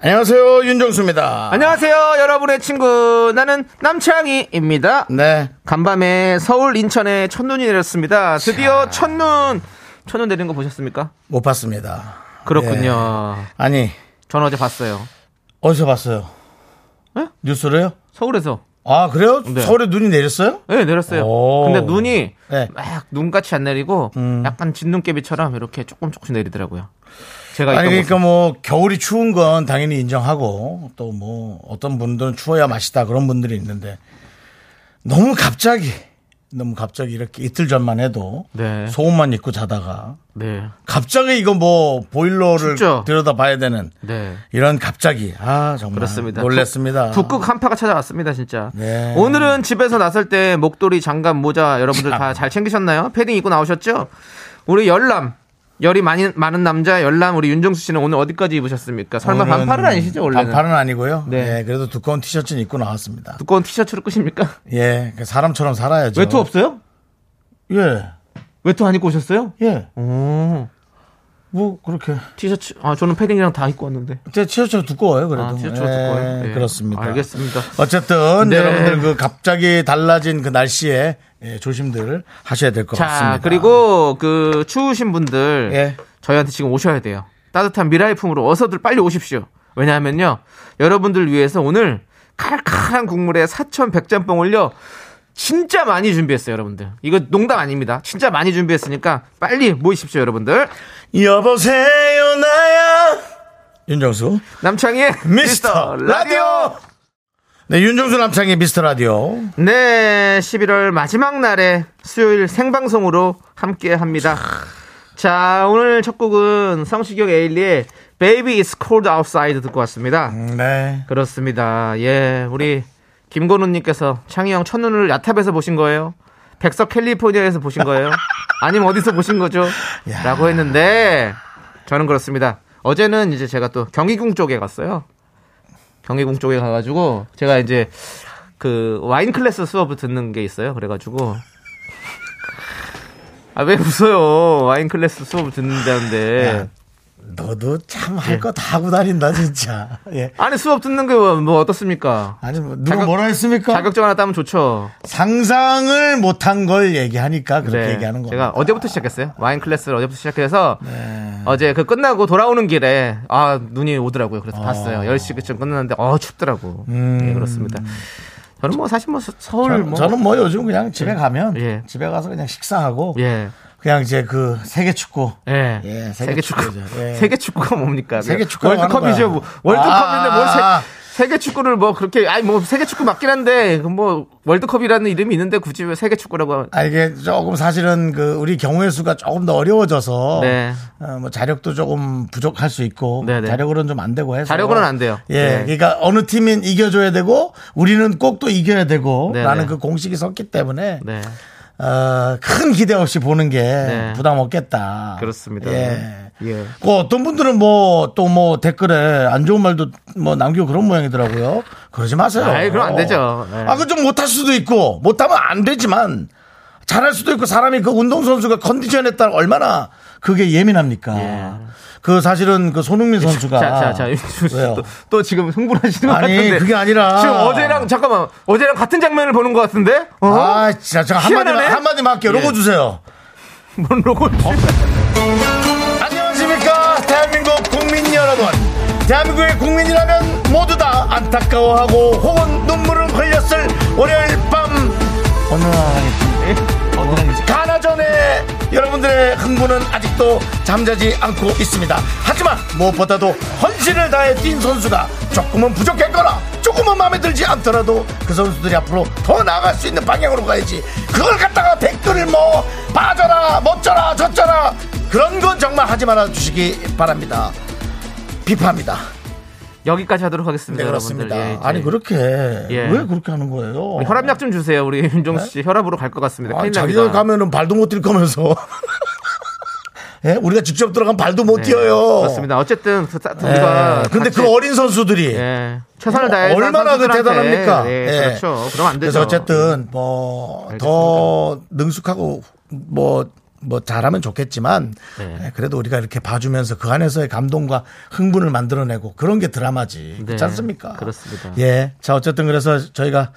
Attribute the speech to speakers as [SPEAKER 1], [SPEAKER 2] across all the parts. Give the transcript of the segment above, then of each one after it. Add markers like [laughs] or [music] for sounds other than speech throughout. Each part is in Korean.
[SPEAKER 1] 안녕하세요 윤정수입니다.
[SPEAKER 2] 아. 안녕하세요, 여러분의 친구. 나는 남창희입니다.
[SPEAKER 1] 네.
[SPEAKER 2] 간밤에 서울, 인천에 첫눈이 내렸습니다. 드디어 첫눈! 첫눈 내린 거 보셨습니까?
[SPEAKER 1] 못 봤습니다.
[SPEAKER 2] 그렇군요.
[SPEAKER 1] 네. 아니
[SPEAKER 2] 전 어제 봤어요.
[SPEAKER 1] 어디서 봤어요?
[SPEAKER 2] 예?
[SPEAKER 1] 뉴스로요?
[SPEAKER 2] 서울에서.
[SPEAKER 1] 아 그래요?
[SPEAKER 2] 네.
[SPEAKER 1] 서울에 눈이 내렸어요?
[SPEAKER 2] 예, 내렸어요.
[SPEAKER 1] 오.
[SPEAKER 2] 근데 눈이
[SPEAKER 1] 네. 음.
[SPEAKER 2] 막 눈같이 안 내리고 약간 진눈깨비처럼 이렇게 조금 조금씩 내리더라고요. 제가
[SPEAKER 1] 아니
[SPEAKER 2] 있던
[SPEAKER 1] 그러니까 뭐 겨울이 추운 건 당연히 인정하고 또 뭐 어떤 분들은 추워야 맛있다 그런 분들이 있는데 너무 갑자기 너무 갑자기 이렇게 이틀 전만 해도
[SPEAKER 2] 네.
[SPEAKER 1] 소음만 입고 자다가
[SPEAKER 2] 곳. 네.
[SPEAKER 1] 갑자기 이거 뭐 보일러를
[SPEAKER 2] 춥죠?
[SPEAKER 1] 들여다봐야 되는
[SPEAKER 2] 네.
[SPEAKER 1] 이런 갑자기 아 정말
[SPEAKER 2] 그렇습니다.
[SPEAKER 1] 놀랬습니다.
[SPEAKER 2] 북- 북극 한파가 찾아왔습니다, 진짜.
[SPEAKER 1] 네.
[SPEAKER 2] 오늘은 집에서 나설 때 목도리, 장갑, 모자 여러분들 다 잘 챙기셨나요? 패딩 입고 나오셨죠? 우리 열남. 열이 많이, 많은 남자 열남 우리 윤정수 씨는 오늘 어디까지 입으셨습니까? 설마
[SPEAKER 1] 오늘은
[SPEAKER 2] 반팔은 아니시죠, 원래는?
[SPEAKER 1] 반팔은 아니고요.
[SPEAKER 2] 네.
[SPEAKER 1] 예, 그래도 두꺼운 티셔츠는 입고 나왔습니다.
[SPEAKER 2] 두꺼운 티셔츠를 꾸십니까?
[SPEAKER 1] 예, 그 사람처럼 살아야죠.
[SPEAKER 2] 외투 없어요?
[SPEAKER 1] 예,
[SPEAKER 2] 외투 안 입고 오셨어요?
[SPEAKER 1] 예.
[SPEAKER 2] 오.
[SPEAKER 1] 뭐 그렇게
[SPEAKER 2] 티셔츠 아 저는 패딩이랑 다 입고 왔는데.
[SPEAKER 1] 제 티셔츠가 두꺼워요. 그래도 예,
[SPEAKER 2] 아, 티셔츠가 두꺼워요? 네.
[SPEAKER 1] 그렇습니다.
[SPEAKER 2] 알겠습니다.
[SPEAKER 1] 어쨌든
[SPEAKER 2] 네.
[SPEAKER 1] 여러분들 그 갑자기 달라진 그 날씨에 예, 조심들 하셔야 될 것
[SPEAKER 2] 자,
[SPEAKER 1] 같습니다.
[SPEAKER 2] 그리고 그 추우신 분들
[SPEAKER 1] 예.
[SPEAKER 2] 저희한테 지금 오셔야 돼요. 따뜻한 미라의 품으로 어서들 빨리 오십시오. 왜냐하면요. 여러분들 위해서 오늘 칼칼한 국물에 사천 백짬뽕 올려 진짜 많이 준비했어요, 여러분들. 이거 농담 아닙니다. 진짜 많이 준비했으니까 빨리 모이십시오, 여러분들.
[SPEAKER 1] 여보세요 나야 윤정수
[SPEAKER 2] 남창희의
[SPEAKER 1] 미스터 라디오. 네, 윤정수 남창의 미스터 라디오.
[SPEAKER 2] 네, 11월 마지막 날에 수요일 생방송으로 함께 합니다. 자, 오늘 첫 곡은 성시경 에일리의 Baby is cold outside 듣고 왔습니다.
[SPEAKER 1] 네.
[SPEAKER 2] 그렇습니다. 예, 우리 김건우님께서 창희 형 첫눈을 야탑에서 보신 거예요? 백석 캘리포니아에서 보신 거예요? 아니면 어디서 보신 거죠?
[SPEAKER 1] 야.
[SPEAKER 2] 라고 했는데 저는 그렇습니다. 어제는 이제 제가 또 경희궁 쪽에 갔어요. 경희궁 쪽에 가가지고 제가 이제 그 와인 클래스 수업을 듣는 게 있어요. 그래가지고 아 왜 웃어요? 와인 클래스 수업을 듣는다는데
[SPEAKER 1] 네. 너도 참 할
[SPEAKER 2] 예.
[SPEAKER 1] 거 다 하고 다닌다 진짜. 예.
[SPEAKER 2] 아니 수업 듣는 게 뭐 어떻습니까?
[SPEAKER 1] 아니 뭐 누가
[SPEAKER 2] 자격-
[SPEAKER 1] 뭐라 했습니까?
[SPEAKER 2] 자격증 하나 따면 좋죠.
[SPEAKER 1] 상상을 못한 걸 얘기하니까 그렇게
[SPEAKER 2] 네,
[SPEAKER 1] 얘기하는 거.
[SPEAKER 2] 제가 어제부터 시작했어요. 와인 클래스를 어제부터 시작해서
[SPEAKER 1] 네.
[SPEAKER 2] 어제 그 끝나고 돌아오는 길에 아 눈이 오더라고요. 그래서 봤어요. 10시 그쯤 끝났는데 어 춥더라고. 예, 그렇습니다. 저는 뭐 사실 뭐 서- 서울
[SPEAKER 1] 음. 저는,
[SPEAKER 2] 뭐
[SPEAKER 1] 저는 뭐 요즘 그냥 집에 가면
[SPEAKER 2] 예.
[SPEAKER 1] 집에 가서 그냥 식사하고
[SPEAKER 2] 예.
[SPEAKER 1] 그냥 이제 그 세계 축구
[SPEAKER 2] 예.
[SPEAKER 1] 예, 세계
[SPEAKER 2] 세계 축구.
[SPEAKER 1] 축구죠. 예.
[SPEAKER 2] 세계 축구가 뭡니까? 그
[SPEAKER 1] 세계 축구라고 하는 거야.
[SPEAKER 2] 월드컵이죠. 뭐. 월드컵인데 뭘
[SPEAKER 1] 아.
[SPEAKER 2] 세, 세계 축구를 뭐 그렇게 아니 뭐 세계 축구 맞긴 한데 그뭐 월드컵이라는 이름이 있는데 굳이 왜 세계 축구라고 하-
[SPEAKER 1] 아 이게 조금 사실은 그 우리 경우의 수가 조금 더 어려워져서
[SPEAKER 2] 네.
[SPEAKER 1] 어, 뭐 자력도 조금 부족할 수 있고
[SPEAKER 2] 네, 네.
[SPEAKER 1] 자력으로는 좀 안 되고 해서
[SPEAKER 2] 자력으로는 안 돼요.
[SPEAKER 1] 예,
[SPEAKER 2] 네.
[SPEAKER 1] 그러니까 어느 팀인 이겨줘야 되고 우리는 꼭 또 이겨야 되고
[SPEAKER 2] 네,
[SPEAKER 1] 라는
[SPEAKER 2] 네.
[SPEAKER 1] 그 공식이 섰기 때문에
[SPEAKER 2] 네.
[SPEAKER 1] 어, 큰 기대 없이 보는 게 부담 없겠다.
[SPEAKER 2] 그렇습니다.
[SPEAKER 1] 예.
[SPEAKER 2] 예.
[SPEAKER 1] 그 어떤 분들은 뭐 또 뭐 댓글에 안 좋은 말도 뭐 남기고 그런 모양이더라고요. 그러지 마세요.
[SPEAKER 2] 아이, 그럼 안 되죠. 네.
[SPEAKER 1] 아, 그 좀 못할 수도 있고 못하면 안 되지만 잘할 수도 있고 사람이 그 운동선수가 컨디션에 따라 얼마나 그게 예민합니까. 그 사실은 그 손흥민 선수가
[SPEAKER 2] 자, 자, 자, 윤수 씨
[SPEAKER 1] 왜요?
[SPEAKER 2] 또, 또 지금 흥분하시는 것
[SPEAKER 1] 아니,
[SPEAKER 2] 같은데.
[SPEAKER 1] 그게 아니라.
[SPEAKER 2] 지금 어제랑, 잠깐만, 어제랑 같은 장면을 보는 것 같은데? 어?
[SPEAKER 1] 아, 진짜 제가 한마디만
[SPEAKER 2] 희한하네?
[SPEAKER 1] 한마디만 할게요. 로고
[SPEAKER 2] 예.
[SPEAKER 1] 주세요.
[SPEAKER 2] 뭔 로고?
[SPEAKER 1] 어? 안녕하십니까 대한민국 국민 여러분 대한민국의 국민이라면 모두 다 안타까워하고 혹은 눈물을 흘렸을 월요일 밤 어느 날이 어느 날인지 가나 전에 여러분들의 흥분은 아직도 잠자지 않고 있습니다 하지만 무엇보다도 헌신을 다해 뛴 선수가 조금은 부족했거나 조금은 마음에 들지 않더라도 그 선수들이 앞으로 더 나아갈 수 있는 방향으로 가야지 그걸 갖다가 댓글을 뭐 빠져라 멋져라 젖져라 그런 건 정말 하지 말아 주시기 바랍니다 비파합니다
[SPEAKER 2] 여기까지 하도록 하겠습니다,
[SPEAKER 1] 네,
[SPEAKER 2] 여러분들.
[SPEAKER 1] 그렇습니다.
[SPEAKER 2] 예, 이제
[SPEAKER 1] 아니 그렇게
[SPEAKER 2] 예.
[SPEAKER 1] 왜 그렇게 하는 거예요?
[SPEAKER 2] 우리 혈압약 좀 주세요. 우리 윤종 씨 혈압으로 갈 것 같습니다.
[SPEAKER 1] 네? 아,
[SPEAKER 2] 네, 큰일
[SPEAKER 1] 자기가
[SPEAKER 2] 납니다.
[SPEAKER 1] 가면은 발도 못 뛸 거면서. [laughs] 예? 우리가 직접 들어가면 발도 못
[SPEAKER 2] 네,
[SPEAKER 1] 뛰어요.
[SPEAKER 2] 그렇습니다. 어쨌든 그 사-
[SPEAKER 1] 예.
[SPEAKER 2] 우리가
[SPEAKER 1] 근데
[SPEAKER 2] 같이-
[SPEAKER 1] 그 어린 선수들이
[SPEAKER 2] 예, 최선을 다해
[SPEAKER 1] 얼마나 그
[SPEAKER 2] 선수들한테.
[SPEAKER 1] 대단합니까?
[SPEAKER 2] 네,
[SPEAKER 1] 예.
[SPEAKER 2] 그렇죠. 그럼 안 되죠.
[SPEAKER 1] 그래서 어쨌든 뭐 더 능숙하고 뭐. 뭐 잘하면 좋겠지만
[SPEAKER 2] 네.
[SPEAKER 1] 예, 그래도 우리가 이렇게 봐주면서 그 안에서의 감동과 흥분을 만들어내고 그런 게 드라마지 그렇지
[SPEAKER 2] 네,
[SPEAKER 1] 않습니까?
[SPEAKER 2] 그렇습니다.
[SPEAKER 1] 예, 자 어쨌든 그래서 저희가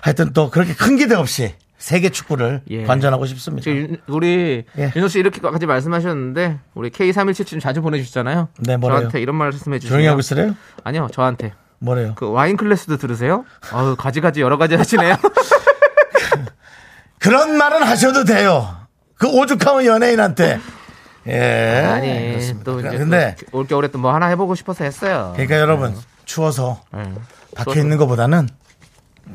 [SPEAKER 1] 하여튼 또 그렇게 큰 기대 없이 세계 축구를
[SPEAKER 2] 예.
[SPEAKER 1] 관전하고 싶습니다.
[SPEAKER 2] 지금 윤- 우리
[SPEAKER 1] 예.
[SPEAKER 2] 윤호 씨 이렇게까지 말씀하셨는데 우리 K3177님 자주 보내주시잖아요.
[SPEAKER 1] 네, 뭐래요?
[SPEAKER 2] 저한테 이런 말 말씀해 주세요.
[SPEAKER 1] 조용히 하고 있으래요?
[SPEAKER 2] 아니요, 저한테
[SPEAKER 1] 뭐래요?
[SPEAKER 2] 그 와인 클래스도 들으세요? 아유 가지가지 여러
[SPEAKER 1] [laughs]
[SPEAKER 2] 가지 하시네요.
[SPEAKER 1] 그런 말은 하셔도 돼요. 그 오죽하면 연예인한테. 예.
[SPEAKER 2] 아니
[SPEAKER 1] 그렇습니다.
[SPEAKER 2] 또 이제
[SPEAKER 1] 근데
[SPEAKER 2] 올 겨울에 또 뭐 하나 해보고 싶어서 했어요.
[SPEAKER 1] 그러니까 여러분
[SPEAKER 2] 네.
[SPEAKER 1] 추워서
[SPEAKER 2] 예.
[SPEAKER 1] 밖에 있는 것보다는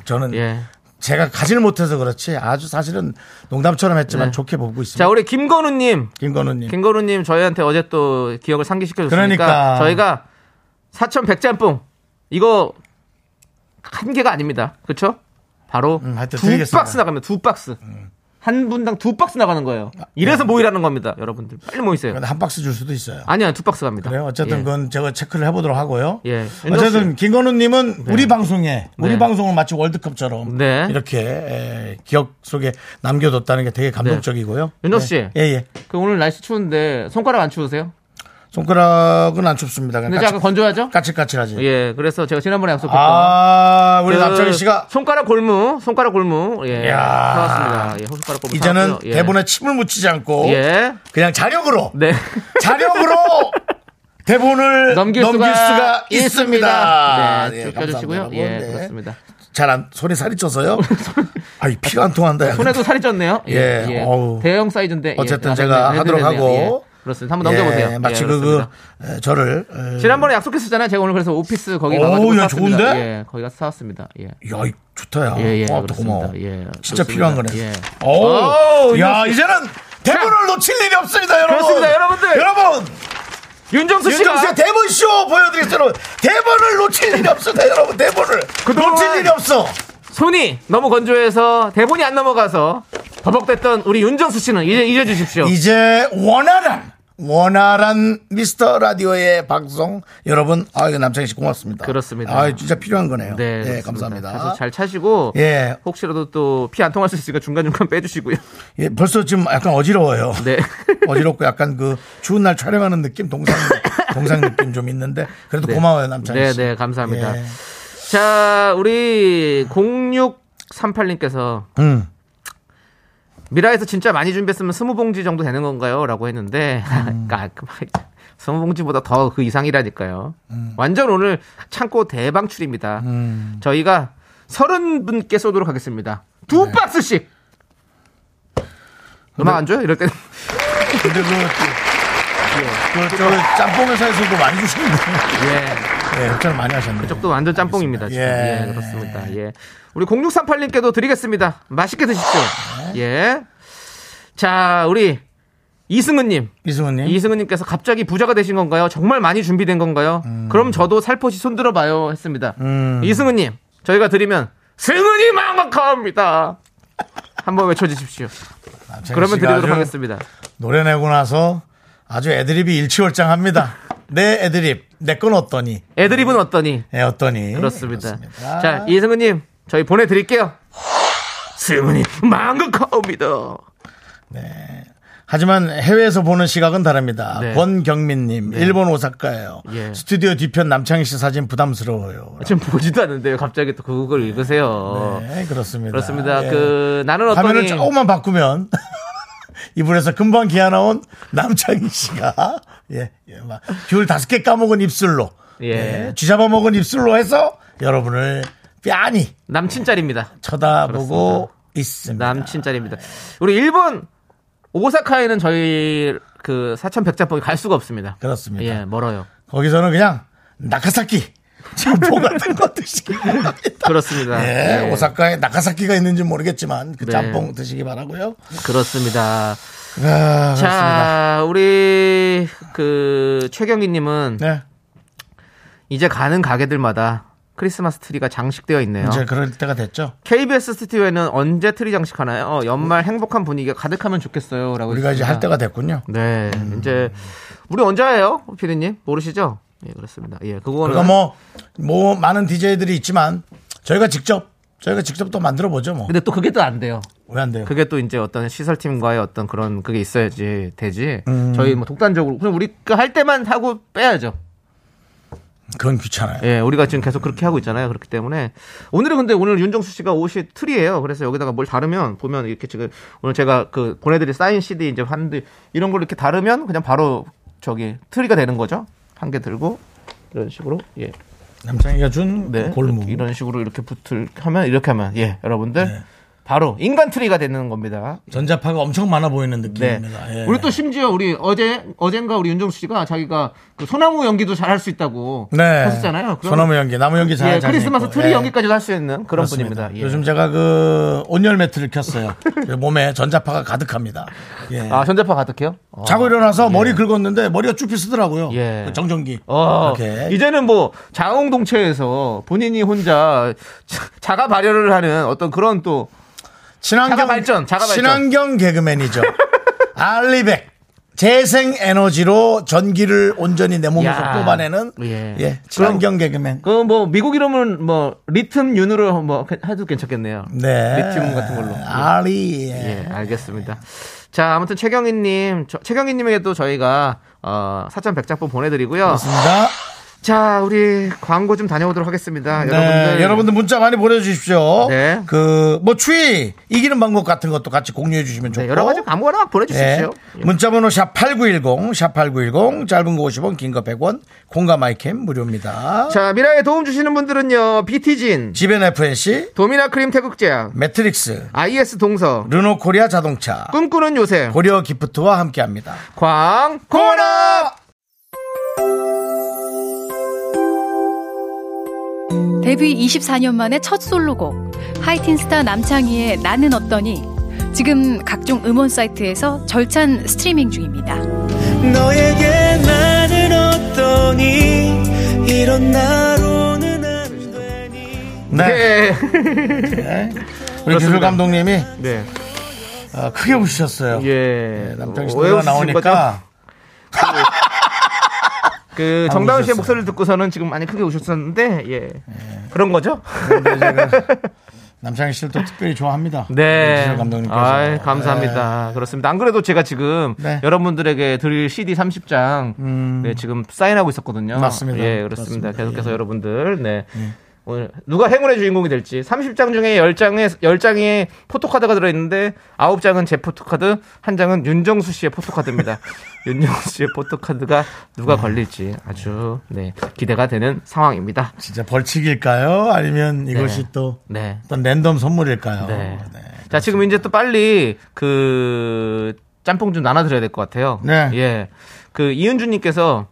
[SPEAKER 1] 저는
[SPEAKER 2] 예.
[SPEAKER 1] 제가 가지를 못해서 그렇지 아주 사실은 농담처럼 했지만
[SPEAKER 2] 네.
[SPEAKER 1] 좋게 보고 있습니다.
[SPEAKER 2] 자 우리 김건우님,
[SPEAKER 1] 김건우님.
[SPEAKER 2] 김건우님 저희한테 어제 또 기억을 상기시켜줬으니까
[SPEAKER 1] 그러니까.
[SPEAKER 2] 저희가 사천 백짬뽕 이거 한 개가 아닙니다. 그렇죠? 바로
[SPEAKER 1] 음, 하여튼
[SPEAKER 2] 두
[SPEAKER 1] 드리겠습니다. 음.
[SPEAKER 2] 박스 나갑니다. 두 박스. 한 분당 두 박스 나가는 거예요.
[SPEAKER 1] 아, 네.
[SPEAKER 2] 이래서 모이라는 겁니다, 여러분들. 빨리 모이세요.
[SPEAKER 1] 한 박스 줄 수도 있어요.
[SPEAKER 2] 아니야, 두 박스 갑니다.
[SPEAKER 1] 그래요. 어쨌든
[SPEAKER 2] 예.
[SPEAKER 1] 그건 제가 체크를 해보도록 하고요.
[SPEAKER 2] 예.
[SPEAKER 1] 어쨌든 김건우님은 우리 방송에 우리
[SPEAKER 2] 네.
[SPEAKER 1] 방송을 마치 월드컵처럼
[SPEAKER 2] 네.
[SPEAKER 1] 이렇게 에, 기억 속에 남겨뒀다는 게 되게 감동적이고요.
[SPEAKER 2] 윤정
[SPEAKER 1] 네.
[SPEAKER 2] 씨.
[SPEAKER 1] 예 예.
[SPEAKER 2] 그 오늘 날씨 추운데 손가락 안 추우세요?
[SPEAKER 1] 손가락은 안 춥습니다. 그냥
[SPEAKER 2] 근데 제가 건조하죠?
[SPEAKER 1] 까칠까칠하지.
[SPEAKER 2] 예, 그래서 제가 지난번에 약속했던
[SPEAKER 1] 아, 우리
[SPEAKER 2] 그
[SPEAKER 1] 남정희 씨가
[SPEAKER 2] 손가락 골무, 손가락 골무, 예,
[SPEAKER 1] 이야.
[SPEAKER 2] 사왔습니다. 예, 손가락 골무.
[SPEAKER 1] 이제는
[SPEAKER 2] 사왔고요. 예.
[SPEAKER 1] 대본에 뭐? 침을 묻히지 않고
[SPEAKER 2] 예,
[SPEAKER 1] 그냥 자력으로
[SPEAKER 2] 네.
[SPEAKER 1] [laughs]
[SPEAKER 2] [laughs]
[SPEAKER 1] 자력으로 대본을 넘길,
[SPEAKER 2] 넘길,
[SPEAKER 1] 수가, 있습니다.
[SPEAKER 2] 네,
[SPEAKER 1] 예,
[SPEAKER 2] 쭉
[SPEAKER 1] 감사합니다,
[SPEAKER 2] 껴주시고요.
[SPEAKER 1] 여러분.
[SPEAKER 2] 예,
[SPEAKER 1] 네.
[SPEAKER 2] 그렇습니다.
[SPEAKER 1] 잘안 손에 살이
[SPEAKER 2] [laughs]
[SPEAKER 1] 쪄서요. 아이 피가 안 통한다. 야.
[SPEAKER 2] 손에도 살이 쪘네요.
[SPEAKER 1] 예, 어우.
[SPEAKER 2] 대형 사이즈인데.
[SPEAKER 1] 어쨌든
[SPEAKER 2] 아,
[SPEAKER 1] 제가
[SPEAKER 2] 네, 네,
[SPEAKER 1] 하도록
[SPEAKER 2] 네, 네, 네.
[SPEAKER 1] 하고.
[SPEAKER 2] 예, 그렇습니다. 한번 넘겨보세요.
[SPEAKER 1] 예, 마치
[SPEAKER 2] 예,
[SPEAKER 1] 그, 그
[SPEAKER 2] 그렇습니다.
[SPEAKER 1] 에, 저를 에,
[SPEAKER 2] 지난번에 약속했었잖아요. 제가 오늘 그래서 오피스 거기
[SPEAKER 1] 어우,
[SPEAKER 2] 가가지고
[SPEAKER 1] 야,
[SPEAKER 2] 사왔습니다.
[SPEAKER 1] 좋은데?
[SPEAKER 2] 예, 거기 가서 사왔습니다. 예.
[SPEAKER 1] 야, 이 좋다야.
[SPEAKER 2] 예, 예,
[SPEAKER 1] 고맙다,
[SPEAKER 2] 그렇습니다.
[SPEAKER 1] 고마워.
[SPEAKER 2] 예,
[SPEAKER 1] 진짜
[SPEAKER 2] 좋습니다.
[SPEAKER 1] 필요한 거네.
[SPEAKER 2] 예.
[SPEAKER 1] 오,
[SPEAKER 2] 어우,
[SPEAKER 1] 야,
[SPEAKER 2] 윤정수 씨.
[SPEAKER 1] 이제는 대본을 놓칠 일이 없습니다, 여러분.
[SPEAKER 2] 그렇습니다, 여러분들.
[SPEAKER 1] 여러분,
[SPEAKER 2] 윤정수 씨가
[SPEAKER 1] 윤정 씨의 대본 쇼 보여드리겠어요. 여러분. 대본을 놓칠 일이 없습니다, 여러분. 대본을
[SPEAKER 2] 그동안
[SPEAKER 1] 놓칠 일이 없어.
[SPEAKER 2] 손이 너무 건조해서 대본이 안 넘어가서 버벅댔던 우리 윤정수 씨는 이제 잊어주십시오.
[SPEAKER 1] 이제 원활한 원활한 미스터 라디오의 방송 여러분 아유 남창희 씨 고맙습니다.
[SPEAKER 2] 그렇습니다.
[SPEAKER 1] 아 진짜 필요한 거네요.
[SPEAKER 2] 네,
[SPEAKER 1] 예,
[SPEAKER 2] 그렇습니다.
[SPEAKER 1] 감사합니다.
[SPEAKER 2] 그래서 잘 차시고
[SPEAKER 1] 예.
[SPEAKER 2] 혹시라도 또 피 안 통할 수 있으니까 중간 중간 빼주시고요. [laughs]
[SPEAKER 1] 예, 벌써 지금 약간 어지러워요.
[SPEAKER 2] 네.
[SPEAKER 1] [laughs] 어지럽고 약간 그 추운 날 촬영하는 느낌 동상 동상 느낌 좀 있는데 그래도
[SPEAKER 2] 네.
[SPEAKER 1] 고마워요 남창희
[SPEAKER 2] 네,
[SPEAKER 1] 씨.
[SPEAKER 2] 네, 감사합니다.
[SPEAKER 1] 예.
[SPEAKER 2] 자, 우리 0638님께서
[SPEAKER 1] 음.
[SPEAKER 2] 미라에서 진짜 많이 준비했으면 스무 봉지 정도 되는 건가요? 라고 했는데, [laughs] 아, 그만. 스무 봉지보다 더 그 이상이라니까요. 완전 오늘 창고 대방출입니다. 음. 저희가 서른 분께 쏘도록 하겠습니다. 두 박스씩! 음악 안 줘요? 이럴 때
[SPEAKER 1] 근데 그, 그, 그, 저 짬뽕 회사에서도 많이 주시는데
[SPEAKER 2] [laughs] 예.
[SPEAKER 1] 예, 협찬을 많이 하셨네요.
[SPEAKER 2] 그쪽도 완전 짬뽕입니다. 지금.
[SPEAKER 1] 알겠습니다.
[SPEAKER 2] 예.
[SPEAKER 1] 예.
[SPEAKER 2] 그렇습니다. 예. 우리 0638님께도 드리겠습니다. 맛있게 드십시오. 예. 자, 우리 이승은님.
[SPEAKER 1] 이승훈님
[SPEAKER 2] 네. 이승우님께서 갑자기 부자가 되신 건가요? 정말 많이 준비된 건가요?
[SPEAKER 1] 음.
[SPEAKER 2] 그럼 저도 살포시 손들어봐요 했습니다. 이승우님 저희가 드리면 승은이 망각합니다. 한번 외쳐주십시오.
[SPEAKER 1] 남창희
[SPEAKER 2] 그러면
[SPEAKER 1] 씨가
[SPEAKER 2] 드리도록
[SPEAKER 1] 아주
[SPEAKER 2] 하겠습니다.
[SPEAKER 1] 노래 내고 나서 아주 애드립이 일치월장합니다. 내 애드립 내 건 어떠니?
[SPEAKER 2] 애드립은 어떠니?
[SPEAKER 1] 예, 어떠니?
[SPEAKER 2] 그렇습니다.
[SPEAKER 1] 그렇습니다.
[SPEAKER 2] 자 이승우님 저희 보내드릴게요. 승은이 망각합니다.
[SPEAKER 1] 하지만 해외에서 보는 시각은 다릅니다.
[SPEAKER 2] 네.
[SPEAKER 1] 권경민님, 일본 오사카예요.
[SPEAKER 2] 예. 그렇죠.
[SPEAKER 1] 스튜디오 뒤편 남창희 씨 사진 부담스러워요.
[SPEAKER 2] 지금 보지도 않는데요. 갑자기 또 그걸 읽으세요.
[SPEAKER 1] 네, 그렇습니다.
[SPEAKER 2] 그렇습니다.
[SPEAKER 1] 예.
[SPEAKER 2] 그 나는
[SPEAKER 1] 화면을
[SPEAKER 2] 어떠니?
[SPEAKER 1] 조금만 바꾸면 [laughs] 이불에서 금방 기어 나온 남창희 씨가 [laughs] 예, 예, 막 귤 다섯 개 까먹은 입술로
[SPEAKER 2] 예.
[SPEAKER 1] 쥐 잡아먹은 입술로 해서 여러분을 빤히
[SPEAKER 2] 남친 짤입니다.
[SPEAKER 1] 쳐다보고 있습니다.
[SPEAKER 2] 남친 짤입니다. 우리 일본 오사카에는 저희 그 사천 백자봉이 갈 수가 없습니다.
[SPEAKER 1] 그렇습니다.
[SPEAKER 2] 예, 멀어요.
[SPEAKER 1] 거기서는 그냥 나카사키 [laughs] 짬뽕 같은 거 드시기 바랍니다. [laughs]
[SPEAKER 2] 그렇습니다.
[SPEAKER 1] 예,
[SPEAKER 2] 예,
[SPEAKER 1] 오사카에 나카사키가 있는지 모르겠지만 그
[SPEAKER 2] 네.
[SPEAKER 1] 짬뽕 드시기 바라고요.
[SPEAKER 2] 그렇습니다.
[SPEAKER 1] 아, 그렇습니다.
[SPEAKER 2] 자, 우리 그 최경희 님은
[SPEAKER 1] 네.
[SPEAKER 2] 이제 가는 가게들마다 크리스마스 트리가 장식되어 있네요.
[SPEAKER 1] 이제 그럴 때가 됐죠.
[SPEAKER 2] KBS 스튜디오에는 언제 트리 장식하나요? 어, 연말 행복한 분위기가 가득하면 좋겠어요. 라고
[SPEAKER 1] 우리가 이제 음.
[SPEAKER 2] 했습니다.
[SPEAKER 1] 할 때가 됐군요.
[SPEAKER 2] 네, 이제 우리 언제 해요, 피디님? 모르시죠? 예, 그렇습니다. 예, 그거는
[SPEAKER 1] 그러니까 뭐, 뭐 많은 DJ들이 있지만 저희가 직접 저희가 직접 또 만들어 보죠 뭐.
[SPEAKER 2] 근데 또 그게 또 안 돼요.
[SPEAKER 1] 왜 안 돼요?
[SPEAKER 2] 그게 또 이제 어떤 시설팀과의 어떤 그런 그게 있어야지 되지. 저희 뭐 독단적으로 그냥 우리가 할 때만 하고 빼야죠.
[SPEAKER 1] 그건 귀찮아요.
[SPEAKER 2] 예, 우리가 지금 계속 그렇게 하고 있잖아요. 그렇기 때문에 오늘은 근데 오늘 윤정수 씨가 옷이 틀이에요. 그래서 여기다가 뭘 다르면 보면 이렇게 지금 오늘 제가 그 보내드릴 사인 CD 이제 한드 이런 걸 이렇게 다르면 그냥 바로 저기 트리가 되는 거죠. 한 개 들고 이런 식으로 예,
[SPEAKER 1] 남창이가 준
[SPEAKER 2] 네,
[SPEAKER 1] 골무.
[SPEAKER 2] 이렇게 이런 식으로 이렇게 붙을 하면 이렇게 하면 예, 여러분들 바로 인간 트리가 되는 겁니다.
[SPEAKER 1] 전자파가 엄청 많아 보이는
[SPEAKER 2] 네.
[SPEAKER 1] 느낌입니다. 예.
[SPEAKER 2] 우리 또 심지어 우리 어제 어젠가 우리 윤정수 씨가 자기가 그 소나무 연기도 잘 할 수 있다고
[SPEAKER 1] 네.
[SPEAKER 2] 하셨잖아요. 그럼
[SPEAKER 1] 소나무 연기, 나무 연기 잘
[SPEAKER 2] 예,
[SPEAKER 1] 잘
[SPEAKER 2] 크리스마스
[SPEAKER 1] 했고.
[SPEAKER 2] 트리
[SPEAKER 1] 예.
[SPEAKER 2] 연기까지도 할 수 있는 그런
[SPEAKER 1] 그렇습니다.
[SPEAKER 2] 분입니다. 예.
[SPEAKER 1] 요즘 제가 그 온열 매트를
[SPEAKER 2] [laughs]
[SPEAKER 1] 켰어요. 그래서 몸에 전자파가 가득합니다. 예.
[SPEAKER 2] 아 전자파 가득해요? 어.
[SPEAKER 1] 자고 일어나서 머리 긁었는데 머리가 쭈피 쓰더라고요.
[SPEAKER 2] 예.
[SPEAKER 1] 그 정전기.
[SPEAKER 2] 어,
[SPEAKER 1] 이렇게.
[SPEAKER 2] 이제는 뭐 자웅동체에서 본인이 혼자 자- 자가 발열을 하는 어떤 그런 또
[SPEAKER 1] 친환경
[SPEAKER 2] 자가 발전, 자가 발전.
[SPEAKER 1] 친환경 개그맨이죠.
[SPEAKER 2] [laughs]
[SPEAKER 1] 알리백 재생 에너지로 전기를 온전히 내 몸에서
[SPEAKER 2] 야.
[SPEAKER 1] 뽑아내는
[SPEAKER 2] 예.
[SPEAKER 1] 예. 친환경 개그맨.
[SPEAKER 2] 그 뭐 미국 이름은 뭐 리튬 윤으로 뭐 해도 괜찮겠네요.
[SPEAKER 1] 네.
[SPEAKER 2] 리튬 같은 걸로.
[SPEAKER 1] 알리.
[SPEAKER 2] 예, 알겠습니다. 자, 아무튼 최경희님, 저- 최경희님에게도 저희가 어, 사전 백작품 보내드리고요.
[SPEAKER 1] 좋습니다.
[SPEAKER 2] 자, 우리 광고 좀 다녀오도록 하겠습니다.
[SPEAKER 1] 네, 여러분들 문자 많이 보내주십시오.
[SPEAKER 2] 네.
[SPEAKER 1] 그 뭐 추위 이기는 방법 같은 것도 같이 공유해 주시면 좋고. 네.
[SPEAKER 2] 네, 여러 가지 광고나 막 보내주십시오. 예.
[SPEAKER 1] 문자번호 샵 #8910 샵 #8910 짧은 거 50원, 긴 거 100원, 공감 마이캠 무료입니다.
[SPEAKER 2] 자, 미라에 도움 주시는 분들은요, 비티진,
[SPEAKER 1] 지벤 FNC,
[SPEAKER 2] 도미나 크림 태극제약,
[SPEAKER 1] 매트릭스,
[SPEAKER 2] IS 동서,
[SPEAKER 1] 르노코리아 자동차,
[SPEAKER 2] 꿈꾸는 요새,
[SPEAKER 1] 고려 기프트와 함께합니다.
[SPEAKER 2] 광고나!
[SPEAKER 3] 데뷔 24년 만에 첫 솔로곡 하이틴스타 남창희의 나는 어떠니 지금 각종 음원 사이트에서 절찬 스트리밍 중입니다.
[SPEAKER 4] 너에게 나는 어떠니 이런 나로는 안 되니
[SPEAKER 1] 네,
[SPEAKER 2] 네.
[SPEAKER 1] [laughs] 우리 기술
[SPEAKER 2] 그렇습니다.
[SPEAKER 1] 감독님이
[SPEAKER 2] 네.
[SPEAKER 1] 어, 크게 웃으셨어요.
[SPEAKER 2] 예.
[SPEAKER 1] 남창희 씨
[SPEAKER 2] 왜
[SPEAKER 1] 노래가
[SPEAKER 2] 웃으신 거죠?
[SPEAKER 1] 나오니까
[SPEAKER 2] 그
[SPEAKER 1] 안
[SPEAKER 2] 정다은
[SPEAKER 1] 오셨어요. 네.
[SPEAKER 2] 씨의 목소리를 듣고서는 지금 많이 크게 오셨었는데 예. 그런 거죠?
[SPEAKER 1] 남창희 씨를 또 특별히 좋아합니다. 우리
[SPEAKER 2] 네.
[SPEAKER 1] 기술 감독님께서.
[SPEAKER 2] 아, 감사합니다. 그렇습니다. 안 그래도 제가 지금
[SPEAKER 1] 네. 음.
[SPEAKER 2] 여러분들에게 드릴 CD 30장 네, 지금 사인하고 있었거든요.
[SPEAKER 1] 맞습니다.
[SPEAKER 2] 예, 그렇습니다.
[SPEAKER 1] 그렇습니다. 예.
[SPEAKER 2] 계속해서 여러분들 네. 오늘 누가 행운의 주인공이 될지 30장 중에 10장에 10장에 포토카드가 들어 있는데 9장은 제 포토카드, 한 장은 윤정수 씨의
[SPEAKER 1] [laughs]
[SPEAKER 2] 포토카드입니다. 윤정수 씨의 포토카드가
[SPEAKER 1] 네.
[SPEAKER 2] 누가 걸릴지 아주 네, 기대가 되는 상황입니다.
[SPEAKER 1] 네. 진짜 벌칙일까요? 아니면 이것이 또
[SPEAKER 2] 네.
[SPEAKER 1] 어떤 랜덤 선물일까요?
[SPEAKER 2] 네.
[SPEAKER 1] 네.
[SPEAKER 2] 자, 지금 이제 또 빨리 그 짬뽕 좀 나눠드려야 될 것 같아요.
[SPEAKER 1] 네.
[SPEAKER 2] 예. 그 이은주님께서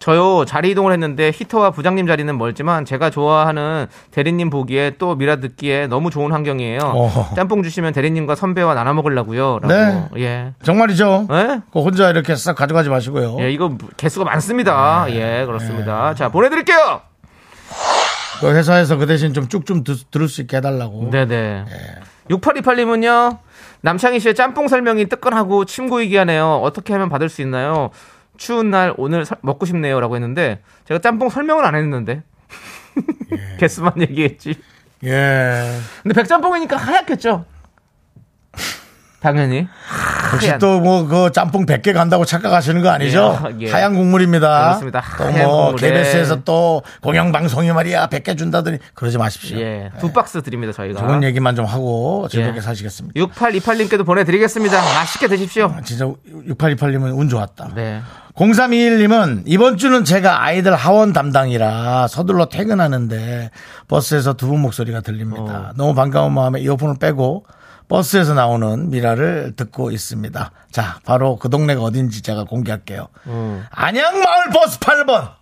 [SPEAKER 2] 저요 자리 이동을 했는데 히터와 부장님 자리는 멀지만 제가 좋아하는 대리님 보기에 또 미라 듣기에 너무 좋은 환경이에요.
[SPEAKER 1] 어허.
[SPEAKER 2] 짬뽕 주시면 대리님과 선배와 나눠 먹으려고요. 라고.
[SPEAKER 1] 네. 어?
[SPEAKER 2] 예.
[SPEAKER 1] 정말이죠.
[SPEAKER 2] 예?
[SPEAKER 1] 그거 혼자 이렇게 싹 가져가지 마시고요.
[SPEAKER 2] 예, 이거 개수가 많습니다.
[SPEAKER 1] 네.
[SPEAKER 2] 예, 그렇습니다. 자, 보내드릴게요!
[SPEAKER 1] 그 회사에서 그 대신 좀 쭉 좀 들을 수 있게 해달라고.
[SPEAKER 2] 네네. 6828님은요, 남창희 씨의 짬뽕 설명이 뜨끈하고 침구이기 하네요. 어떻게 하면 받을 수 있나요? 추운 날 오늘 사- 먹고 싶네요. 라고 했는데, 제가 짬뽕 설명을 안 했는데. [laughs] 개수만 얘기했지.
[SPEAKER 1] 예.
[SPEAKER 2] 근데 백짬뽕이니까 하얗겠죠? 당연히.
[SPEAKER 1] 혹시
[SPEAKER 2] 하얀.
[SPEAKER 1] 또 뭐 그 짬뽕 100개 간다고 착각하시는 거 아니죠?
[SPEAKER 2] 예, 예.
[SPEAKER 1] 하얀 국물입니다.
[SPEAKER 2] 그렇습니다. 하얀
[SPEAKER 1] 또뭐
[SPEAKER 2] 국물에.
[SPEAKER 1] KBS에서 또 공영방송이 말이야 100개 준다더니 그러지 마십시오.
[SPEAKER 2] 예. 두 박스 드립니다, 저희가.
[SPEAKER 1] 그렇죠. 좋은 얘기만 좀 하고 즐겁게
[SPEAKER 2] 예.
[SPEAKER 1] 사시겠습니다.
[SPEAKER 2] 6828님께도 보내드리겠습니다. 맛있게 드십시오.
[SPEAKER 1] 진짜 6828님은 운 좋았다.
[SPEAKER 2] 네.
[SPEAKER 1] 0321님은 이번 주는 제가 아이들 하원 담당이라 서둘러 퇴근하는데 버스에서 두 분 목소리가 들립니다.
[SPEAKER 2] 어.
[SPEAKER 1] 너무 반가운 마음에 이어폰을 빼고 버스에서 나오는 미라를 듣고 있습니다. 자, 바로 그 동네가 어딘지 제가 공개할게요. 음. 안양마을 버스 8번!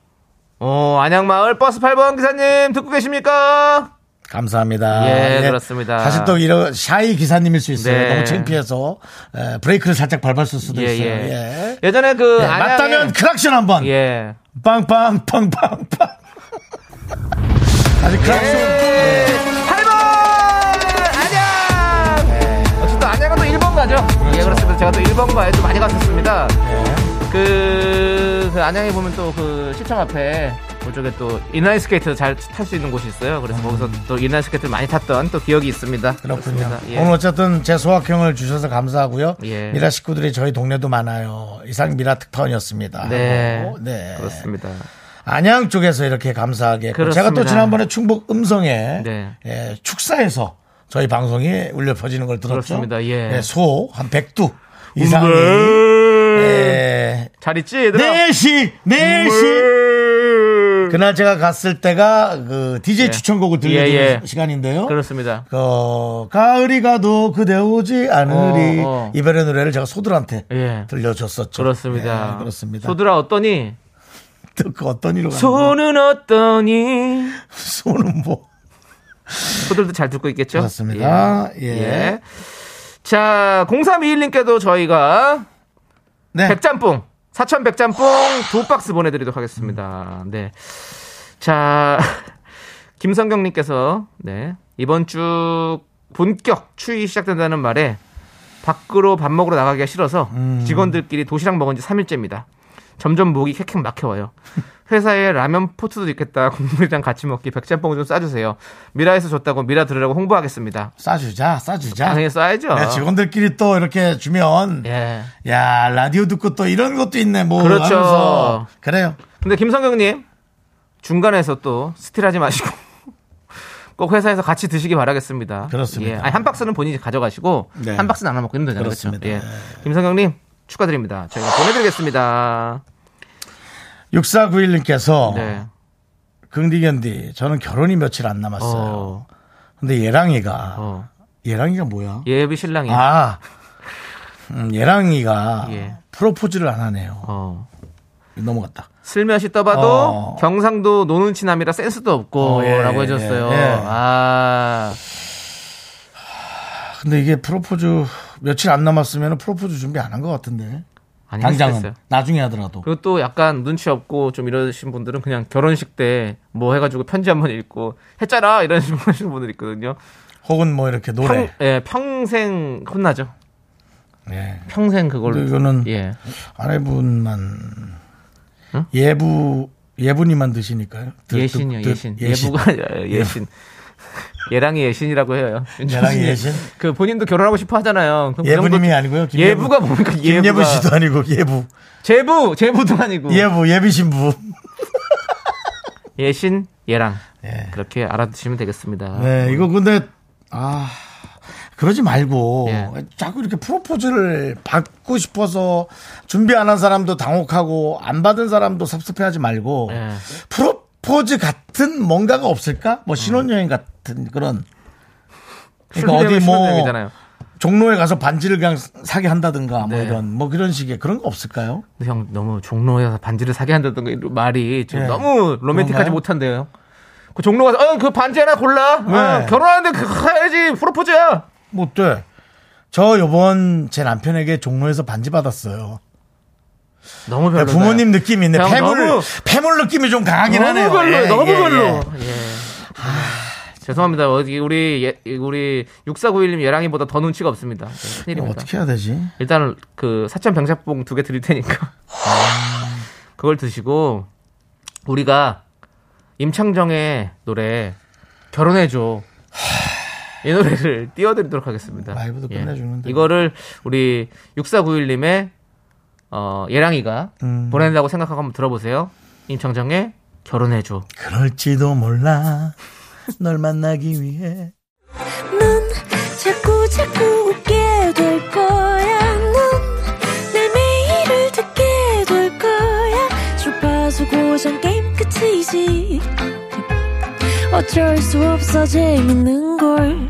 [SPEAKER 2] 어, 안양마을 버스 8번 기사님 듣고 계십니까?
[SPEAKER 1] 감사합니다.
[SPEAKER 2] 예, 그렇습니다.
[SPEAKER 1] 사실 또 이런 샤이 기사님일 수 있어요.
[SPEAKER 2] 네.
[SPEAKER 1] 너무 창피해서 에, 브레이크를 살짝 밟았을 수도
[SPEAKER 2] 예,
[SPEAKER 1] 있어요.
[SPEAKER 2] 예.
[SPEAKER 1] 예.
[SPEAKER 2] 예전에 그
[SPEAKER 1] 예,
[SPEAKER 2] 안양에-
[SPEAKER 1] 맞다면 크락션 한번.
[SPEAKER 2] 예. [laughs]
[SPEAKER 1] 빵빵 빵빵빵. 아직 클락송.
[SPEAKER 2] 예. 8번! 안양! 어쨌든 안양은 또 1번 가죠? 예, 그렇습니다. 제가 또 1번 가에 좀 많이 갔었습니다.
[SPEAKER 1] 네.
[SPEAKER 2] 그, 그 안양에 보면 또 그 시청 앞에 그쪽에 또 인라인 스케이트 잘 탈 수 있는 곳이 있어요. 그래서 거기서 또 인라인 스케이트를 많이 탔던 또 기억이 있습니다.
[SPEAKER 1] 음. 그렇군요.
[SPEAKER 2] 그렇습니다. 예.
[SPEAKER 1] 오늘 어쨌든 제 소확행을 주셔서 감사하고요.
[SPEAKER 2] 예.
[SPEAKER 1] 미라 식구들이 저희 동네도 많아요. 이상 미라 특파원이었습니다.
[SPEAKER 2] 네.
[SPEAKER 1] 어, 네.
[SPEAKER 2] 그렇습니다.
[SPEAKER 1] 안양 쪽에서 이렇게 감사하게. 했고
[SPEAKER 2] 그렇습니다.
[SPEAKER 1] 제가 또 지난번에 충북 음성에
[SPEAKER 2] 네.
[SPEAKER 1] 예, 축사에서 저희 방송이 울려 퍼지는 걸 들었죠.
[SPEAKER 2] 그렇습니다. 예. 음,
[SPEAKER 1] 소한 100두 이상이
[SPEAKER 2] 네.
[SPEAKER 1] 예,
[SPEAKER 2] 잘 있지, 얘들아? 네.
[SPEAKER 1] 4시, 4시. 그날 제가 갔을 때가 그 DJ 추천곡을 들려주는
[SPEAKER 2] 예, 예.
[SPEAKER 1] 시간인데요.
[SPEAKER 2] 그렇습니다.
[SPEAKER 1] 그 가을이 가도 그대 오지 않으리
[SPEAKER 2] 어, 어.
[SPEAKER 1] 이별의 노래를 제가 소들한테
[SPEAKER 2] 예.
[SPEAKER 1] 들려줬었죠.
[SPEAKER 2] 그렇습니다.
[SPEAKER 1] 예, 그렇습니다.
[SPEAKER 2] 소들아, 어떠니?
[SPEAKER 1] 또그 어떤 일로 소
[SPEAKER 2] 소는 어떠니?
[SPEAKER 1] 소는 뭐
[SPEAKER 2] 소들도 잘 듣고 있겠죠?
[SPEAKER 1] 그렇습니다. 예.
[SPEAKER 2] 예. 예. 자, 0321님께도 저희가
[SPEAKER 1] 네.
[SPEAKER 2] 백짬뽕, 사천 백짬뽕 두 박스 보내드리도록 하겠습니다. 네. 자, [laughs] 김성경님께서, 네. 이번 주 본격 추위 시작된다는 말에 밖으로 밥 먹으러 나가기가 싫어서
[SPEAKER 1] 음.
[SPEAKER 2] 직원들끼리 도시락 먹은 지 3일째입니다. 점점 목이 캑캑 막혀와요. 회사에 라면 포트도 있겠다. [laughs] 국물이랑 같이 먹기 백짬뽕 좀 싸주세요. 미라에서 줬다고 미라 들으라고 홍보하겠습니다. 아,
[SPEAKER 1] 싸주자, 싸주자.
[SPEAKER 2] 당연히 싸야죠.
[SPEAKER 1] 야, 직원들끼리 또 이렇게 주면
[SPEAKER 2] 예.
[SPEAKER 1] 야 라디오 듣고 또 이런 것도 있네. 뭐
[SPEAKER 2] 그렇죠.
[SPEAKER 1] 하면서 그래요.
[SPEAKER 2] 근데 김성경님 중간에서 또 스틸하지 마시고 [laughs] 꼭 회사에서 같이 드시기 바라겠습니다.
[SPEAKER 1] 그렇습니다.
[SPEAKER 2] 예. 아니, 한 박스는 본인이 가져가시고
[SPEAKER 1] 네.
[SPEAKER 2] 한 박스는 나눠 먹기는 되잖아요. 그렇죠?
[SPEAKER 1] 그렇습니다. 네.
[SPEAKER 2] 예. 김성경님 축하드립니다. 저희가 보내드리겠습니다.
[SPEAKER 1] 6491님께서
[SPEAKER 2] 네.
[SPEAKER 1] 긍디견디 저는 결혼이 며칠 안 남았어요.
[SPEAKER 2] 어,
[SPEAKER 1] 근데 예랑이가
[SPEAKER 2] 어.
[SPEAKER 1] 예랑이가 뭐야?
[SPEAKER 2] 예비 신랑이.
[SPEAKER 1] 아, 음, 예랑이가
[SPEAKER 2] 예.
[SPEAKER 1] 프로포즈를 안 하네요.
[SPEAKER 2] 어.
[SPEAKER 1] 넘어갔다.
[SPEAKER 2] 슬며시 떠봐도
[SPEAKER 1] 어.
[SPEAKER 2] 경상도 노는 친함이라 센스도 없고
[SPEAKER 1] 어, 예,
[SPEAKER 2] 라고 해줬어요.
[SPEAKER 1] 예, 예. 아,
[SPEAKER 2] 아,
[SPEAKER 1] 근데 이게 프로포즈 며칠 안 남았으면 프로포즈 준비 안 한 것 같은데.
[SPEAKER 2] 아니,
[SPEAKER 1] 당장은
[SPEAKER 2] 했어요.
[SPEAKER 1] 나중에 하더라도.
[SPEAKER 2] 그리고 또 약간 눈치 없고 좀 이러신 분들은 그냥 결혼식 때 뭐 해가지고 편지 한 번 읽고 했잖아 이런 [laughs] 식으로 하시는 분들 있거든요.
[SPEAKER 1] 혹은 뭐 이렇게
[SPEAKER 2] 평,
[SPEAKER 1] 노래.
[SPEAKER 2] 예, 평생 혼나죠.
[SPEAKER 1] 예.
[SPEAKER 2] 평생 그걸로.
[SPEAKER 1] 근데 이거는
[SPEAKER 2] 예.
[SPEAKER 1] 아내분만 예부 예부님만 드시니요
[SPEAKER 2] 예신이요, 예신. 예부가
[SPEAKER 1] [laughs]
[SPEAKER 2] 뭐 아니라 예신. 예랑이 예신이라고 해요.
[SPEAKER 1] 예랑이 예신?
[SPEAKER 2] 그 본인도 결혼하고 싶어 하잖아요. 그럼 그
[SPEAKER 1] 예부님이
[SPEAKER 2] 정도-
[SPEAKER 1] 아니고요. 김예부.
[SPEAKER 2] 예부가 뭡니까? 예부가.
[SPEAKER 1] [laughs]
[SPEAKER 2] 어.
[SPEAKER 1] 김예부 씨도 아니고 예부
[SPEAKER 2] 제부, 제부도 아니고.
[SPEAKER 1] 예부 예비신부.
[SPEAKER 2] 예신, 예랑.
[SPEAKER 1] 예.
[SPEAKER 2] 그렇게 알아두시면 되겠습니다.
[SPEAKER 1] 네, 이거 근데 아 그러지 말고
[SPEAKER 2] 예.
[SPEAKER 1] 자꾸 이렇게 프로포즈를 받고 싶어서 준비 안 한 사람도 당혹하고 안 받은 사람도 섭섭해하지 말고
[SPEAKER 2] 예.
[SPEAKER 1] 프로포즈 같은 뭔가가 없을까?
[SPEAKER 2] 음.
[SPEAKER 1] 뭐 신혼여행 같은 그런 그러니까
[SPEAKER 2] 술
[SPEAKER 1] 어디
[SPEAKER 2] 때문에
[SPEAKER 1] 뭐
[SPEAKER 2] 쉬는 얘기잖아요.
[SPEAKER 1] 종로에 가서 반지를 그냥 사게 한다든가 뭐
[SPEAKER 2] 네.
[SPEAKER 1] 이런 뭐 그런 식의 그런 거 없을까요?
[SPEAKER 2] 근데 형 너무 종로에서 반지를 사게 한다던가 이 말이 좀
[SPEAKER 1] 예.
[SPEAKER 2] 너무 로맨틱하지
[SPEAKER 1] 그런가요?
[SPEAKER 2] 못한데요. 그 종로 가서 어 그 반지 하나 골라. 어,
[SPEAKER 1] 네.
[SPEAKER 2] 결혼하는데 그거 해야지 프로포즈야.
[SPEAKER 1] 뭐 어때? 저 요번 제 남편에게 종로에서 반지 받았어요.
[SPEAKER 2] 너무
[SPEAKER 1] 네,
[SPEAKER 2] 별로.
[SPEAKER 1] 부모님 느낌이 있네.
[SPEAKER 2] 야,
[SPEAKER 1] 패물,
[SPEAKER 2] 너무-
[SPEAKER 1] 패물 느낌이 좀 강하긴 하네요.
[SPEAKER 2] 너무 별로.
[SPEAKER 1] 예,
[SPEAKER 2] 너무
[SPEAKER 1] 예,
[SPEAKER 2] 별로.
[SPEAKER 1] 예.
[SPEAKER 2] 예. 아, 죄송합니다. 어디 우리 예, 우리 6491님 예랑이보다 더 눈치가 없습니다. 네,
[SPEAKER 1] 이거
[SPEAKER 2] 큰일입니다.
[SPEAKER 1] 어떻게 해야 되지?
[SPEAKER 2] 일단은 그 사천 병자뽕 두 개 드릴 테니까
[SPEAKER 1] 아.
[SPEAKER 2] 그걸 드시고 우리가 임창정의 노래 결혼해줘 이 노래를 띄워드리도록 하겠습니다.
[SPEAKER 1] 라이브도
[SPEAKER 2] 예.
[SPEAKER 1] 끝내주는데.
[SPEAKER 2] 이거를 우리 6491님의 어, 예랑이가
[SPEAKER 1] 음.
[SPEAKER 2] 보낸다고 생각하고 한번 들어보세요. 임창정의 결혼해줘.
[SPEAKER 1] 그럴지도 몰라. 널 만나기 위해.
[SPEAKER 5] 넌 자꾸 자꾸 웃게 될 거야. 넌내 매일을 듣게 될 거야. 주파수 고정 게임 끝이지. 어쩔 수 없어 재밌는 걸.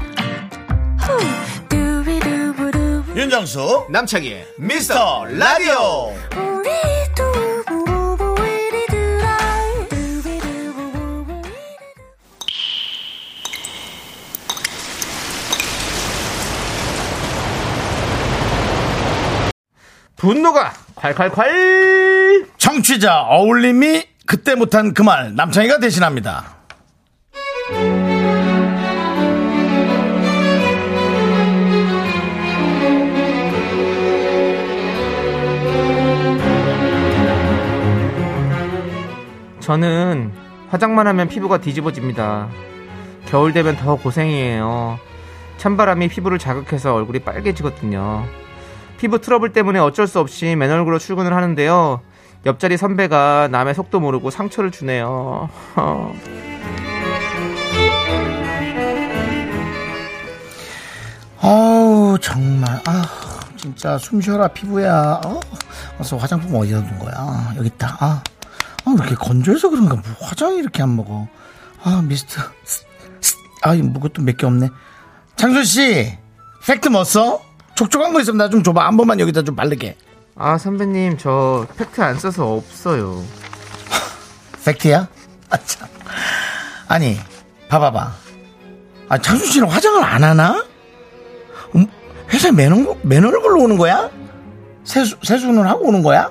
[SPEAKER 5] 후. 두비두부두.
[SPEAKER 1] 윤정수, 남창희의 미스터 라디오.
[SPEAKER 5] 우리 두부부부 우리 두라. 두비두부부부 우리 두라.
[SPEAKER 2] 분노가 콸콸콸!
[SPEAKER 1] 청취자 어울림이 그때 못한 그 말 남창희가 대신합니다.
[SPEAKER 2] 저는 화장만 하면 피부가 뒤집어집니다. 겨울 되면 더 고생이에요. 찬바람이 피부를 자극해서 얼굴이 빨개지거든요. 피부 트러블 때문에 어쩔 수 없이 맨얼굴로 출근을 하는데요. 옆자리 선배가 남의 속도 모르고 상처를 주네요. [laughs]
[SPEAKER 1] 아우 정말 아 진짜 숨쉬어라 피부야 어? 그래서 화장품 어디다 둔 거야 아, 여기 있다 아, 아, 왜 이렇게 건조해서 그런가 뭐 화장이 이렇게 안 먹어 아 미스터 스- 스- 아 이거 그것도 몇 개 없네 장순씨 팩트 뭐 써? 촉촉한 거 있으면 나 좀 줘봐 한 번만 여기다 좀 바르게
[SPEAKER 2] 아 선배님 저 팩트 안 써서 없어요.
[SPEAKER 1] 팩트야? 아, 참. 아니, 봐봐봐. 아, 장순 씨는 화장을 안 하나? 음, 회사에 맨, 얼굴- 맨 얼굴로 오는 거야? 세수, 세수는 하고 오는 거야?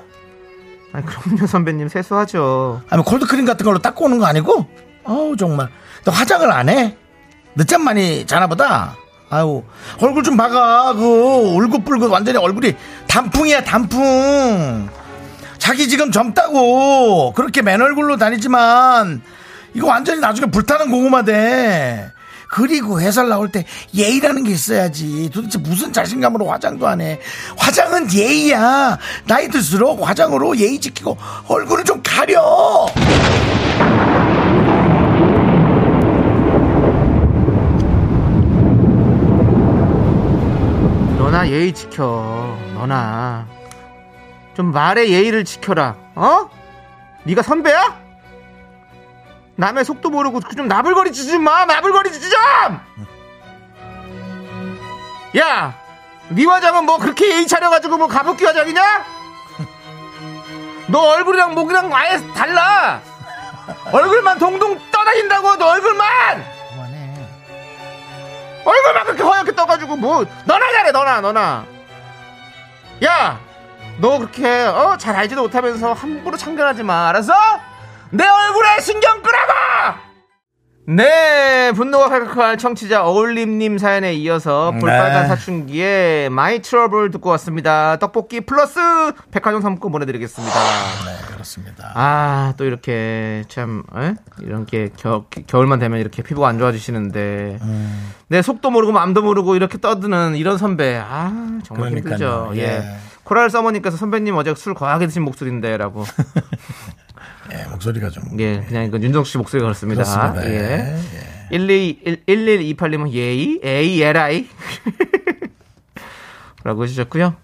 [SPEAKER 2] 아니 그럼요 선배님 세수하죠.
[SPEAKER 1] 아니, 콜드크림 같은 걸로 닦고 오는 거 아니고? 아우, 정말. 너 화장을 안 해? 늦잠 많이 자나 보다? 아유, 얼굴 좀 봐가. 그, 울긋불긋 완전히 얼굴이 단풍이야, 단풍. 자기 지금 젊다고 그렇게 맨 얼굴로 다니지만 이거 완전히 나중에 불타는 고구마 돼. 그리고 회사를 나올 때 예의라는 게 있어야지. 도대체 무슨 자신감으로 화장도 안 해. 화장은 예의야. 나이 들수록 화장으로 예의 지키고 얼굴을 좀 가려.
[SPEAKER 2] 너나 예의 지켜. 너나 좀 말의 예의를 지켜라. 어? 네가 선배야? 남의 속도 모르고 그 좀 나불거리지 좀 마. 나불거리지 좀. 야, 네 화장은 뭐 그렇게 예의 차려가지고 뭐 가볍게 화장이냐? 너 얼굴이랑 목이랑 아예 달라. 얼굴만 동동 떠다닌다고 너 얼굴만.
[SPEAKER 1] 그만해.
[SPEAKER 2] 얼굴만 그렇게 허옇게 떠가지고 뭐 너나 잘해 너나 너나 야 너 그렇게 어 잘 알지도 못하면서 함부로 참견하지 마 알았어? 내 얼굴에 신경 끄라고 네 분노가 칼칼할 청취자 어울림님 사연에 이어서 볼빨간
[SPEAKER 1] 네.
[SPEAKER 2] 사춘기에 마이 트러블 듣고 왔습니다 떡볶이 플러스 백화점 상품권 보내드리겠습니다
[SPEAKER 1] 네, 그렇습니다.
[SPEAKER 2] 아 또 이렇게 참 에? 이런 게 겨, 겨울만 되면 이렇게 피부가 안 좋아지시는데
[SPEAKER 1] 음.
[SPEAKER 2] 내 속도 모르고 맘도 모르고 이렇게 떠드는 이런 선배 아 정말
[SPEAKER 1] 그러니까요.
[SPEAKER 2] 힘들죠
[SPEAKER 1] 예.
[SPEAKER 2] 예. 코랄 써머님께서 선배님 어제 술 과하게 드신 목소리인데라고
[SPEAKER 1] 예, 목소리가 좀.
[SPEAKER 2] 예 그냥 이건 윤정 씨 목소리가 그렇습니다
[SPEAKER 1] 그렇습니다. 예.
[SPEAKER 2] 예. 12, 1128님은 예이 에이 에라이 [laughs] 라고 해주셨고요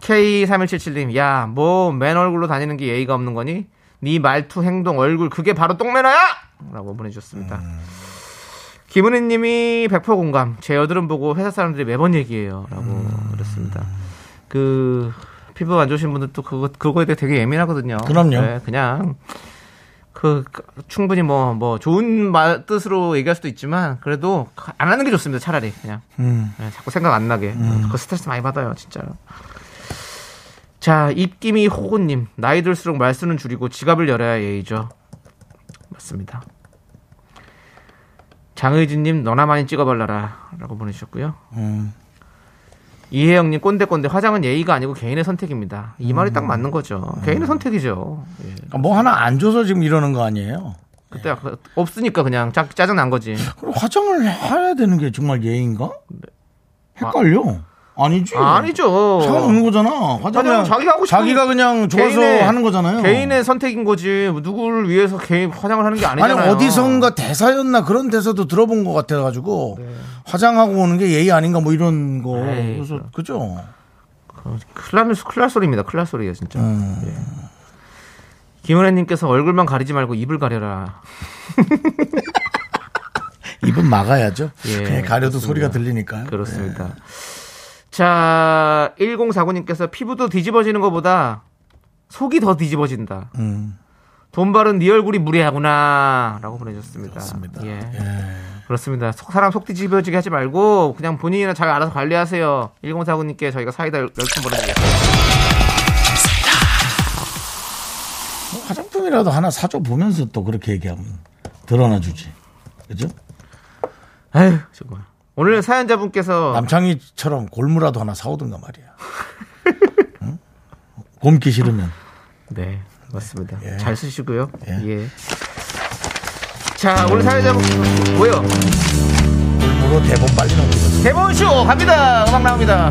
[SPEAKER 2] K3177님 야 뭐 맨 얼굴로 다니는 게 예의가 없는 거니 네 말투 행동 얼굴 그게 바로 똥매너야 라고 보내주셨습니다
[SPEAKER 1] 음.
[SPEAKER 2] 김은희님이 100% 공감 제 여드름 보고 회사 사람들이 매번 얘기해요 라고
[SPEAKER 1] 음.
[SPEAKER 2] 그랬습니다 그 피부 안 좋으신 분들 또 그거, 그거에 대해 되게 예민하거든요
[SPEAKER 1] 그럼요.
[SPEAKER 2] 네, 그냥 그, 그 충분히 뭐 뭐 좋은 말 뜻으로 얘기할 수도 있지만 그래도 안 하는 게 좋습니다 차라리 그냥
[SPEAKER 1] 음.
[SPEAKER 2] 네, 자꾸 생각 안 나게 그 스트레스 많이 받아요 진짜 자 입김이 호구님 나이 들수록 말수는 줄이고 지갑을 열어야 예의죠 맞습니다 장의진님 너나 많이 찍어발라라라고 보내주셨고요
[SPEAKER 1] 음.
[SPEAKER 2] 이혜영님 꼰대꼰대 화장은 예의가 아니고 개인의 선택입니다 이 말이
[SPEAKER 1] 음.
[SPEAKER 2] 딱 맞는 거죠 개인의 선택이죠 예.
[SPEAKER 1] 그러니까 뭐 하나 안 줘서 지금 이러는 거 아니에요? 예.
[SPEAKER 2] 그때 아까 없으니까 그냥 짜, 짜증 난 거지.
[SPEAKER 1] 그럼 화장을 해야 되는 게 정말 예의인가? 헷갈려. 네. 아니지.
[SPEAKER 2] 아니죠.
[SPEAKER 1] 사람 없는 거잖아. 화장을
[SPEAKER 2] 화장은 자기가 하고 싶은
[SPEAKER 1] 자기가 그냥 좋아서
[SPEAKER 2] 개인의-
[SPEAKER 1] 하는 거잖아요.
[SPEAKER 2] 개인의 선택인 거지. 누구를 위해서 개인 화장을 하는 게
[SPEAKER 1] 아니
[SPEAKER 2] 아니잖아요.
[SPEAKER 1] 어디선가 대사였나 그런 데서도 들어본 것 같아가지고
[SPEAKER 2] 네.
[SPEAKER 1] 화장하고 오는 게 예의 아닌가 뭐 이런 거
[SPEAKER 2] 에이,
[SPEAKER 1] 그래서 그죠?
[SPEAKER 2] 어, 큰일 날, 큰일 날 소리입니다. 큰일 날 소리예요, 진짜.
[SPEAKER 1] 음.
[SPEAKER 2] 예. 김은혜님께서 얼굴만 가리지 말고 입을 가려라.
[SPEAKER 1] 입은 막아야죠.
[SPEAKER 2] 예,
[SPEAKER 1] 그냥 가려도
[SPEAKER 2] 그렇습니다.
[SPEAKER 1] 소리가 들리니까요.
[SPEAKER 2] 그렇습니다.
[SPEAKER 1] 네.
[SPEAKER 2] 자, 1049님께서 피부도 뒤집어지는 것보다 속이 더 뒤집어진다.
[SPEAKER 1] 음.
[SPEAKER 2] 돈 바른 네 얼굴이 무례하구나. 라고 보내주셨습니다.
[SPEAKER 1] 그렇습니다.
[SPEAKER 2] 예.
[SPEAKER 1] 예.
[SPEAKER 2] 그렇습니다. 속- 사람 속 뒤집어지게 하지 말고 그냥 본인이나 잘 알아서 관리하세요. 1049님께 저희가 사이다 열- 열풍 보내드리겠습니다.
[SPEAKER 1] 뭐 화장품이라도 하나 사줘 보면서 또 그렇게 얘기하면 드러나 주지. 그죠?
[SPEAKER 2] 아휴 정말. 오늘 사연자분께서
[SPEAKER 1] 남창희처럼 골무라도
[SPEAKER 2] [laughs] 음.
[SPEAKER 1] 하나 사오든가 말이야. 응? 곰기 싫으면.
[SPEAKER 2] 네 맞습니다.
[SPEAKER 1] 예.
[SPEAKER 2] 잘 쓰시고요.
[SPEAKER 1] 예.
[SPEAKER 2] 예. 자, 오늘 사회자 뭐요?
[SPEAKER 1] 물어 대본 빨리 넘기거든.
[SPEAKER 2] 대본쇼 갑니다. 음악 나옵니다.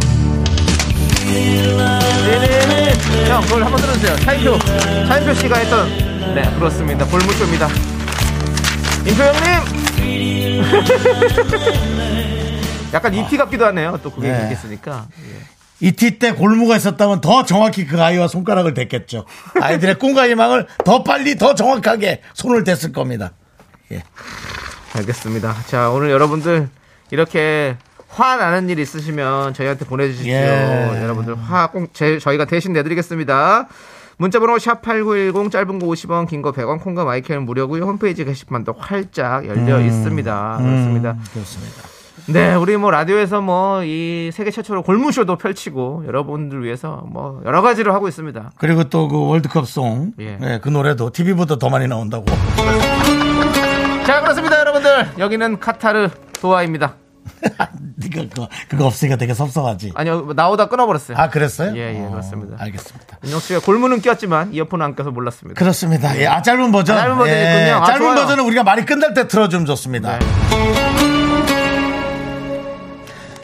[SPEAKER 2] 네네네. 형, 그걸 한번 들어주세요. 차인표. 차인표 씨가 했던. 네, 그렇습니다. 볼무쇼입니다. 임표 형님! [laughs] 약간 이티 같기도 하네요. 또 그게
[SPEAKER 1] 네.
[SPEAKER 2] 있겠으니까.
[SPEAKER 1] 이티 때 골무가 있었다면 더 정확히 그 아이와 손가락을 댔겠죠. 아이들의 꿈과 희망을 더 빨리 더 정확하게 손을 댔을 겁니다.
[SPEAKER 2] 알겠습니다. 자, 오늘 여러분들 이렇게 화나는 일 있으시면 저희한테 보내주십시오.
[SPEAKER 1] 예.
[SPEAKER 2] 여러분들 화 꼭 저희가 대신 내드리겠습니다. 문자번호 샵8910 짧은 거 50원 긴 거 100원 콩과 마이크는 무료고요. 홈페이지 게시판도 활짝 열려 있습니다. 그렇습니다.
[SPEAKER 1] 음. 그렇습니다.
[SPEAKER 2] 네, 우리 뭐 라디오에서 뭐 이 세계 최초로 골무쇼도 펼치고 여러분들 위해서 뭐 여러 가지를 하고 있습니다.
[SPEAKER 1] 그리고 또 그 월드컵 송.
[SPEAKER 2] 예.
[SPEAKER 1] 예, 그 노래도 TV보다 더 많이 나온다고. [laughs]
[SPEAKER 2] 자, 그렇습니다, 여러분들. 여기는 카타르 도하입니다.
[SPEAKER 1] 네가 그거, 그거 없으니까 되게 섭섭하지.
[SPEAKER 2] 아니요, 나오다 끊어버렸어요.
[SPEAKER 1] 아, 그랬어요?
[SPEAKER 2] 예, 예,
[SPEAKER 1] 어,
[SPEAKER 2] 그렇습니다.
[SPEAKER 1] 알겠습니다.
[SPEAKER 2] 윤정 씨가 골문은 끼었지만 이어폰 안 껴서 몰랐습니다.
[SPEAKER 1] 그렇습니다. 예, 아, 짧은 버전. 예,
[SPEAKER 2] 아, 짧은 버전이 있군요. 아,
[SPEAKER 1] 짧은
[SPEAKER 2] 좋아요.
[SPEAKER 1] 버전은 우리가 말이 끝날 때 틀어주면
[SPEAKER 2] 네.
[SPEAKER 1] 좋습니다.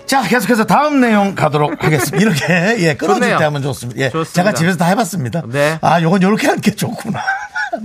[SPEAKER 1] 자, 계속해서 다음 내용 가도록
[SPEAKER 2] [laughs]
[SPEAKER 1] 하겠습니다. 이렇게, 예, 끊어질
[SPEAKER 2] 좋네요.
[SPEAKER 1] 때 하면 좋습니다. 예,
[SPEAKER 2] 좋습니다.
[SPEAKER 1] 제가 집에서 다 해봤습니다.
[SPEAKER 2] 네. 예,
[SPEAKER 1] 아, 요건 요렇게 하는 게
[SPEAKER 2] [laughs]
[SPEAKER 1] 좋구나.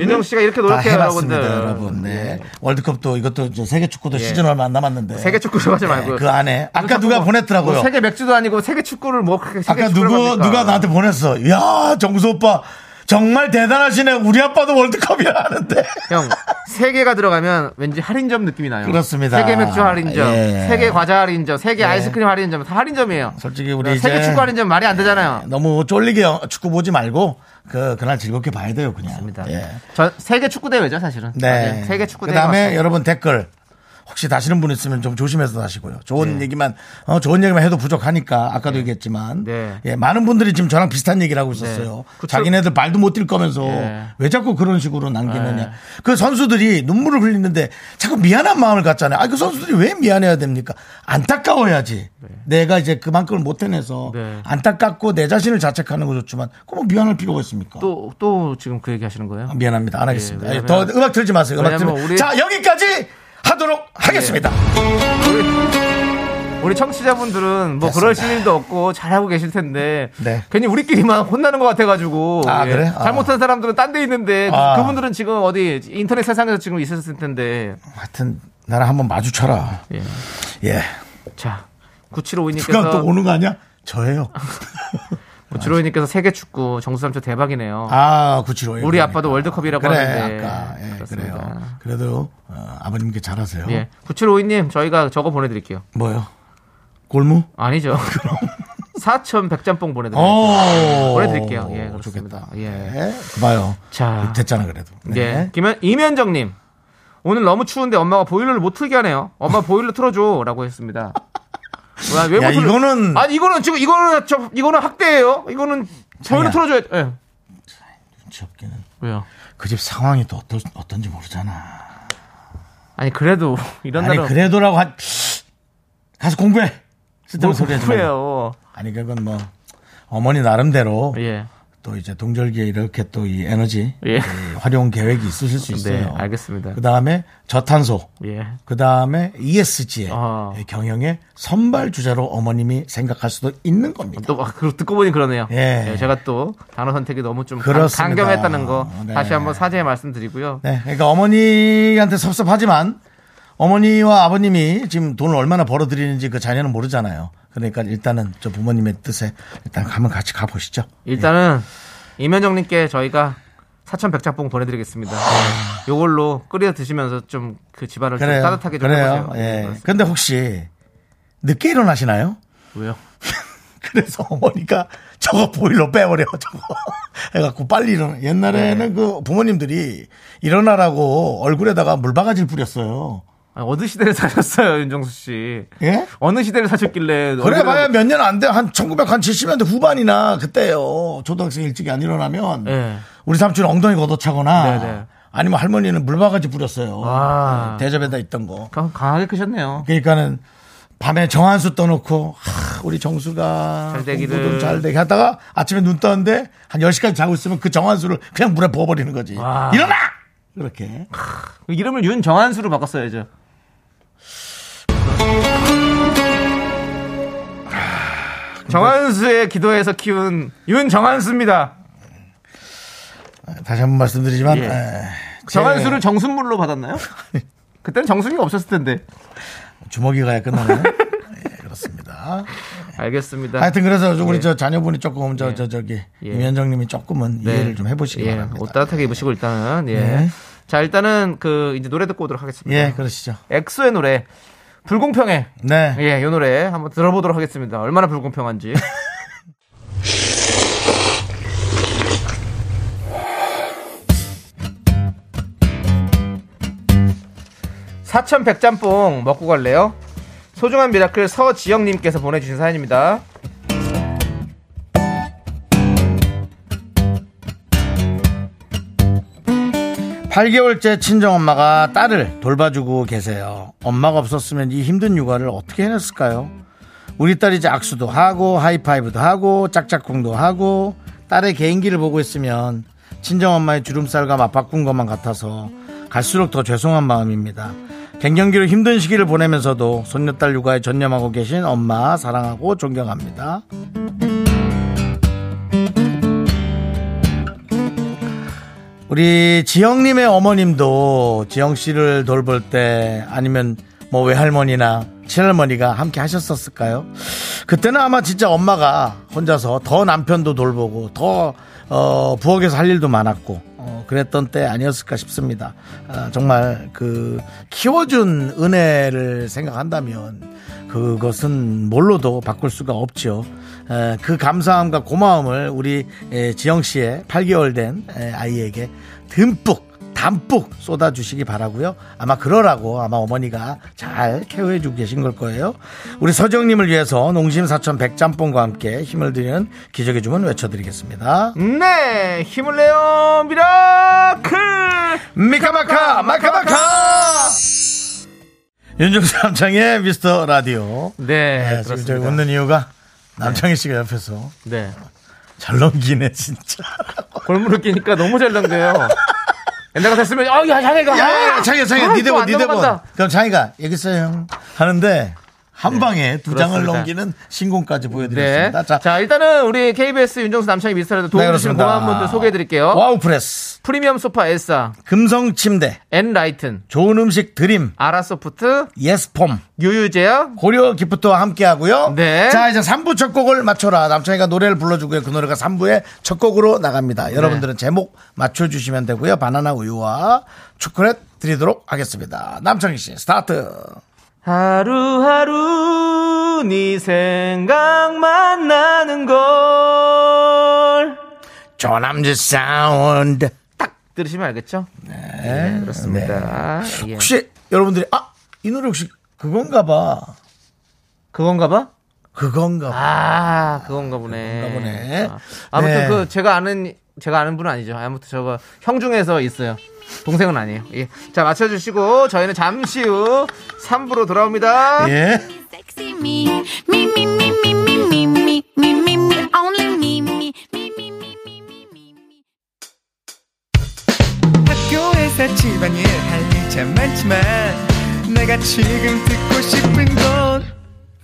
[SPEAKER 2] 윤정 씨가 이렇게 뭐
[SPEAKER 1] 다
[SPEAKER 2] 노력해요,
[SPEAKER 1] 해봤습니다,
[SPEAKER 2] 여러분들. 예.
[SPEAKER 1] 여러분. 네. 월드컵도 이것도 저 세계 축구도 시즌 얼마 안 남았는데.
[SPEAKER 2] 세계 축구로 하지 말고요.
[SPEAKER 1] 그 안에. 아까
[SPEAKER 2] 자꾸
[SPEAKER 1] 누가
[SPEAKER 2] 뭐,
[SPEAKER 1] 보냈더라고요.
[SPEAKER 2] 뭐 세계 맥주도 아니고 세계 축구를 뭐 그렇게 세계
[SPEAKER 1] 아까
[SPEAKER 2] 축구를
[SPEAKER 1] 누구
[SPEAKER 2] 합니까?
[SPEAKER 1] 누가 나한테 보냈어. 야 정수 오빠 정말 대단하시네. 우리 아빠도 월드컵이라 하는데. [laughs]
[SPEAKER 2] 형 세계가 들어가면 왠지 할인점 느낌이 나요.
[SPEAKER 1] 그렇습니다.
[SPEAKER 2] 세계 맥주 할인점,
[SPEAKER 1] 예.
[SPEAKER 2] 세계 과자 할인점, 세계 아이스크림 할인점 다 할인점이에요. 그러니까
[SPEAKER 1] 솔직히 우리
[SPEAKER 2] 세계
[SPEAKER 1] 이제 예.
[SPEAKER 2] 축구 할인점 말이 안 되잖아요.
[SPEAKER 1] 너무 쫄리게 영- 축구 보지 말고 그 그날 즐겁게 봐야 돼요 그냥.
[SPEAKER 2] 맞습니다.
[SPEAKER 1] 예.
[SPEAKER 2] 전 세계 축구 대회죠 사실은.
[SPEAKER 1] 네.
[SPEAKER 2] 맞아요. 예. 세계 축구 대회.
[SPEAKER 1] 그다음에
[SPEAKER 2] 맞습니다.
[SPEAKER 1] 여러분 댓글 혹시 다시는 분 있으면 좀 조심해서 다시고요.
[SPEAKER 2] 예.
[SPEAKER 1] 좋은 얘기만 어, 좋은 얘기만 해도 부족하니까 아까도 얘기했지만
[SPEAKER 2] 네.
[SPEAKER 1] 예, 많은 분들이 지금 저랑 비슷한 얘기를 하고 있었어요.
[SPEAKER 2] 그쵸.
[SPEAKER 1] 자기네들 말도 못 뛸 거면서
[SPEAKER 2] 예.
[SPEAKER 1] 왜 자꾸 그런 식으로 남기느냐. 그 선수들이 눈물을 흘리는데 자꾸 미안한 마음을 갖잖아요. 아 그 선수들이 왜 미안해야 됩니까? 안타까워야지. 내가 이제 그만큼을 못 해내서
[SPEAKER 2] 네.
[SPEAKER 1] 안타깝고 내 자신을 자책하는 거 좋지만 그뭐 미안할 필요가 있습니까?
[SPEAKER 2] 또, 또 지금 그 얘기하시는 거예요?
[SPEAKER 1] 아, 미안합니다. 안 하겠습니다.
[SPEAKER 2] 예,
[SPEAKER 1] 예, 더
[SPEAKER 2] 왜냐면-
[SPEAKER 1] 음악 틀지 마세요. 음악 틀면.
[SPEAKER 2] 왜냐면 우리- 예.
[SPEAKER 1] 자, 여기까지 하도록 하겠습니다.
[SPEAKER 2] 우리 청취자분들은 뭐 그럴 일도 없고 잘하고 계실 텐데
[SPEAKER 1] 네.
[SPEAKER 2] 괜히 우리끼리만 혼나는 것 같아가지고 예,
[SPEAKER 1] 아, 그래? 아.
[SPEAKER 2] 잘못한 사람들은 딴 데 있는데
[SPEAKER 1] 아.
[SPEAKER 2] 그분들은 지금 어디 인터넷 세상에서 지금 있었을 텐데
[SPEAKER 1] 하여튼 나랑 한번 마주쳐라.
[SPEAKER 2] 예.
[SPEAKER 1] 예.
[SPEAKER 2] 자
[SPEAKER 1] 누가 또
[SPEAKER 2] 9752님께서
[SPEAKER 1] 오는 거 아니야? 저예요.
[SPEAKER 2] 주로이님께서 세계 축구 정수삼초 대박이네요.
[SPEAKER 1] 아, 구치로.
[SPEAKER 2] 어. 우리 아빠도 월드컵이라고
[SPEAKER 1] 그래,
[SPEAKER 2] 하는데
[SPEAKER 1] 아까. 예,
[SPEAKER 2] 그렇습니다.
[SPEAKER 1] 그래요. 그래도 어, 아버님께 잘하세요.
[SPEAKER 2] 예, 9752님 저희가 저거 보내드릴게요.
[SPEAKER 1] 뭐요? 골무?
[SPEAKER 2] 아니죠. 사천 백짬뽕
[SPEAKER 1] 어.
[SPEAKER 2] 보내드릴게요.
[SPEAKER 1] 오.
[SPEAKER 2] 예, 보내드릴게요. 예, 그렇습니다.
[SPEAKER 1] 좋겠다.
[SPEAKER 2] 예.
[SPEAKER 1] 예. 봐요.
[SPEAKER 2] 자.
[SPEAKER 1] 됐잖아, 그래도. 네.
[SPEAKER 2] 예. 김현 이면정님 오늘 너무 추운데 엄마가 보일러를 못 틀게 하네요. 엄마 보일러 틀어줘라고 했습니다. 와, 왜
[SPEAKER 1] 야,
[SPEAKER 2] 못 틀어-
[SPEAKER 1] 이거는-
[SPEAKER 2] 아니 이거는 지금 이거는 저 이거는 학대예요. 이거는
[SPEAKER 1] 장이야.
[SPEAKER 2] 보일러 틀어줘야 예.
[SPEAKER 1] 눈치 없기는.
[SPEAKER 2] 왜요?
[SPEAKER 1] 그 집 상황이 또 어떨, 어떤지 모르잖아.
[SPEAKER 2] 아니 그래도 이런
[SPEAKER 1] 아니
[SPEAKER 2] 날은
[SPEAKER 1] 그래도라고 한 가서 공부해. 쓸데없는 소리 하지 말고.
[SPEAKER 2] 요
[SPEAKER 1] 아니 그건 뭐 어머니 나름대로
[SPEAKER 2] 예.
[SPEAKER 1] 또 이제 동절기에 이렇게 또 이 에너지
[SPEAKER 2] 예.
[SPEAKER 1] 이 활용 계획이 있으실 수 있어요.
[SPEAKER 2] 네, 알겠습니다.
[SPEAKER 1] 그 다음에 저탄소.
[SPEAKER 2] 예.
[SPEAKER 1] 그 다음에 ESG의
[SPEAKER 2] 아.
[SPEAKER 1] 경영의 선발 주자로 어머님이 생각할 수도 있는 겁니다.
[SPEAKER 2] 또 아, 그 듣고 보니 그러네요.
[SPEAKER 1] 예.
[SPEAKER 2] 예, 제가 또 단어 선택이 너무 좀 강-
[SPEAKER 1] 그렇습니다.
[SPEAKER 2] 강경했다는 거
[SPEAKER 1] 네.
[SPEAKER 2] 다시 한번 사죄의 말씀드리고요.
[SPEAKER 1] 네, 그러니까 어머니한테 섭섭하지만 어머니와 아버님이 지금 돈을 얼마나 벌어들이는지 그 자녀는 모르잖아요. 그러니까 일단은 저 부모님의 뜻에 일단 한번 같이 가보시죠.
[SPEAKER 2] 일단은 이면정님께 저희가 사천 백짬뽕 보내드리겠습니다. 예. 요걸로 끓여 드시면서 좀 그 집안을 좀
[SPEAKER 1] 아. 그래요.
[SPEAKER 2] 따뜻하게 좀
[SPEAKER 1] 그래요.
[SPEAKER 2] 해보세요. 네,
[SPEAKER 1] 예.
[SPEAKER 2] 그렇습니다.
[SPEAKER 1] 근데 혹시 늦게 일어나시나요? [laughs]
[SPEAKER 2] 왜요?
[SPEAKER 1] 그래서 어머니가 저거 보일러 빼버려 저거 [laughs] 해갖고 빨리 일어나
[SPEAKER 2] 네.
[SPEAKER 1] 옛날에는 그 부모님들이 일어나라고 얼굴에다가 물바가지를 뿌렸어요
[SPEAKER 2] 아니, 어느 시대를 사셨어요, 윤정수 씨?
[SPEAKER 1] 예?
[SPEAKER 2] 어느 시대를 사셨길래
[SPEAKER 1] 그래 봐야
[SPEAKER 2] 얼굴에-
[SPEAKER 1] 몇 년 안 돼 한 1970년대 후반이나 그때요 초등학생 일찍이 안 일어나면
[SPEAKER 2] 예.
[SPEAKER 1] 우리 삼촌 엉덩이 걷어차거나
[SPEAKER 2] 네네.
[SPEAKER 1] 아니면 할머니는 물바가지 뿌렸어요
[SPEAKER 2] 아.
[SPEAKER 1] 대접에다 있던 거
[SPEAKER 2] 강- 강하게 크셨네요.
[SPEAKER 1] 그러니까는 밤에 정한수 떠놓고 하, 우리 정수가
[SPEAKER 2] 잘 되기를.
[SPEAKER 1] 공부 좀잘 되게 하다가 아침에 눈 떴는데 한 10시까지 자고 있으면 그 정한수를 그냥 물에 부어버리는 거지
[SPEAKER 2] 와.
[SPEAKER 1] 일어나! 이렇게
[SPEAKER 2] 이름을 윤정한수로 바꿨어야죠. 아, 정한수의 기도에서 키운 윤정한수입니다.
[SPEAKER 1] 다시 한번 말씀드리지만
[SPEAKER 2] 예.
[SPEAKER 1] 에,
[SPEAKER 2] 정한수를 정순물로 [laughs] 받았나요? 그때는 정순이가 없었을 텐데.
[SPEAKER 1] 제 주먹이 가야
[SPEAKER 2] [laughs]
[SPEAKER 1] 끝나네요 예, 그렇습니다
[SPEAKER 2] 알겠습니다.
[SPEAKER 1] 하여튼 그래서 우리
[SPEAKER 2] 예.
[SPEAKER 1] 저 자녀분이 조금 저, 저 저기
[SPEAKER 2] 예.
[SPEAKER 1] 임현정님이 조금은
[SPEAKER 2] 네.
[SPEAKER 1] 이해를 좀 해보시기
[SPEAKER 2] 예,
[SPEAKER 1] 바랍니다
[SPEAKER 2] 옷 따뜻하게 입으시고 일단은 예.
[SPEAKER 1] 네.
[SPEAKER 2] 자 일단은 그 이제 노래 듣고 오도록 하겠습니다.
[SPEAKER 1] 예 그러시죠
[SPEAKER 2] 엑소의 노래 불공평해.
[SPEAKER 1] 네
[SPEAKER 2] 예, 요 노래 한번 들어보도록 하겠습니다. 얼마나 불공평한지. 사천 백짬뽕 먹고 갈래요? 소중한 미라클 서지영님께서 보내주신 사연입니다.
[SPEAKER 1] 팔개월째 친정엄마가 딸을 돌봐주고 계세요. 엄마가 없었으면 이 힘든 육아를 어떻게 해냈을까요? 우리 딸이 이제 악수도 하고 하이파이브도 하고 짝짝꿍도 하고 딸의 개인기를 보고 있으면 친정엄마의 주름살과 맞바꾼 것만 같아서 갈수록 더 죄송한 마음입니다. 갱년기로 힘든 시기를 보내면서도 손녀딸 육아에 전념하고 계신 엄마 사랑하고 존경합니다. 우리 지영님의 어머님도 지영 씨를 돌볼 때 아니면 뭐 외할머니나 친할머니가 함께 하셨었을까요? 그때는 아마 진짜 엄마가 혼자서 더 남편도 돌보고 더 어, 부엌에서 할 일도 많았고 어, 그랬던 때 아니었을까 싶습니다. 아, 정말 그 키워준 은혜를 생각한다면 그것은 뭘로도 바꿀 수가 없죠. 에, 그 감사함과 고마움을 우리 에, 지영 씨의 8개월 된 에, 아이에게 듬뿍 담뿍 쏟아주시기 바라고요. 아마 그러라고 아마 어머니가 잘 케어해주고 계신 걸 거예요. 우리 서정님을 위해서 농심 사천 백짬뽕과 함께 힘을 드리는 기적의 주문 외쳐드리겠습니다.
[SPEAKER 2] 네, 힘을 내요, 미라클!
[SPEAKER 1] 미카마카 마카마카 윤종수 남창의 미스터 라디오
[SPEAKER 2] 네,
[SPEAKER 1] 네, 지금 저희
[SPEAKER 2] 그렇습니다.
[SPEAKER 1] 웃는 이유가 남창희 씨가 옆에서
[SPEAKER 2] 네.
[SPEAKER 1] 잘 넘기네 진짜.
[SPEAKER 2] 골무를 끼니까 너무 잘 넘겨요. 옛날 같았으면, 어, 야, 자네가!
[SPEAKER 1] 야, 창희야, 창희야,
[SPEAKER 2] 아,
[SPEAKER 1] 니
[SPEAKER 2] 또
[SPEAKER 1] 대본,
[SPEAKER 2] 안
[SPEAKER 1] 니 대본.
[SPEAKER 2] 넘어간다.
[SPEAKER 1] 그럼 창희가 여기 있어요 형. 하는데 한 방에 두 장을
[SPEAKER 2] 그렇습니다.
[SPEAKER 1] 넘기는 신공까지
[SPEAKER 2] 네.
[SPEAKER 1] 보여드렸습니다. 네,
[SPEAKER 2] 자, 일단은 우리 KBS 윤정수 남창희 미스터라도 도움 주신 고마운 분들 소개해 드릴게요.
[SPEAKER 1] 와우 프레스,
[SPEAKER 2] 프리미엄 소파 에싸,
[SPEAKER 1] 금성 침대,
[SPEAKER 2] 엔라이튼,
[SPEAKER 1] 좋은 음식 드림,
[SPEAKER 2] 아라소프트,
[SPEAKER 1] 예스폼,
[SPEAKER 2] 유유제약,
[SPEAKER 1] 고려 기프트와 함께 하고요.
[SPEAKER 2] 네.
[SPEAKER 1] 자, 이제 3부 첫 곡을 맞춰라. 남창희가 노래를 불러주고요. 그 노래가 3부의 첫 곡으로 나갑니다.
[SPEAKER 2] 네.
[SPEAKER 1] 여러분들은 제목 맞춰주시면 되고요. 바나나 우유와 초콜릿 드리도록 하겠습니다. 남창희 씨, 스타트.
[SPEAKER 2] 하루하루 네 생각만 나는 걸
[SPEAKER 1] 조남지 사운드.
[SPEAKER 2] 들으시면 알겠죠?
[SPEAKER 1] 네,
[SPEAKER 2] 그렇습니다. 예.
[SPEAKER 1] 혹시 여러분들이, 아, 이 노래 혹시 그건가 봐.
[SPEAKER 2] 그건가 봐?
[SPEAKER 1] 그건가 봐.
[SPEAKER 2] 아, 그건가 보네.
[SPEAKER 1] 그건가 보네.
[SPEAKER 2] 아, 아무튼
[SPEAKER 1] 네.
[SPEAKER 2] 그 제가 아는 제가 아는 분은 아니죠. 아무튼 저거 형 중에서 있어요. 동생은 아니에요. 예. 자, 맞춰 주시고 저희는 잠시 후 3부로 돌아옵니다.
[SPEAKER 1] 예.
[SPEAKER 5] Sexy me, me, me, me, me, me, me, me, me, me, me, only me, me, me, me, me, me, me, me, me.
[SPEAKER 6] 학교에서 집안일 할 일 참 많지만 내가 지금 듣고 싶은 건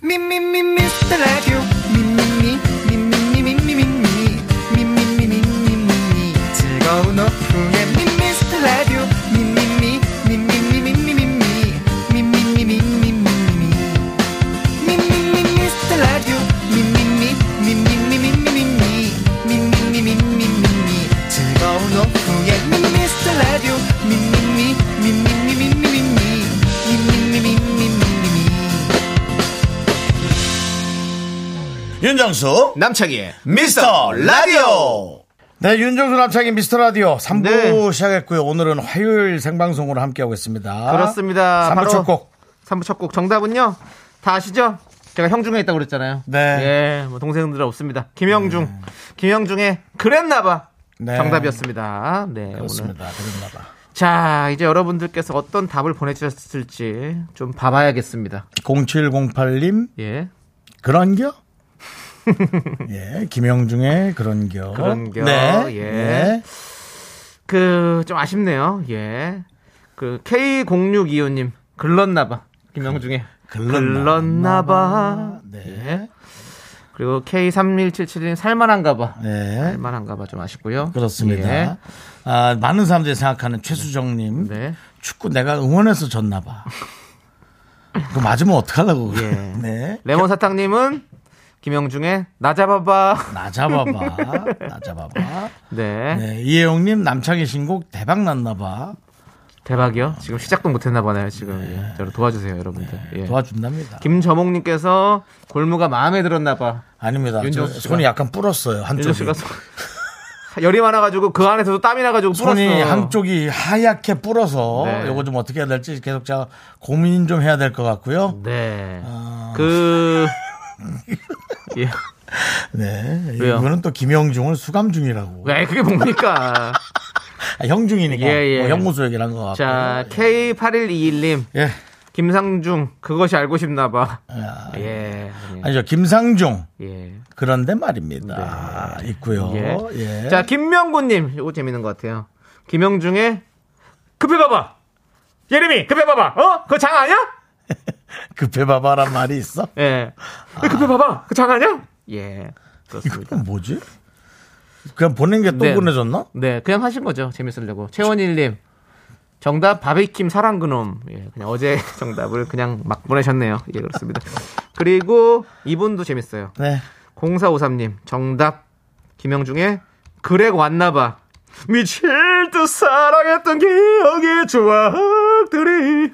[SPEAKER 6] 미미미 미스터 라디오 미미미 미미미 미미미 미미미 미미미 즐거운 오후에 미스터 라디오 미미미 미미미 미미미 미미미 미미미
[SPEAKER 1] 윤정수.
[SPEAKER 2] 남창희의
[SPEAKER 1] 미스터 라디오. 네, 윤정수 남창희 미스터 라디오 3부
[SPEAKER 2] 네.
[SPEAKER 1] 시작했고요. 오늘은 화요일 생방송으로 함께하고 있습니다.
[SPEAKER 2] 그렇습니다.
[SPEAKER 1] 3부
[SPEAKER 2] 바로
[SPEAKER 1] 첫 곡.
[SPEAKER 2] 3부 첫 곡 정답은요. 다 아시죠? 제가 형 중에 있다고 그랬잖아요.
[SPEAKER 1] 네. 음.
[SPEAKER 2] 예, 뭐 동생들 은 없습니다. 김형중. 김형중의 그랬나봐.
[SPEAKER 1] 네.
[SPEAKER 2] 정답이었습니다. 네,
[SPEAKER 1] 그렇습니다. 그랬나 봐.
[SPEAKER 2] 오늘. 자, 이제 여러분들께서 어떤 답을 보내주셨을지 좀 봐봐야겠습니다.
[SPEAKER 1] 0708님
[SPEAKER 2] 예.
[SPEAKER 1] [laughs] 그런겨? 예, 김영중의 그런겨.
[SPEAKER 2] 그런겨,
[SPEAKER 1] 네.
[SPEAKER 2] 예.
[SPEAKER 1] 네.
[SPEAKER 2] 그, 좀 아쉽네요. 예. 그, K0625님, 글렀나봐. 김영중의. 글렀나봐. 예.
[SPEAKER 1] 네.
[SPEAKER 2] 그리고 K3177님, 살만한가봐.
[SPEAKER 1] 네.
[SPEAKER 2] 살만한가봐. 좀 아쉽고요.
[SPEAKER 1] 그렇습니다.
[SPEAKER 2] 예.
[SPEAKER 1] 아, 많은 사람들이 생각하는 최수정님
[SPEAKER 2] 네.
[SPEAKER 1] 축구 내가 응원해서 졌나 봐. 그거 맞으면 어떡하려고.
[SPEAKER 2] 예.
[SPEAKER 1] [laughs] 네.
[SPEAKER 2] 레몬 사탕님은 김영중의 나 잡아봐.
[SPEAKER 1] 나 잡아봐. 나 잡아봐.
[SPEAKER 2] 네.
[SPEAKER 1] 네. 이혜영님 남창희 신곡 대박 났나 봐.
[SPEAKER 2] 대박이요. 지금 시작도 못했나 보네요. 지금 예. 저를 도와주세요, 여러분들.
[SPEAKER 1] 네.
[SPEAKER 2] 예.
[SPEAKER 1] 도와준답니다.
[SPEAKER 2] 김저몽님께서 골무가 마음에 들었나봐.
[SPEAKER 1] 아닙니다. 저
[SPEAKER 2] 윤정수 씨가.
[SPEAKER 1] 손이 약간 불었어요.
[SPEAKER 2] 윤정
[SPEAKER 1] 한쪽이.
[SPEAKER 2] 씨가 손- [laughs] 열이 많아가지고 그 안에서도 땀이 나가지고
[SPEAKER 1] 손이
[SPEAKER 2] 불었어.
[SPEAKER 1] 한쪽이 하얗게 불어서
[SPEAKER 2] 네.
[SPEAKER 1] 요거 좀 어떻게 해야 될지 계속 제가 고민 좀 해야 될 것 같고요.
[SPEAKER 2] 네.
[SPEAKER 1] 아. [laughs]
[SPEAKER 2] 그 예.
[SPEAKER 1] 네.
[SPEAKER 2] 음, 왜요?
[SPEAKER 1] 이거는 또 김영중을 수감 중이라고.
[SPEAKER 2] 왜 그게 뭡니까?
[SPEAKER 1] 아, 형중이니까.
[SPEAKER 2] 예, 예.
[SPEAKER 1] 뭐 형무소 얘기를 한 것 같고.
[SPEAKER 2] 자, K8121님.
[SPEAKER 1] 예.
[SPEAKER 2] 김상중 그것이 알고 싶나봐. 예. 아니,
[SPEAKER 1] 아, 아니죠. 김상중.
[SPEAKER 2] 예.
[SPEAKER 1] 그런데 말입니다. 아, 있고요.
[SPEAKER 2] 예.
[SPEAKER 1] 예.
[SPEAKER 2] 네. 자, 김명구님. 이거 재밌는 것 같아요. 김영중의 급해 봐봐. 예림이 급해 봐봐. 어? 그거 장 아니야?
[SPEAKER 1] 급해 봐봐란 말이 있어?
[SPEAKER 2] 예. 급해 봐봐. 그거 장 아니야? 예. 그렇습니다.
[SPEAKER 1] 이건 뭐지? 그냥 보낸 게 또
[SPEAKER 2] 네.
[SPEAKER 1] 보내졌나?
[SPEAKER 2] 네, 그냥 하신 거죠. 재밌으려고. 최원일님. 정답 바비킴 사랑 그놈. 예, 그냥 어제 [laughs] 정답을 그냥 막 보내셨네요. 예, 그렇습니다. 그리고 이분도 재밌어요.
[SPEAKER 1] 네. [laughs]
[SPEAKER 2] 0453님 정답 김영중의 그렉 왔나봐 미칠 듯 사랑했던 기억의 조각들이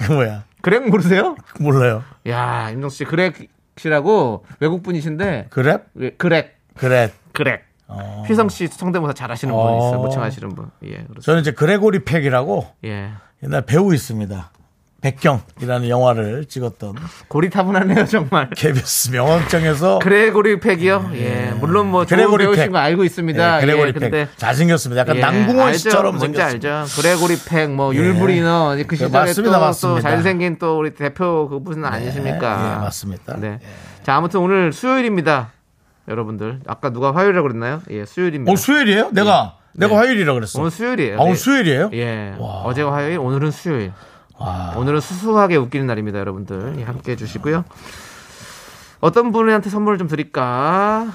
[SPEAKER 1] 그 뭐야?
[SPEAKER 2] 그렉 모르세요?
[SPEAKER 1] 몰라요.
[SPEAKER 2] 야 임정수 씨 그렉 씨라고 외국 분이신데
[SPEAKER 1] 그랩?
[SPEAKER 2] 예, 그렉
[SPEAKER 1] 그랩.
[SPEAKER 2] 그렉 휘성 씨 성대모사 잘하시는 분
[SPEAKER 1] 어.
[SPEAKER 2] 있어요 모창하시는 분예 그렇습니다
[SPEAKER 1] 저는 이제 그레고리 팩이라고
[SPEAKER 2] 예
[SPEAKER 1] 옛날 배우 있습니다. 백경이라는 영화를 찍었던
[SPEAKER 2] 고리타분하네요 정말
[SPEAKER 1] KBS 명왕정에서
[SPEAKER 2] [laughs] 그레고리 팩이요 예 물론 뭐 좋은
[SPEAKER 1] 그레고리
[SPEAKER 2] 배우신
[SPEAKER 1] 팩.
[SPEAKER 2] 거 알고 있습니다
[SPEAKER 1] 예, 그레고리
[SPEAKER 2] 예, 근데
[SPEAKER 1] 팩. 잘생겼습니다. 약간
[SPEAKER 2] 예,
[SPEAKER 1] 남궁원
[SPEAKER 2] 알죠.
[SPEAKER 1] 씨처럼
[SPEAKER 2] 뭔지
[SPEAKER 1] 생겼습니다. 예.
[SPEAKER 2] 알죠. 그레고리 팩, 뭐 율브리너 그 시절에
[SPEAKER 1] 맞습니다,
[SPEAKER 2] 또,
[SPEAKER 1] 맞습니다.
[SPEAKER 2] 또 잘생긴 또 우리 대표 그분 아니십니까?
[SPEAKER 1] 예, 맞습니다.
[SPEAKER 2] 네. 자 아무튼 오늘 수요일입니다, 여러분들. 아까 누가 화요일이라고 그랬나요? 예, 수요일입니다.
[SPEAKER 1] 오늘 어, 수요일이에요? 내가 내가 화요일이라 그랬어.
[SPEAKER 2] 네. 오늘 수요일이에요.
[SPEAKER 1] 아, 오늘
[SPEAKER 2] 예.
[SPEAKER 1] 수요일이에요?
[SPEAKER 2] 예.
[SPEAKER 1] 와.
[SPEAKER 2] 어제가 화요일, 오늘은 수요일.
[SPEAKER 1] 와.
[SPEAKER 2] 오늘은 수수하게 웃기는 날입니다, 여러분들. 예, 함께 해주시고요. 어떤 분한테 선물을 좀 드릴까? 아,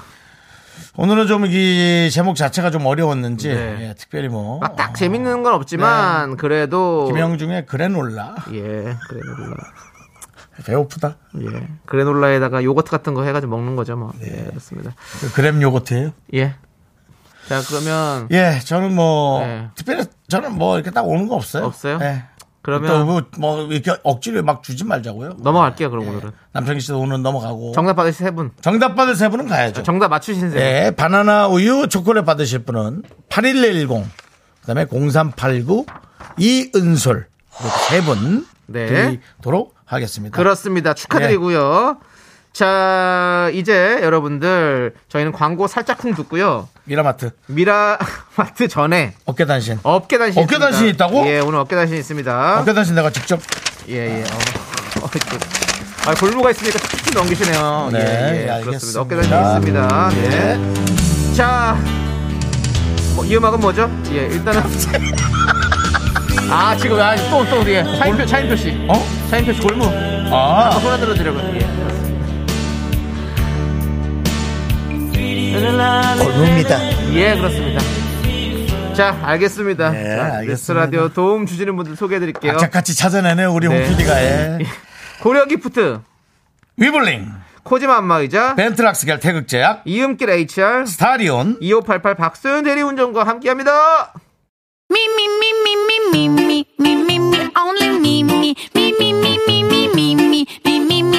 [SPEAKER 1] 오늘은 좀 이 제목 자체가 좀 어려웠는지
[SPEAKER 2] 네.
[SPEAKER 1] 예, 특별히 뭐
[SPEAKER 2] 막 딱 재밌는 건 없지만 그래도
[SPEAKER 1] 네. 김영중의 그래놀라
[SPEAKER 2] 예, 그래놀라.
[SPEAKER 1] 배고프다.
[SPEAKER 2] 예. 그래놀라에다가 요거트 같은 거 해가지고 먹는 거죠, 뭐. 예, 그렇습니다.
[SPEAKER 1] 그 그램 요거트예요.
[SPEAKER 2] 예. 자, 그러면
[SPEAKER 1] 예, 저는 뭐
[SPEAKER 2] 네.
[SPEAKER 1] 특별히 저는 뭐 이렇게 딱 오는 거 없어요.
[SPEAKER 2] 없어요?
[SPEAKER 1] 예.
[SPEAKER 2] 그러면
[SPEAKER 1] 또뭐 뭐 이렇게 억지로 막 주지 말자고요.
[SPEAKER 2] 넘어갈게요,
[SPEAKER 1] 예.
[SPEAKER 2] 그럼 오늘은.
[SPEAKER 1] 남창희 씨도 오늘 넘어가고
[SPEAKER 2] 정답 받으신 세 분.
[SPEAKER 1] 정... 답 받을 세 분은 가야죠.
[SPEAKER 2] 정답 맞추신 세 분.
[SPEAKER 1] 네, 바나나 우유 초콜릿 받으실 분은 81110 그다음에 0389 이은솔 이렇게 세분
[SPEAKER 2] 네.
[SPEAKER 1] 드리도록 하겠습니다.
[SPEAKER 2] 그렇습니다. 축하드리고요. 자, 이제 여러분들 저희는 광고 살짝쿵 듣고요.
[SPEAKER 1] 미라마트
[SPEAKER 2] 미라마트 [laughs] 전에
[SPEAKER 1] 어깨 단신.
[SPEAKER 2] 어깨 단신
[SPEAKER 1] 어깨 단신이
[SPEAKER 2] 있습니다.
[SPEAKER 1] 있다고?
[SPEAKER 2] 예, 오늘 어깨 단신 있습니다.
[SPEAKER 1] 어깨 단신 내가 직접
[SPEAKER 2] 예, 예. 어. 어, 이거. 아, 골무가 있으니까 툭툭 넘기시네요.
[SPEAKER 1] 네,
[SPEAKER 2] 예, 예.
[SPEAKER 1] 알겠습니다. 음, 예.
[SPEAKER 2] 그렇습니다. 어깨 단신 있습니다. 네. 자, 뭐, 이 음악은 뭐죠? 예, 일단은. [laughs] 아, 지금, 아, 또, 또, 우리, 예. 차인표, 차인표 씨.
[SPEAKER 1] 어?
[SPEAKER 2] 차인표 씨 골무. 아,
[SPEAKER 1] 아,
[SPEAKER 2] 소리 들어드려봐요. 예.
[SPEAKER 1] 골무입니다.
[SPEAKER 2] 예, 그렇습니다. 자, 알겠습니다.
[SPEAKER 1] 네,
[SPEAKER 2] 자,
[SPEAKER 1] 알겠습니다.
[SPEAKER 2] 미스 라디오 도움 주시는 분들 소개해드릴게요.
[SPEAKER 1] 아, 악착같이 찾아내네요, 우리
[SPEAKER 2] 네.
[SPEAKER 1] 홍 PD가.
[SPEAKER 2] [laughs]
[SPEAKER 1] 예.
[SPEAKER 2] 고려 기프트,
[SPEAKER 1] 위블링,
[SPEAKER 2] 코지마 안마의자,
[SPEAKER 1] 벤트락스겔 태극제약,
[SPEAKER 2] 이음길 HR,
[SPEAKER 1] 스타리온,
[SPEAKER 2] 2588 박소연 대리운전과 함께합니다.
[SPEAKER 5] Me, me, me, me, me, me, me, me, me, me, only me, me, me, me, me, me, me, me, me, me, me, me,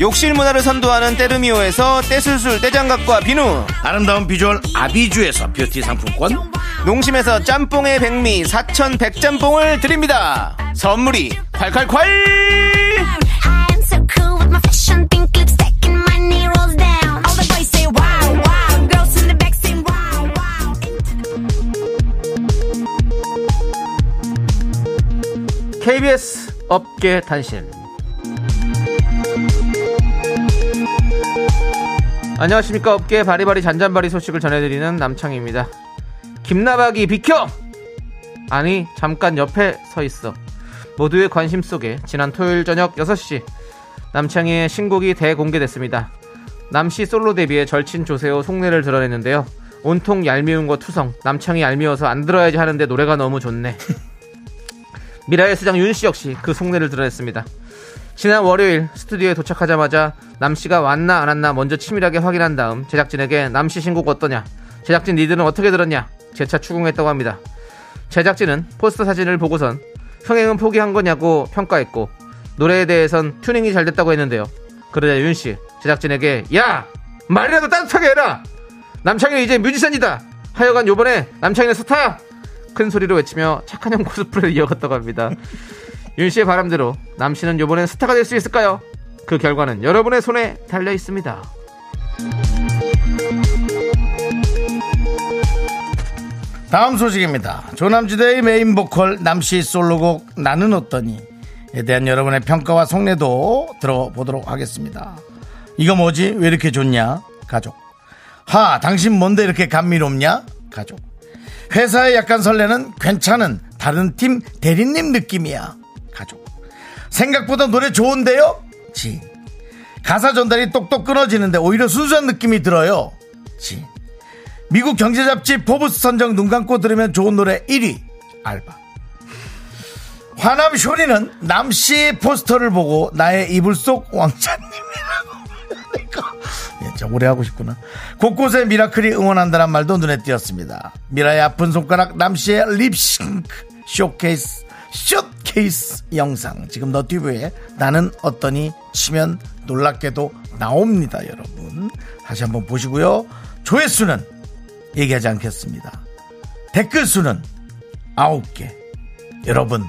[SPEAKER 7] 욕실 문화를 선도하는 때르미오에서 떼술술 떼장갑과 비누
[SPEAKER 1] 아름다운 비주얼 아비주에서 뷰티 상품권
[SPEAKER 7] 농심에서 짬뽕의 백미 사천 백짬뽕을 드립니다 선물이 콸콸콸
[SPEAKER 5] I am so cool with my fashion pink lipstick and my knee rolls down. All the boys say wow, wow. Girls in the back say wow, wow.
[SPEAKER 2] KBS 업계 단신. 안녕하십니까 업계 바리바리 잔잔바리 소식을 전해드리는 남창입니다. 김나박이 비켜! 아니 잠깐 옆에 서 있어. 모두의 관심 속에 지난 토요일 저녁 6시 남창희의 신곡이 대공개됐습니다. 남씨 솔로 데뷔에 절친 조세호 속내를 드러냈는데요. 온통 얄미운 거 투성. 남창희 얄미워서 안 들어야지 하는데 노래가 너무 좋네. 미라의 수장 윤씨 역시 그 속내를 드러냈습니다. 지난 월요일 스튜디오에 도착하자마자 남씨가 왔나 안 왔나 먼저 치밀하게 확인한 다음 제작진에게 남씨 신곡 어떠냐 제작진 니들은 어떻게 들었냐 재차 추궁했다고 합니다. 제작진은 포스터 사진을 보고선 흥행은 포기한 거냐고 평가했고 노래에 대해선 튜닝이 잘 됐다고 했는데요. 그러자 윤씨 제작진에게 야 말이라도 따뜻하게 해라 남창희 이제 뮤지션이다 하여간 요번에 남창희는 스타야 큰 소리로 외치며 착한 형 코스프레를 이어갔다고 합니다. 윤 씨의 바람대로 남 씨는 요번엔 스타가 될 수 있을까요? 그 결과는 여러분의 손에 달려 있습니다.
[SPEAKER 1] 다음 소식입니다. 조남지대의 메인 보컬 남씨 솔로곡 나는 어떠니에 대한 여러분의 평가와 속내도 들어보도록 하겠습니다. 이거 뭐지? 왜 이렇게 좋냐? 가족. 하, 당신 뭔데 이렇게 감미롭냐? 가족. 회사에 약간 설레는 괜찮은 다른 팀 대리님 느낌이야. 가족. 생각보다 노래 좋은데요? 지. 가사 전달이 똑똑 끊어지는데 오히려 순수한 느낌이 들어요. 지. 미국 경제 잡지 포브스 선정 눈 감고 들으면 좋은 노래 1위 알바. 화남 쇼리는 남씨 포스터를 보고 나의 이불 속 왕자님이라고 불러내고 예, 진짜 오래 하고 싶구나. 곳곳에 미라클이 응원한다는 말도 눈에 띄었습니다. 미라의 아픈 손가락 남씨의 립싱크 쇼케이스 쇼케이스 영상 지금 너튜브에 나는 어떠니 치면 놀랍게도 나옵니다 여러분 다시 한번 보시고요 조회수는 얘기하지 않겠습니다 댓글 수는 아홉 개 여러분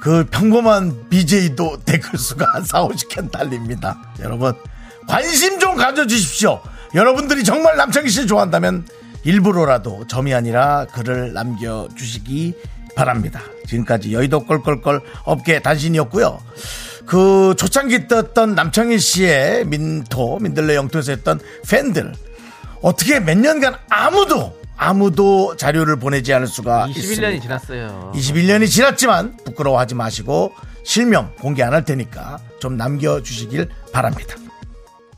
[SPEAKER 1] 그 평범한 BJ도 댓글 수가 한 4, 50개 달립니다. 여러분, 관심 좀 가져주십시오. 여러분들이 정말 남창희 씨를 좋아한다면 일부러라도 점이 아니라 글을 남겨주시기 바랍니다. 지금까지 여의도 껄껄껄 업계 단신이었고요. 그 초창기 때 했던 남창희 씨의 민토, 민들레 영토에서 했던 팬들. 어떻게 몇 년간 아무도, 아무도 자료를 보내지 않을 수가
[SPEAKER 2] 21년이
[SPEAKER 1] 있습니다.
[SPEAKER 2] 지났어요.
[SPEAKER 1] 21년이 지났지만 부끄러워하지 마시고 실명 공개 안 할 테니까 좀 남겨주시길 바랍니다.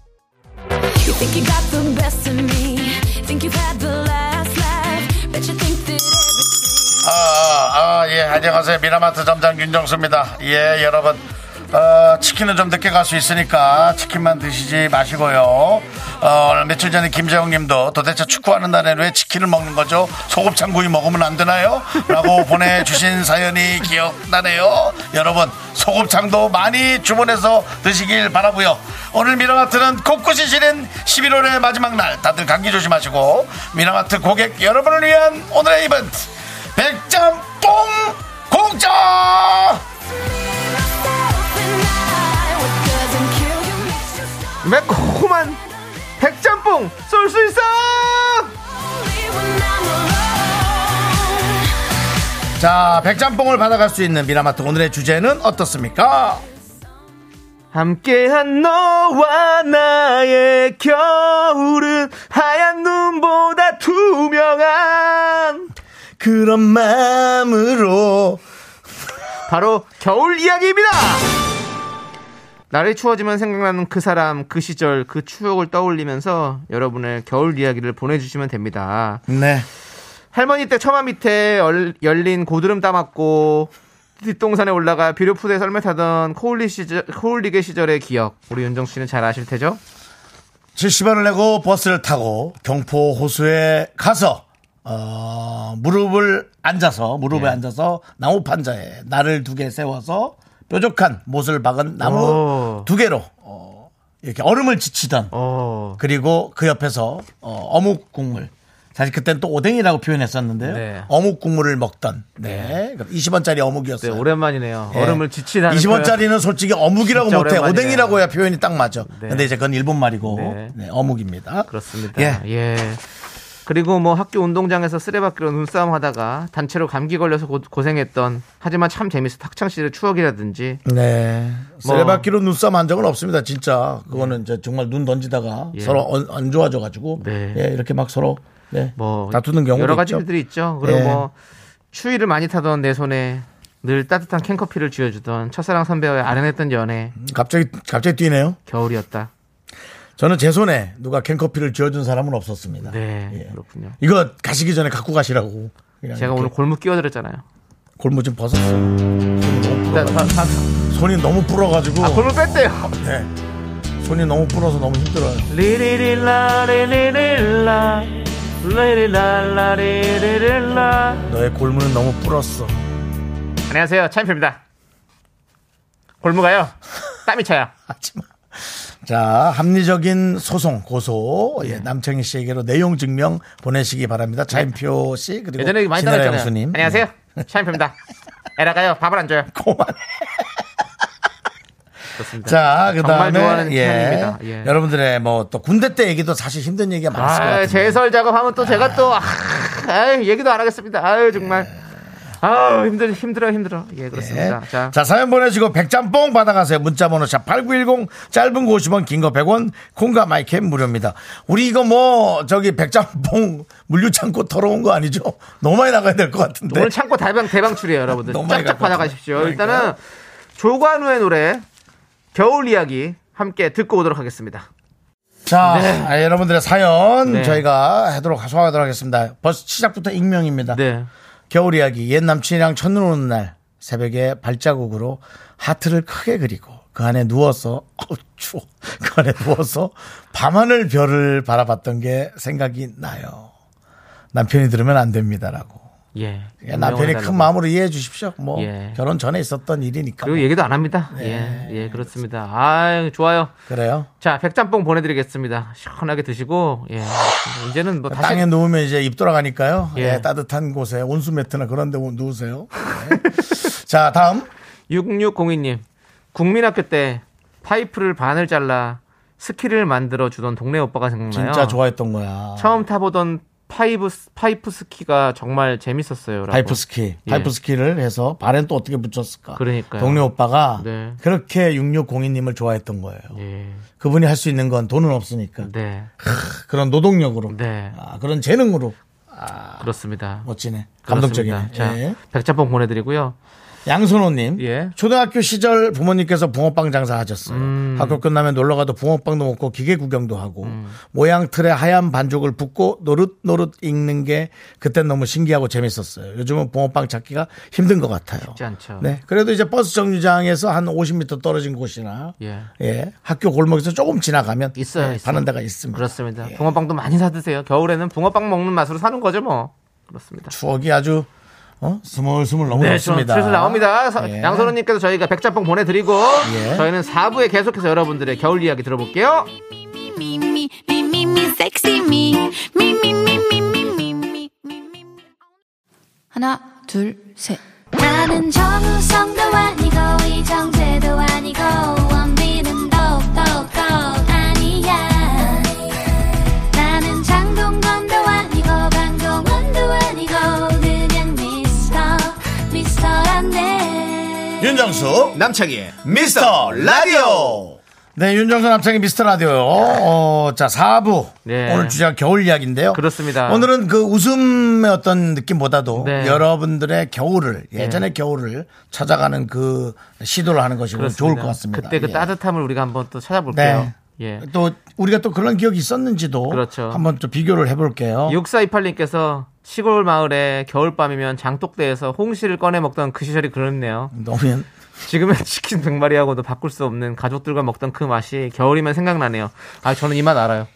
[SPEAKER 5] You think you got the best of me. Think you've had the last laugh. Bet you think that everything.
[SPEAKER 1] 아, 아, 아, 예, 안녕하세요. 미라마트 점장 윤정수입니다. 예, 여러분. 어, 치킨은 좀 늦게 갈 수 있으니까 치킨만 드시지 마시고요. 어, 며칠 전에 김재홍 님도 도대체 축구하는 날엔 왜 치킨을 먹는 거죠? 소곱창구이 먹으면 안 되나요? 라고 [laughs] 보내주신 사연이 기억나네요. 여러분, 소곱창도 많이 주문해서 드시길 바라고요 오늘 미라마트는 곳곳이 지닌 11월의 마지막 날 다들 감기 조심하시고 미라마트 고객 여러분을 위한 오늘의 이벤트 백짬뽕 공짜
[SPEAKER 5] What doesn't kill you makes you stronger
[SPEAKER 2] 매콤한 백짬뽕 쏠 수 있어!
[SPEAKER 5] when I'm alone.
[SPEAKER 1] 자 백짬뽕을 받아갈 수 있는 미라마트 오늘의 주제는 어떻습니까
[SPEAKER 2] 함께한 너와 나의 겨울은 하얀 눈보다 투명한
[SPEAKER 1] 그런 마음으로
[SPEAKER 2] 바로 겨울 이야기입니다. 날이 추워지면 생각나는 그 사람, 그 시절, 그 추억을 떠올리면서 여러분의 겨울 이야기를 보내주시면 됩니다.
[SPEAKER 1] 네
[SPEAKER 2] 할머니 댁 처마 밑에 얼- 열린 고드름 따맞고 뒷동산에 올라가 비료푸드에 썰매 타던 코울리 시절, 코울리게 시절의 기억. 우리 윤정 씨는 잘 아실 테죠?
[SPEAKER 1] 70원을 내고 버스를 타고 경포 호수에 가서 어, 무릎을 앉아서 무릎에 앉아서 나무 판자에 날을 두 개 세워서 뾰족한 못을 박은 나무
[SPEAKER 2] 오.
[SPEAKER 1] 두 개로 어, 이렇게 얼음을 지치던
[SPEAKER 2] 어.
[SPEAKER 1] 그리고 그 옆에서 어, 묵 국물. 사실 그때는 또 오뎅이라고 표현했었는데요.
[SPEAKER 2] 네.
[SPEAKER 1] 어묵 국물을 먹던. 네. 20원짜리
[SPEAKER 2] 네,
[SPEAKER 1] 어묵이었어요.
[SPEAKER 2] 오랜만이네요.
[SPEAKER 1] 예.
[SPEAKER 2] 얼음을 지치다는
[SPEAKER 1] 20원짜리는 솔직히 어묵이라고
[SPEAKER 2] 진짜
[SPEAKER 1] 못해.
[SPEAKER 2] 오랜만이네요.
[SPEAKER 1] 오뎅이라고 해야 표현이 딱 맞아.
[SPEAKER 2] 네.
[SPEAKER 1] 근데 이제 그건 일본 말이고.
[SPEAKER 2] 네.
[SPEAKER 1] 네, 어묵입니다.
[SPEAKER 2] 그렇습니다.
[SPEAKER 1] 예.
[SPEAKER 2] 예. 그리고 뭐 학교 운동장에서 쓰레받기로 눈싸움 하다가 단체로 감기 걸려서 고, 고생했던 하지만 참 재밌었던 학창 시절의 추억이라든지
[SPEAKER 1] 네.
[SPEAKER 2] 뭐-
[SPEAKER 1] 세바퀴로 눈싸움 한 적은 없습니다. 진짜. 그거는 이제 정말 눈 던지다가
[SPEAKER 2] 예.
[SPEAKER 1] 서로 안, 안 좋아져가지고.
[SPEAKER 2] 네.
[SPEAKER 1] 예, 이렇게 막 서로. 네.
[SPEAKER 2] 뭐
[SPEAKER 1] 다투는 경우도
[SPEAKER 2] 여러 가지
[SPEAKER 1] 있죠.
[SPEAKER 2] 일들이 있죠. 그리고
[SPEAKER 1] 예.
[SPEAKER 2] 뭐 추위를 많이 타던 내 손에 늘 따뜻한 캔커피를 쥐어주던 첫사랑 선배와의 아련했던 연애
[SPEAKER 1] 갑자기, 갑자기 뛰네요.
[SPEAKER 2] 겨울이었다.
[SPEAKER 1] 저는 제 손에 누가 캔커피를 쥐어준 사람은 없었습니다.
[SPEAKER 2] 네
[SPEAKER 1] 예.
[SPEAKER 2] 그렇군요.
[SPEAKER 1] 이거 가시기 전에 갖고 가시라고. 그냥
[SPEAKER 2] 제가
[SPEAKER 1] 이렇게
[SPEAKER 2] 오늘 골무 끼워드렸잖아요.
[SPEAKER 1] 골무 좀 벗었어. 손이 너무
[SPEAKER 2] 나- 나-
[SPEAKER 1] 불어가지고.
[SPEAKER 2] 나-
[SPEAKER 1] 손이 너무 불어가지고.
[SPEAKER 2] 아 골무 뺐대요.
[SPEAKER 1] 네. 손이 너무 불어서 너무 힘들어요.
[SPEAKER 2] 리리릴라 리리릴라 리리랄라 리리릴라
[SPEAKER 1] 너의 골무는 너무 불었어. [laughs]
[SPEAKER 2] 안녕하세요. 차인표입니다. 골무가요. 땀이 차요.
[SPEAKER 1] 하지마. 자, 합리적인 소송, 고소,
[SPEAKER 2] 네.
[SPEAKER 1] 예, 남창희 씨에게로 내용 증명 보내시기 바랍니다. 차인표 씨, 그리고
[SPEAKER 2] 예전에 많이
[SPEAKER 1] 신하라
[SPEAKER 2] 따랐잖아요.
[SPEAKER 1] 형수님. 네.
[SPEAKER 2] 안녕하세요. 차인표입니다. 에라가요. 밥을 안 줘요.
[SPEAKER 1] 예, 고만.
[SPEAKER 2] 좋습니다.
[SPEAKER 1] 자, 그
[SPEAKER 2] 정말
[SPEAKER 1] 다음에,
[SPEAKER 2] 좋아하는
[SPEAKER 1] 예,
[SPEAKER 2] 편입니다. 예.
[SPEAKER 1] 여러분들의 뭐 또 군대 때 얘기도 사실 힘든 얘기가 많았을 것
[SPEAKER 2] 아,
[SPEAKER 1] 같아요.
[SPEAKER 2] 재설 작업하면 또 제가 또 아, 아유, 얘기도 안 하겠습니다. 아유 정말. 아유 힘들 힘들어 힘들어. 예 그렇습니다.
[SPEAKER 1] 네.
[SPEAKER 2] 자.
[SPEAKER 1] 자, 사연 보내시고 백짬뽕 받아가세요. 문자번호 샵 8910 짧은 거 50원, 긴 거 100원, 콩과 마이캠 무료입니다. 우리 이거 뭐 저기 백짬뽕 물류창고 털어온 거 아니죠? 너무 많이 나가야 될 것 같은데.
[SPEAKER 2] 오늘 창고 대방 대방출이에요, 여러분들.
[SPEAKER 1] 네. 너무 많이
[SPEAKER 2] 쫙쫙
[SPEAKER 1] 갖고 왔다.
[SPEAKER 2] 받아가십시오.
[SPEAKER 1] 그러니까.
[SPEAKER 2] 일단은 조관우의 노래 겨울 이야기 함께 듣고 오도록 하겠습니다.
[SPEAKER 1] 자, 아, 여러분들의 사연
[SPEAKER 2] 네.
[SPEAKER 1] 저희가 하도록 소화하도록 하겠습니다. 벌써 시작부터 익명입니다.
[SPEAKER 2] 네.
[SPEAKER 1] 겨울 이야기 옛 남친이랑 첫눈 오는 날 새벽에 발자국으로 하트를 크게 그리고 그 안에 누워서 [laughs] 어우 추워 그 안에 누워서 밤하늘 별을 바라봤던 게 생각이 나요 남편이 들으면 안 됩니다라고
[SPEAKER 2] 예.
[SPEAKER 1] 예, 남편이 큰 마음으로 이해해 주십시오 뭐
[SPEAKER 2] 예.
[SPEAKER 1] 결혼 전에 있었던 일이니까 뭐.
[SPEAKER 2] 그리고 얘기도 안 합니다.
[SPEAKER 1] 네.
[SPEAKER 2] 예. 예, 그렇습니다. 아, 좋아요.
[SPEAKER 1] 그래요
[SPEAKER 2] 자, 백짬뽕 보내드리겠습니다. 시원하게 드시고, 예. 이제는 뭐 다시.
[SPEAKER 1] 땅에 누우면 이제 입 돌아가니까요
[SPEAKER 2] 예.
[SPEAKER 1] 예, 따뜻한 곳에 온수 매트나 그런 데 누우세요 네. [laughs] 자 다음
[SPEAKER 2] 6602님. 국민학교 때 파이프를 반을 잘라 스키를 만들어 주던 동네 오빠가 생각나요.
[SPEAKER 1] 진짜 좋아했던 거야
[SPEAKER 2] 처음 타보던 파이브 스- 파이프 스키가 정말 재밌었어요.
[SPEAKER 1] 파이프 스키,
[SPEAKER 2] 예.
[SPEAKER 1] 파이프 스키를 해서 발엔 또 어떻게 붙였을까?
[SPEAKER 2] 그러니까요.
[SPEAKER 1] 동네 오빠가
[SPEAKER 2] 네.
[SPEAKER 1] 그렇게 6602님을 좋아했던 거예요.
[SPEAKER 2] 예.
[SPEAKER 1] 그분이 할 수 있는 건 돈은 없으니까
[SPEAKER 2] 네.
[SPEAKER 1] 그런 노동력으로,
[SPEAKER 2] 네.
[SPEAKER 1] 아, 그런 재능으로
[SPEAKER 2] 그렇습니다.
[SPEAKER 1] 멋지네, 아,
[SPEAKER 2] 그렇습니다.
[SPEAKER 1] 뭐 감동적이네.
[SPEAKER 2] 자,
[SPEAKER 1] 예.
[SPEAKER 2] 백짬뽕 보내드리고요.
[SPEAKER 1] 양선호님,
[SPEAKER 2] 예.
[SPEAKER 1] 초등학교 시절 부모님께서 붕어빵 장사하셨어요.
[SPEAKER 2] 음.
[SPEAKER 1] 학교 끝나면 놀러 가도 붕어빵도 먹고 기계 구경도 하고 모양 틀에 하얀 반죽을 붓고 노릇노릇 익는 게 그땐 너무 신기하고 재밌었어요. 요즘은 붕어빵 찾기가 힘든 것 같아요.
[SPEAKER 2] 쉽지 않죠.
[SPEAKER 1] 네. 그래도 이제 버스 정류장에서 한 50m 떨어진 곳이나
[SPEAKER 2] 예.
[SPEAKER 1] 예, 학교 골목에서 조금 지나가면
[SPEAKER 2] 있어요,
[SPEAKER 1] 예,
[SPEAKER 2] 있어요.
[SPEAKER 1] 파는 데가 있습니다.
[SPEAKER 2] 그렇습니다. 붕어빵도 많이 사 드세요. 겨울에는 붕어빵 먹는 맛으로 사는 거죠, 뭐. 그렇습니다.
[SPEAKER 1] 추억이 아주 어? 스물스물 너무 좋습니다.
[SPEAKER 2] 슬슬 네, 나옵니다. 서-
[SPEAKER 1] 예.
[SPEAKER 2] 양선호님께서 저희가 백짬뽕 보내드리고
[SPEAKER 1] 예.
[SPEAKER 2] 저희는 4부에 계속해서 여러분들의 겨울 이야기 들어볼게요.
[SPEAKER 1] 음,
[SPEAKER 5] me, me, me, me, me, sexy me. Me, me, me, me, me, me, me, me, me, me.
[SPEAKER 3] 하나, 둘, 셋.
[SPEAKER 5] 나는 정우성도 아니고 이정재도 아니고 원빈은 더욱더 아니야 나는 장동건도 아니고 강동원도 아니고 그냥 미스터 미스터란데
[SPEAKER 1] 윤정수 남창희 미스터 라디오. 네, 윤정수 남창희 미스터 라디오. 어, 자, 4부.
[SPEAKER 2] 네.
[SPEAKER 1] 오늘 주제가 겨울 이야기인데요.
[SPEAKER 2] 그렇습니다.
[SPEAKER 1] 오늘은 그 웃음의 어떤 느낌보다도
[SPEAKER 2] 네.
[SPEAKER 1] 여러분들의 겨울을, 예전의 겨울을 찾아가는 그 시도를 하는 것이 오늘 좋을 것 같습니다.
[SPEAKER 2] 그때 그
[SPEAKER 1] 예.
[SPEAKER 2] 따뜻함을 우리가 한번 또
[SPEAKER 1] 네.
[SPEAKER 2] 찾아볼게요. 예.
[SPEAKER 1] 또 우리가 또 그런 기억이 있었는지도
[SPEAKER 2] 그렇죠.
[SPEAKER 1] 한번 또 비교를 해볼게요.
[SPEAKER 2] 6428님께서 시골 마을에 겨울밤이면 장독대에서 홍시를 꺼내 먹던 그 시절이 그립네요.
[SPEAKER 1] 너무
[SPEAKER 2] 지금은 [laughs] 치킨 100마리하고도 바꿀 수 없는 가족들과 먹던 그 맛이 겨울이면 생각나네요. 아, 저는 이 맛 알아요.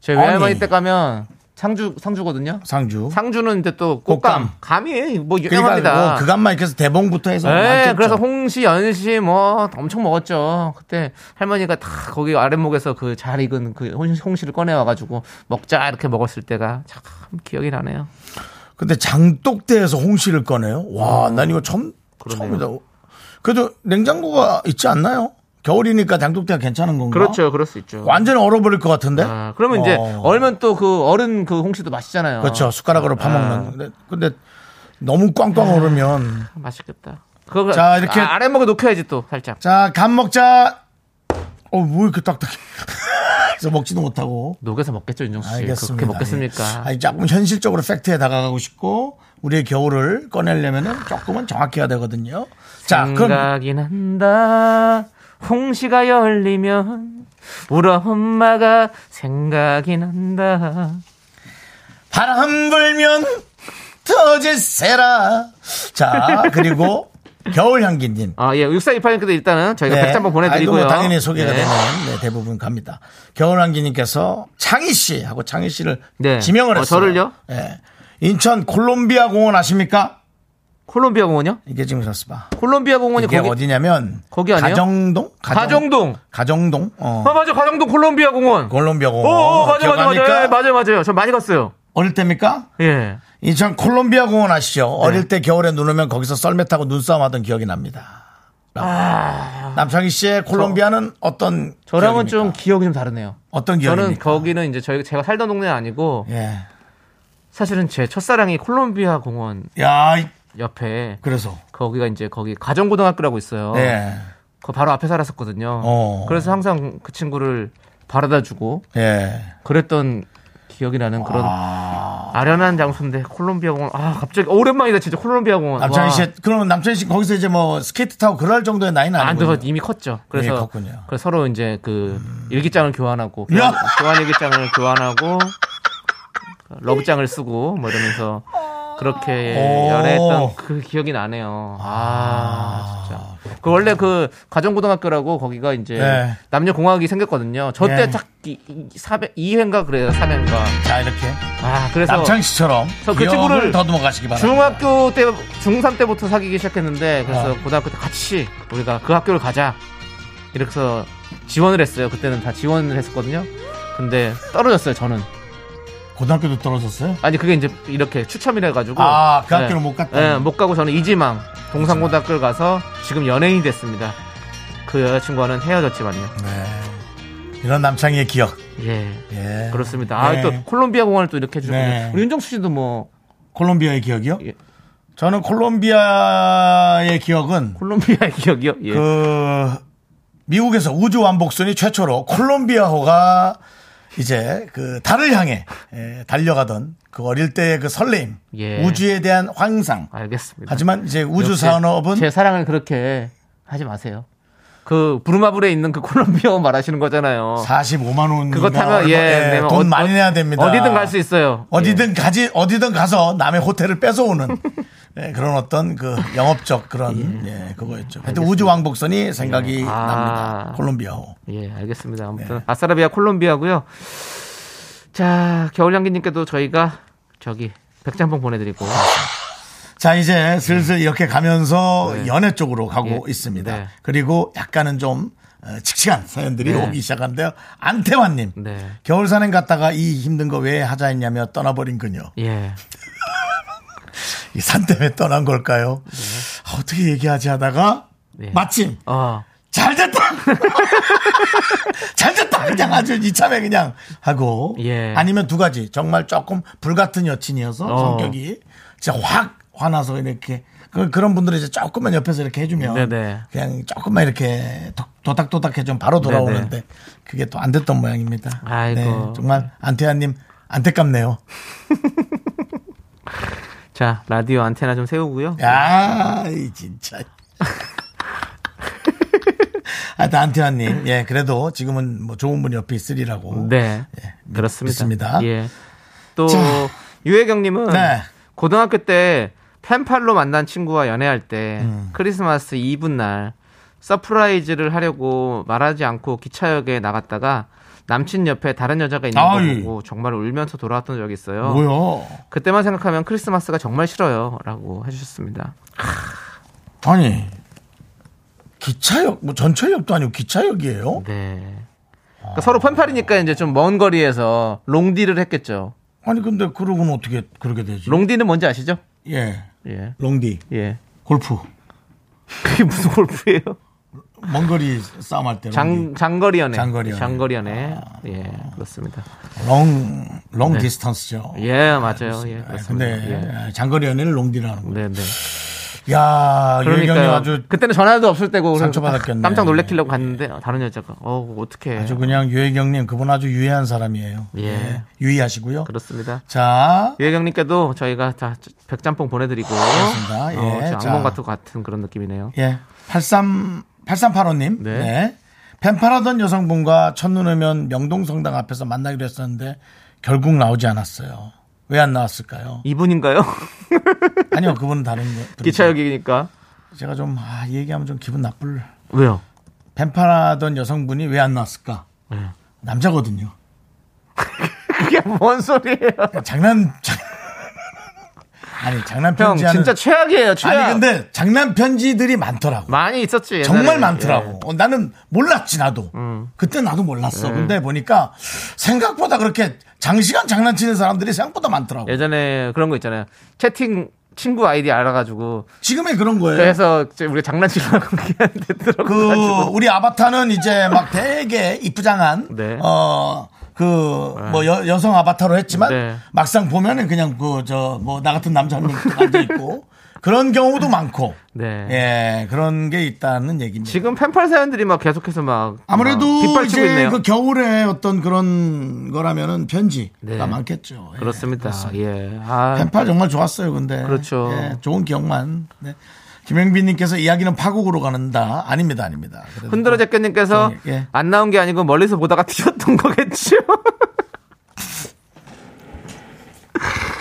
[SPEAKER 2] 저희
[SPEAKER 1] 아니.
[SPEAKER 2] 외할머니 댁 가면 상주 상주거든요.
[SPEAKER 1] 상주.
[SPEAKER 2] 상주는 이제 또
[SPEAKER 1] 곶감.
[SPEAKER 2] 꽃감, 감이 뭐
[SPEAKER 1] 그러니까
[SPEAKER 2] 유명합니다.
[SPEAKER 1] 뭐 그간만 익혀서 대봉부터 해서
[SPEAKER 2] 예,
[SPEAKER 1] 많겠죠.
[SPEAKER 2] 그래서 홍시, 연시 뭐 엄청 먹었죠. 그때 할머니가 다 거기 아랫목에서 그 잘 익은 그 홍- 홍시를 꺼내 와가지고 먹자 이렇게 먹었을 때가 참 기억이 나네요.
[SPEAKER 1] 근데 장독대에서 홍시를 꺼내요? 와, 난 이거 처음 처음이다. 그래도 냉장고가 있지 않나요? 겨울이니까 장독대가 괜찮은 건가?
[SPEAKER 2] 그렇죠, 그럴 수 있죠.
[SPEAKER 1] 완전 얼어버릴 것 같은데.
[SPEAKER 2] 아, 그러면 이제
[SPEAKER 1] 어.
[SPEAKER 2] 얼면 또 그 얼은 그 홍시도 맛있잖아요.
[SPEAKER 1] 그렇죠. 숟가락으로 파먹는. 근데, 근데 너무 꽝꽝 얼으면
[SPEAKER 2] 아, 맛있겠다. 그거
[SPEAKER 1] 자, 이렇게-
[SPEAKER 2] 아, 아랫목에 녹여야지 또 살짝.
[SPEAKER 1] 자, 간 먹자. 어, 뭐 이렇게 딱딱해. [laughs] 그래서 먹지도 못하고.
[SPEAKER 2] 녹여서 먹겠죠, 윤정수 씨.
[SPEAKER 1] 알겠습니다.
[SPEAKER 2] 그렇게 먹겠습니까?
[SPEAKER 1] 예. 아니, 조금 현실적으로 팩트에 다가가고 싶고 우리의 겨울을 꺼내려면은 조금은 정확해야 되거든요. 자, 그럼
[SPEAKER 2] 생각이 난다. 홍시가 열리면 우리 엄마가 생각이 난다.
[SPEAKER 1] 바람 불면 터질세라. 자,
[SPEAKER 2] [laughs]
[SPEAKER 1] 그리고 겨울 향기님.
[SPEAKER 2] 아, 예. 6428님께도 일단은 저희가
[SPEAKER 1] 네.
[SPEAKER 2] 백 100장
[SPEAKER 1] 아이고, 뭐
[SPEAKER 2] 보내드리고요.
[SPEAKER 1] 당연히 소개가
[SPEAKER 2] 네.
[SPEAKER 1] 되는 네, 대부분 갑니다. 겨울왕기님께서 창희 씨 하고 창희 씨를
[SPEAKER 2] 네.
[SPEAKER 1] 지명을
[SPEAKER 2] 어,
[SPEAKER 1] 했어요.
[SPEAKER 2] 저를요?
[SPEAKER 1] 예. 인천 콜롬비아 공원 아십니까?
[SPEAKER 2] 콜롬비아 공원이요?
[SPEAKER 1] 이게 지금 졌어봐.
[SPEAKER 2] 콜롬비아 공원이
[SPEAKER 1] 이게
[SPEAKER 2] 거기.
[SPEAKER 1] 어디냐면
[SPEAKER 2] 거기 아니에요?
[SPEAKER 1] 가정동?
[SPEAKER 2] 가정동.
[SPEAKER 1] 가정동. 어.
[SPEAKER 2] 아, 맞아. 가정동 콜롬비아 공원.
[SPEAKER 1] 콜롬비아
[SPEAKER 2] 오,
[SPEAKER 1] 공원.
[SPEAKER 2] 오, 어, 맞아, 맞아, 맞아.
[SPEAKER 1] 기억합니까?
[SPEAKER 2] 예, 맞아, 맞아요. 저 많이 갔어요.
[SPEAKER 1] 어릴 때입니까?
[SPEAKER 2] 예.
[SPEAKER 1] 인천 콜롬비아 공원 아시죠?
[SPEAKER 2] 네.
[SPEAKER 1] 어릴 때 겨울에 눈 오면 거기서 썰매 타고 눈싸움 하던 기억이 납니다. 라고. 남창희 씨의 콜롬비아는 어떤
[SPEAKER 2] 저랑은 좀
[SPEAKER 1] 기억입니까?
[SPEAKER 2] 기억이 좀 다르네요.
[SPEAKER 1] 어떤 기억입니까?
[SPEAKER 2] 저는 거기는 이제 저희 제가 살던 동네는 아니고
[SPEAKER 1] 예.
[SPEAKER 2] 사실은 제 첫사랑이 콜롬비아 공원
[SPEAKER 1] 야, 이-
[SPEAKER 2] 옆에
[SPEAKER 1] 그래서
[SPEAKER 2] 거기가 이제 거기 가정고등학교라고 있어요.
[SPEAKER 1] 예.
[SPEAKER 2] 그 바로 앞에 살았었거든요.
[SPEAKER 1] 어.
[SPEAKER 2] 그래서 항상 그 친구를 바라다 주고
[SPEAKER 1] 예.
[SPEAKER 2] 그랬던 기억이 나는 그런 아... 련한 장소인데 콜롬비아 공원 아 갑자기 오랜만이다 진짜 콜롬비아 공원
[SPEAKER 1] 남창희
[SPEAKER 2] 와.
[SPEAKER 1] 씨, 그러면 남창희 씨 거기서 이제 뭐 스케이트 타고 그럴 정도의 나이는
[SPEAKER 2] 안
[SPEAKER 1] 아니고.
[SPEAKER 2] 돼서 이미 컸죠.
[SPEAKER 1] 이미
[SPEAKER 2] 그래서
[SPEAKER 1] 예, 컸군요.
[SPEAKER 2] 그래서 서로 이제 그 일기장을 교환하고
[SPEAKER 1] 음. 야!
[SPEAKER 2] 교환, 교환 일기장을 교환하고 러브장을 쓰고 뭐 이러면서 그렇게
[SPEAKER 1] 오.
[SPEAKER 2] 연애했던 그 기억이 나네요. 아, 진짜. 그 원래 그 가정고등학교라고 거기가 이제
[SPEAKER 1] 네.
[SPEAKER 2] 남녀 공학이 생겼거든요. 저
[SPEAKER 1] 예.
[SPEAKER 2] 때딱 2회인가 그래요. 3회인가.
[SPEAKER 1] 자, 이렇게.
[SPEAKER 2] 아, 그래서
[SPEAKER 1] 남창희 씨처럼
[SPEAKER 2] 저그
[SPEAKER 1] 기억을
[SPEAKER 2] 친구를
[SPEAKER 1] 더듬어 가시기 바랍니다.
[SPEAKER 2] 중학교 때 중3 때부터 사귀기 시작했는데 그래서
[SPEAKER 1] 어.
[SPEAKER 2] 고등학교 때 같이 우리가 그 학교를 가자 이렇게 해서 지원을 했어요 그때는 다 지원을 했었거든요 근데 떨어졌어요 저는
[SPEAKER 1] 고등학교도 떨어졌어요?
[SPEAKER 2] 아니 그게 이제 이렇게 추첨이라 해가지고
[SPEAKER 1] 아, 그 학교를 못 갔다.
[SPEAKER 2] 네, 못 가고 저는 이지망 동산고등학교를 가서 지금 연예인이 됐습니다 그 여자친구와는 헤어졌지만요
[SPEAKER 1] 음. 이런 남창희의 기억.
[SPEAKER 2] 예
[SPEAKER 1] 예.
[SPEAKER 2] 그렇습니다 아
[SPEAKER 1] 네.
[SPEAKER 2] 또 콜롬비아 공원을 또 이렇게 해주셨군요
[SPEAKER 1] 네.
[SPEAKER 2] 우리 윤정수 씨도 뭐
[SPEAKER 1] 콜롬비아의 기억이요?
[SPEAKER 2] 예.
[SPEAKER 1] 저는 콜롬비아의 기억은
[SPEAKER 2] 콜롬비아의 기억이요 예.
[SPEAKER 1] 그 미국에서 우주 왕복선이 최초로 콜롬비아호가 이제 그 달을 향해 예, 달려가던 그 어릴 때의 그 설레임,
[SPEAKER 2] 예.
[SPEAKER 1] 우주에 대한 환상.
[SPEAKER 2] 알겠습니다
[SPEAKER 1] 하지만 이제 우주
[SPEAKER 2] 역시
[SPEAKER 1] 산업은
[SPEAKER 2] 제 사랑을 그렇게 하지 마세요. 그 부르마블에 있는 그 콜롬비아 [laughs] 말하시는 거잖아요.
[SPEAKER 1] 45만 원
[SPEAKER 2] 그거 타면 예, 네,
[SPEAKER 1] 뭐, 돈
[SPEAKER 2] 어-
[SPEAKER 1] 많이
[SPEAKER 2] 어-
[SPEAKER 1] 내야 됩니다.
[SPEAKER 2] 어디든 갈 수 있어요.
[SPEAKER 1] 어디든 가지 어디든 가서 남의 호텔을 뺏어오는 예, 그런 어떤 그 영업적 그런 예, 그거였죠. 하여튼 우주 왕복선이 생각이
[SPEAKER 2] 아.
[SPEAKER 1] 납니다. 콜롬비아호.
[SPEAKER 2] 예, 예, 알겠습니다. 아무튼
[SPEAKER 1] 네.
[SPEAKER 2] 아사라비아 콜롬비아고요. 자, 겨울향기님께도 저희가 저기 백장봉 보내드리고
[SPEAKER 1] 자 이제 슬슬 이렇게 가면서
[SPEAKER 2] 네.
[SPEAKER 1] 연애 쪽으로 가고
[SPEAKER 2] 예.
[SPEAKER 1] 있습니다.
[SPEAKER 2] 네.
[SPEAKER 1] 그리고 약간은 좀 어, 칙칙한 사연들이
[SPEAKER 2] 네.
[SPEAKER 1] 오기 시작한데요. 안태환님
[SPEAKER 2] 네.
[SPEAKER 1] 겨울 산행 갔다가 이 힘든 거 왜 하자 했냐며 떠나버린 그녀.
[SPEAKER 2] 예,
[SPEAKER 1] 이 산 때문에 떠난 걸까요? 아, 어떻게 얘기하지 하다가
[SPEAKER 2] 네.
[SPEAKER 1] 마침
[SPEAKER 2] 어,
[SPEAKER 1] 잘 됐다. [laughs] 잘 됐다. 그냥 아주 이참에 그냥 하고.
[SPEAKER 2] 예.
[SPEAKER 1] 아니면 두 가지. 정말 조금 불같은 여친이어서
[SPEAKER 2] 어.
[SPEAKER 1] 성격이 진짜 확 화나서 이렇게 그, 그런 분들이 이제 조금만 옆에서 이렇게 해주면
[SPEAKER 2] 네네.
[SPEAKER 1] 그냥 조금만 이렇게 도- 도닥도닥해 좀 바로 돌아오는데 그게 또 안 됐던 모양입니다.
[SPEAKER 2] 네,
[SPEAKER 1] 네,
[SPEAKER 2] 아이고.
[SPEAKER 1] 정말 안태환님 안타깝네요.
[SPEAKER 2] 자 라디오 안테나 좀 세우고요.
[SPEAKER 1] 야, 이 진짜. [laughs] 하여튼 안태환님, 아, 예, 그래도 지금은 뭐 좋은 분 옆에 있으리라고.
[SPEAKER 2] 네,
[SPEAKER 1] 믿-
[SPEAKER 2] 그렇습니다.
[SPEAKER 1] 뭐, 예, 믿습니다.
[SPEAKER 2] 예, 또
[SPEAKER 1] 자.
[SPEAKER 2] 유혜경님은
[SPEAKER 1] 네.
[SPEAKER 2] 고등학교 때 펜팔로 만난 친구와 연애할 때 크리스마스 이브 날 서프라이즈를 하려고 말하지 않고 기차역에 나갔다가 남친 옆에 다른 여자가 있는
[SPEAKER 1] 아이.
[SPEAKER 2] 거 보고 정말 울면서 돌아왔던 적이 있어요.
[SPEAKER 1] 뭐야?
[SPEAKER 2] 그때만 생각하면 크리스마스가 정말 싫어요라고 해주셨습니다.
[SPEAKER 1] 아니 기차역 뭐 전철역도 아니고 기차역이에요?
[SPEAKER 2] 네. 그러니까 서로 편팔이니까 이제 좀 먼 거리에서 롱디를 했겠죠.
[SPEAKER 1] 아니 근데 그러고는 어떻게 그렇게 되지?
[SPEAKER 2] 롱디는 뭔지 아시죠?
[SPEAKER 1] 예,
[SPEAKER 2] 예.
[SPEAKER 1] 롱디
[SPEAKER 2] 예.
[SPEAKER 1] 골프
[SPEAKER 2] 그게 무슨 골프예요?
[SPEAKER 1] 먼거리 싸움할 때
[SPEAKER 2] 장 장거리 연애.
[SPEAKER 1] 장거리 연애.
[SPEAKER 2] 연애. 예, 그렇습니다.
[SPEAKER 1] 롱long
[SPEAKER 2] 네.
[SPEAKER 1] 디스턴스죠.
[SPEAKER 2] 예, 맞아요. 예,
[SPEAKER 1] 네,
[SPEAKER 2] 그렇습니다. 예.
[SPEAKER 1] 근데 장거리 연애를 롱디라는 거.
[SPEAKER 2] 네, 네.
[SPEAKER 1] 야, 유혜경이
[SPEAKER 2] 그러니까
[SPEAKER 1] 아주
[SPEAKER 2] 그때는 전화도 없을 때고 그래서
[SPEAKER 1] 상처받았겠네.
[SPEAKER 2] 깜짝 놀래키려고 갔는데 다른 여자가 어 어떻게
[SPEAKER 1] 아주 그냥 유혜경님 그분 아주 유해한 사람이에요.
[SPEAKER 2] 예.
[SPEAKER 1] 예, 유의하시고요.
[SPEAKER 2] 그렇습니다.
[SPEAKER 1] 자,
[SPEAKER 2] 유혜경님께도 저희가 다 백짬뽕 보내드리고
[SPEAKER 1] 그렇습니다. 예,
[SPEAKER 2] 어, 진짜
[SPEAKER 1] 자.
[SPEAKER 2] 악몽 같은 것 같은 그런 느낌이네요.
[SPEAKER 1] 예, 83 8385님.
[SPEAKER 2] 네.
[SPEAKER 1] 네. 팬팔하던 여성분과 첫눈오면 명동성당 앞에서 만나기로 했었는데 결국 나오지 않았어요. 왜 안 나왔을까요?
[SPEAKER 2] 이분인가요? [laughs]
[SPEAKER 1] 아니요, 그분은 다른 분.
[SPEAKER 2] 기차역이니까
[SPEAKER 1] 제가 좀 아, 이 얘기하면 좀 기분 나쁠.
[SPEAKER 2] 왜요?
[SPEAKER 1] 뱀파라던 여성분이 왜 안 나왔을까?
[SPEAKER 2] 네.
[SPEAKER 1] 남자거든요.
[SPEAKER 2] 그게 뭔 소리예요?
[SPEAKER 1] 장난 [laughs] 장... 아니 장난
[SPEAKER 2] 형
[SPEAKER 1] 편지 하는
[SPEAKER 2] 진짜 최악이에요. 최악.
[SPEAKER 1] 아니 근데 장난 편지들이 많더라고.
[SPEAKER 2] 많이 있었지. 옛날에.
[SPEAKER 1] 정말
[SPEAKER 2] 예. 음. 예.
[SPEAKER 1] 많더라고. 어, 나는 몰랐지 나도. 그때 나도 몰랐어. 근데 보니까 생각보다 그렇게 장시간 장난치는 사람들이 생각보다 많더라고.
[SPEAKER 2] 예전에 그런 거 있잖아요. 채팅 친구 아이디 알아가지고
[SPEAKER 1] 지금의 그런 거예요.
[SPEAKER 2] 그래서 이제 우리 장난치려고 걔한테
[SPEAKER 1] 그
[SPEAKER 2] 들어가지고
[SPEAKER 1] 우리 아바타는 이제 막 되게 이쁘장한
[SPEAKER 2] 네.
[SPEAKER 1] 어. 그 뭐 여성 아바타로 했지만
[SPEAKER 2] 네.
[SPEAKER 1] 막상 보면은 그냥 그 저 뭐 나 같은 남자 한명 앉아 있고 그런 경우도 많고
[SPEAKER 2] 네.
[SPEAKER 1] 예 그런 게 있다는 얘기입니다.
[SPEAKER 2] 지금 팬팔 사연들이 막 계속해서 막 막
[SPEAKER 1] 아무래도
[SPEAKER 2] 빗발치고
[SPEAKER 1] 이제
[SPEAKER 2] 있네요.
[SPEAKER 1] 그 겨울에 어떤 그런 거라면은 편지가
[SPEAKER 2] 네.
[SPEAKER 1] 많겠죠. 예,
[SPEAKER 2] 그렇습니다.
[SPEAKER 1] 그렇습니다.
[SPEAKER 2] 예. 아,
[SPEAKER 1] 펜팔 정말 좋았어요, 근데.
[SPEAKER 2] 그렇죠.
[SPEAKER 1] 예, 좋은 기억만. 네. 김영빈님께서 이야기는 파국으로 가는다. 아닙니다, 아닙니다. 그래도
[SPEAKER 2] 흔들어
[SPEAKER 1] 또-
[SPEAKER 2] 제껴님께서
[SPEAKER 1] 예, 예.
[SPEAKER 2] 안 나온 게 아니고 멀리서 보다가 [laughs] 튀었던 거겠죠.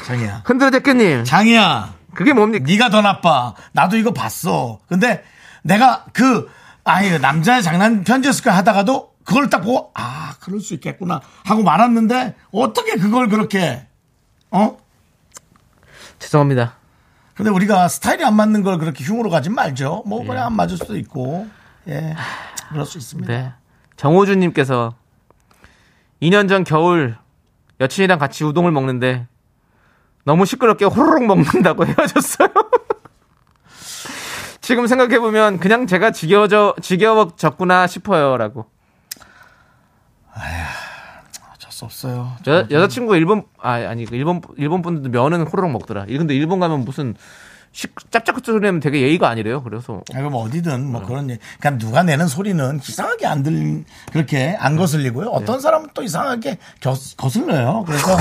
[SPEAKER 1] 장이야.
[SPEAKER 2] 흔들어 제껴님,
[SPEAKER 1] 장이야.
[SPEAKER 2] 그게 뭡니까?
[SPEAKER 1] 네가 더 나빠. 나도 이거 봤어. 근데 내가 그 아니 남자의 장난 편지였을까 하다가도 그걸 딱 보고 아 그럴 수 있겠구나 하고 말았는데 어떻게 그걸 그렇게 어?
[SPEAKER 2] 죄송합니다.
[SPEAKER 1] 근데 우리가 스타일이 안 맞는 걸 그렇게 흉으로 가진 말죠. 뭐 그냥 안 맞을 수도 있고 예 그럴 수 있습니다.
[SPEAKER 2] 예. 네. 정호준님께서 2년 전 겨울 여친이랑 같이 우동을 먹는데 너무 시끄럽게 호로록 먹는다고 [laughs] 헤어졌어요. 지금 생각해보면 그냥 제가 지겨워져, 지겨워졌구나 싶어요. 라고.
[SPEAKER 1] 어쩔 수 없어요.
[SPEAKER 2] 여, 여자친구 일본 아 아니 그 일본 일본 분들도 면은 호로록 먹더라. 근데 일본 가면 무슨 시, 짭짤한 소리 내면 되게 예의가 아니래요. 그래서
[SPEAKER 1] 아, 그럼 어디든 뭐 그런 얘기. 그러니까 누가 내는
[SPEAKER 2] 네.
[SPEAKER 1] 소리는 이상하게 안 들, 그렇게 안 거슬리고요. 어떤 사람은 또 이상하게 겨, 거슬려요.
[SPEAKER 2] [laughs]
[SPEAKER 1] 그래서,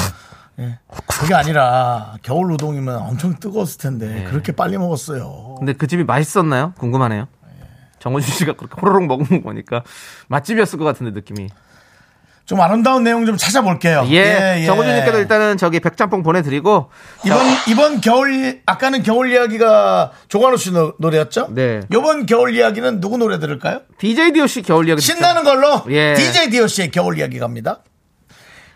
[SPEAKER 1] 예. 그게 아니라 겨울 우동이면 엄청 뜨거웠을
[SPEAKER 2] 네.
[SPEAKER 1] 텐데 그렇게 빨리 먹었어요.
[SPEAKER 2] 근데 그 집이 맛있었나요? 궁금하네요. 정호준 씨가 그렇게 호로록 먹은 거 보니까 맛집이었을 것 같은데 느낌이.
[SPEAKER 1] 좀 아름다운 내용 좀 찾아볼게요.
[SPEAKER 2] 예, 정호준님께도 일단은 저기 백짬뽕 보내드리고
[SPEAKER 1] 이번, 이번 겨울, 아까는 겨울 이야기가 조관우 씨 노, 노래였죠?
[SPEAKER 2] 네.
[SPEAKER 1] 이번 겨울 이야기는 누구 노래 들을까요?
[SPEAKER 2] DJ DOC 겨울 이야기 듣죠.
[SPEAKER 1] 신나는 걸로
[SPEAKER 2] 예.
[SPEAKER 1] DJ DOC의 겨울 이야기 갑니다.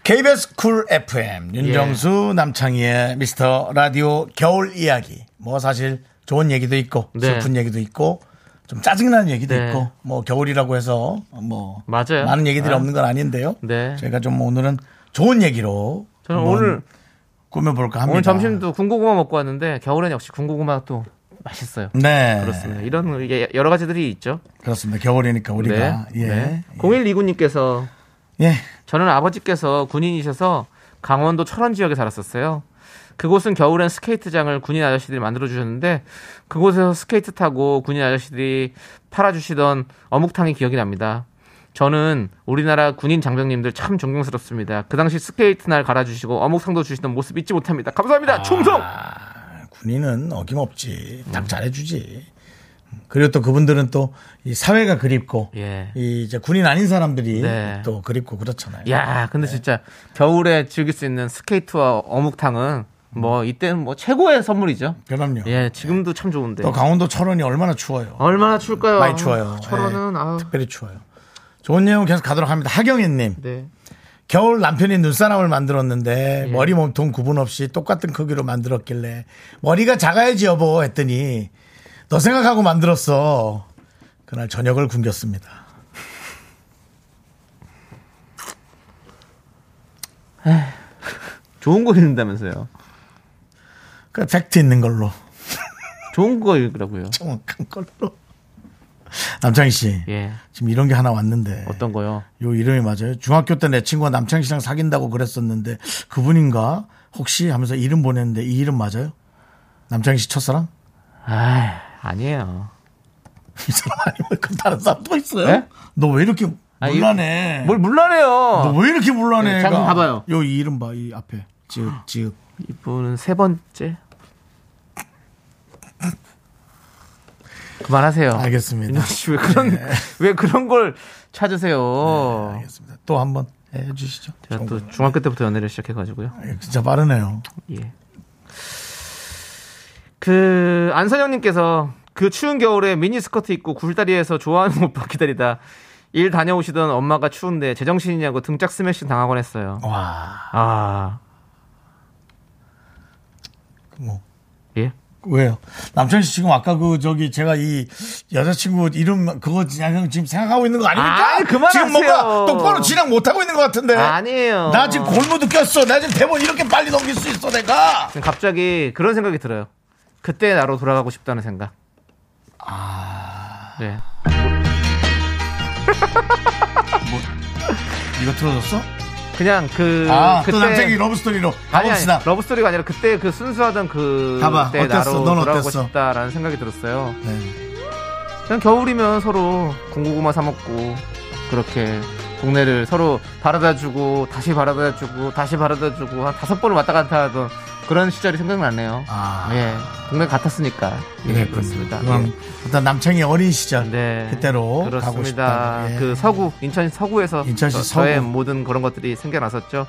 [SPEAKER 1] KBS 쿨 FM 윤정수
[SPEAKER 2] 예.
[SPEAKER 1] 남창희의 미스터 라디오 겨울 이야기 뭐 사실 좋은 얘기도 있고
[SPEAKER 2] 네.
[SPEAKER 1] 슬픈 얘기도 있고 좀 짜증나는 얘기도
[SPEAKER 2] 네.
[SPEAKER 1] 있고 뭐 겨울이라고 해서 뭐
[SPEAKER 2] 맞아요.
[SPEAKER 1] 많은 얘기들이
[SPEAKER 2] 아.
[SPEAKER 1] 없는 건 아닌데요.
[SPEAKER 2] 네.
[SPEAKER 1] 저희가 좀 오늘은 좋은 얘기로
[SPEAKER 2] 저는
[SPEAKER 1] 한번
[SPEAKER 2] 오늘
[SPEAKER 1] 꾸며볼까 합니다.
[SPEAKER 2] 오늘 점심도 군고구마 먹고 왔는데 겨울엔 역시 군고구마 또 맛있어요.
[SPEAKER 1] 네 그렇습니다.
[SPEAKER 2] 그렇습니다. 이런 예, 여러 가지들이 있죠.
[SPEAKER 1] 겨울이니까 우리가 예.
[SPEAKER 2] 네. 0129님께서
[SPEAKER 1] 예.
[SPEAKER 2] 저는 아버지께서 군인이셔서 강원도 철원 지역에 살았었어요. 그곳은 겨울엔 스케이트장을 군인 아저씨들이 만들어 주셨는데 그곳에서 스케이트 타고 군인 아저씨들이 팔아 주시던 어묵탕이 기억이 납니다. 저는 우리나라 군인 장병님들 참 존경스럽습니다. 그 당시 스케이트 날 갈아주시고 어묵탕도 주시던 모습 잊지 못합니다. 감사합니다. 충성.
[SPEAKER 1] 아, 군인은 어김없지.
[SPEAKER 2] 음.
[SPEAKER 1] 딱 잘해주지. 그리고 또 그분들은 또 이 사회가 그립고
[SPEAKER 2] 예.
[SPEAKER 1] 이 이제 군인 아닌 사람들이
[SPEAKER 2] 네.
[SPEAKER 1] 또 그립고 그렇잖아요.
[SPEAKER 2] 야, 네. 근데 진짜 겨울에 즐길 수 있는 스케이트와 어묵탕은 뭐 이때는 뭐 최고의 선물이죠.
[SPEAKER 1] 그럼요.
[SPEAKER 2] 예, 지금도 참 좋은데.
[SPEAKER 1] 또 강원도 철원이 얼마나 추워요.
[SPEAKER 2] 얼마나 추울까요? 네.
[SPEAKER 1] 많이 추워요.
[SPEAKER 2] 어. 철원은
[SPEAKER 1] 예.
[SPEAKER 2] 아우.
[SPEAKER 1] 특별히 추워요. 좋은 내용 계속 가도록 합니다. 하경희님.
[SPEAKER 2] 네.
[SPEAKER 1] 겨울 남편이 눈사람을
[SPEAKER 2] 예.
[SPEAKER 1] 만들었는데 머리 몸통 구분 없이 똑같은 크기로 만들었길래 머리가 작아야지 여보 했더니 너 생각하고 만들었어. 그날 저녁을 굶겼습니다.
[SPEAKER 2] 좋은 거 읽는다면서요.
[SPEAKER 1] 그 팩트 있는 걸로
[SPEAKER 2] 좋은 거 읽으라고요.
[SPEAKER 1] 정확한 걸로. 남창희 씨
[SPEAKER 2] 예.
[SPEAKER 1] 지금 이런 게 하나 왔는데
[SPEAKER 2] 어떤 거요?
[SPEAKER 1] 요 이름이 맞아요? 중학교 때 내 친구가 남창희 씨랑 사귄다고 그랬었는데 그분인가 혹시 하면서 이름 보냈는데 이 이름 맞아요? 남창희 씨 첫사랑?
[SPEAKER 2] 아, 아니에요.
[SPEAKER 1] 이 사람 아니면 그 다른 사람 또 있어요?
[SPEAKER 2] 네? 아,
[SPEAKER 1] 너 왜 이렇게 물란해?
[SPEAKER 2] 뭘 물러내요.
[SPEAKER 1] 너 왜 이렇게 물란해?
[SPEAKER 2] 네, 잠깐
[SPEAKER 1] 얘가?
[SPEAKER 2] 봐봐요.
[SPEAKER 1] 요 이름 봐, 이 앞에. 지읒, 지읒.
[SPEAKER 2] 이분은 세 번째. 그만하세요.
[SPEAKER 1] 알겠습니다.
[SPEAKER 2] 윤정 씨왜 그런 왜 그런 걸 찾으세요?
[SPEAKER 1] 알겠습니다. 또 한 번 해주시죠.
[SPEAKER 2] 제가
[SPEAKER 1] 정말.
[SPEAKER 2] 또 중학교 때부터 연애를 시작해가지고요.
[SPEAKER 1] 진짜 빠르네요.
[SPEAKER 2] 예. 그 안선영님께서 그 추운 겨울에 미니스커트 입고 굴다리에서 좋아하는 오빠 기다리다 일 다녀오시던 엄마가 추운데 제정신이냐고 등짝 스매싱 당하곤 했어요.
[SPEAKER 1] 와,
[SPEAKER 2] 아
[SPEAKER 1] 뭐.
[SPEAKER 2] 예.
[SPEAKER 1] 왜요? 남창희 씨 지금 아까 그 저기 제가 이 여자친구 이름 그거 그냥 지금 생각하고 있는 거 아닙니까?
[SPEAKER 2] 아이, 그만하세요.
[SPEAKER 1] 지금 뭔가 똑바로 진행 못하고 있는 것 같은데.
[SPEAKER 2] 아니에요.
[SPEAKER 1] 네. 나 지금 골무도 꼈어. 나 지금 대본 이렇게 빨리 넘길 수 있어 내가.
[SPEAKER 2] 지금 갑자기 그런 생각이 들어요. 그때 나로 돌아가고 싶다는 생각. 아. 네.
[SPEAKER 1] 이거 틀어졌어?
[SPEAKER 2] 그냥 그
[SPEAKER 1] 아,
[SPEAKER 2] 그때
[SPEAKER 1] 또 남창희 러브스토리로
[SPEAKER 2] 아니,
[SPEAKER 1] 가봅시다.
[SPEAKER 2] 아니, 러브 스토리가 아니라 그때 그 순수하던 그
[SPEAKER 1] 가봐.
[SPEAKER 2] 때
[SPEAKER 1] 어땠어?
[SPEAKER 2] 나로
[SPEAKER 1] 넌
[SPEAKER 2] 돌아가고
[SPEAKER 1] 어땠어?
[SPEAKER 2] 싶다라는 생각이 들었어요.
[SPEAKER 1] 네.
[SPEAKER 2] 그냥 겨울이면 서로 군고구마 사 먹고 그렇게 동네를 서로 바라다주고 다시 바라다주고 다시 바라다주고 한 다섯 번을 왔다 갔다 하던 그런 시절이 생각나네요.
[SPEAKER 1] 아. 네,
[SPEAKER 2] 예, 동네 같았으니까 예, 그렇습니다.
[SPEAKER 1] 그럼
[SPEAKER 2] 예.
[SPEAKER 1] 일단 남창희 어린 시절
[SPEAKER 2] 네.
[SPEAKER 1] 그때로 가고
[SPEAKER 2] 그렇습니다.
[SPEAKER 1] 싶다. 예.
[SPEAKER 2] 그 서구, 인천 서구에서
[SPEAKER 1] 인천시
[SPEAKER 2] 저, 저의
[SPEAKER 1] 서구. 어.
[SPEAKER 2] 모든 그런 것들이 생겨났었죠.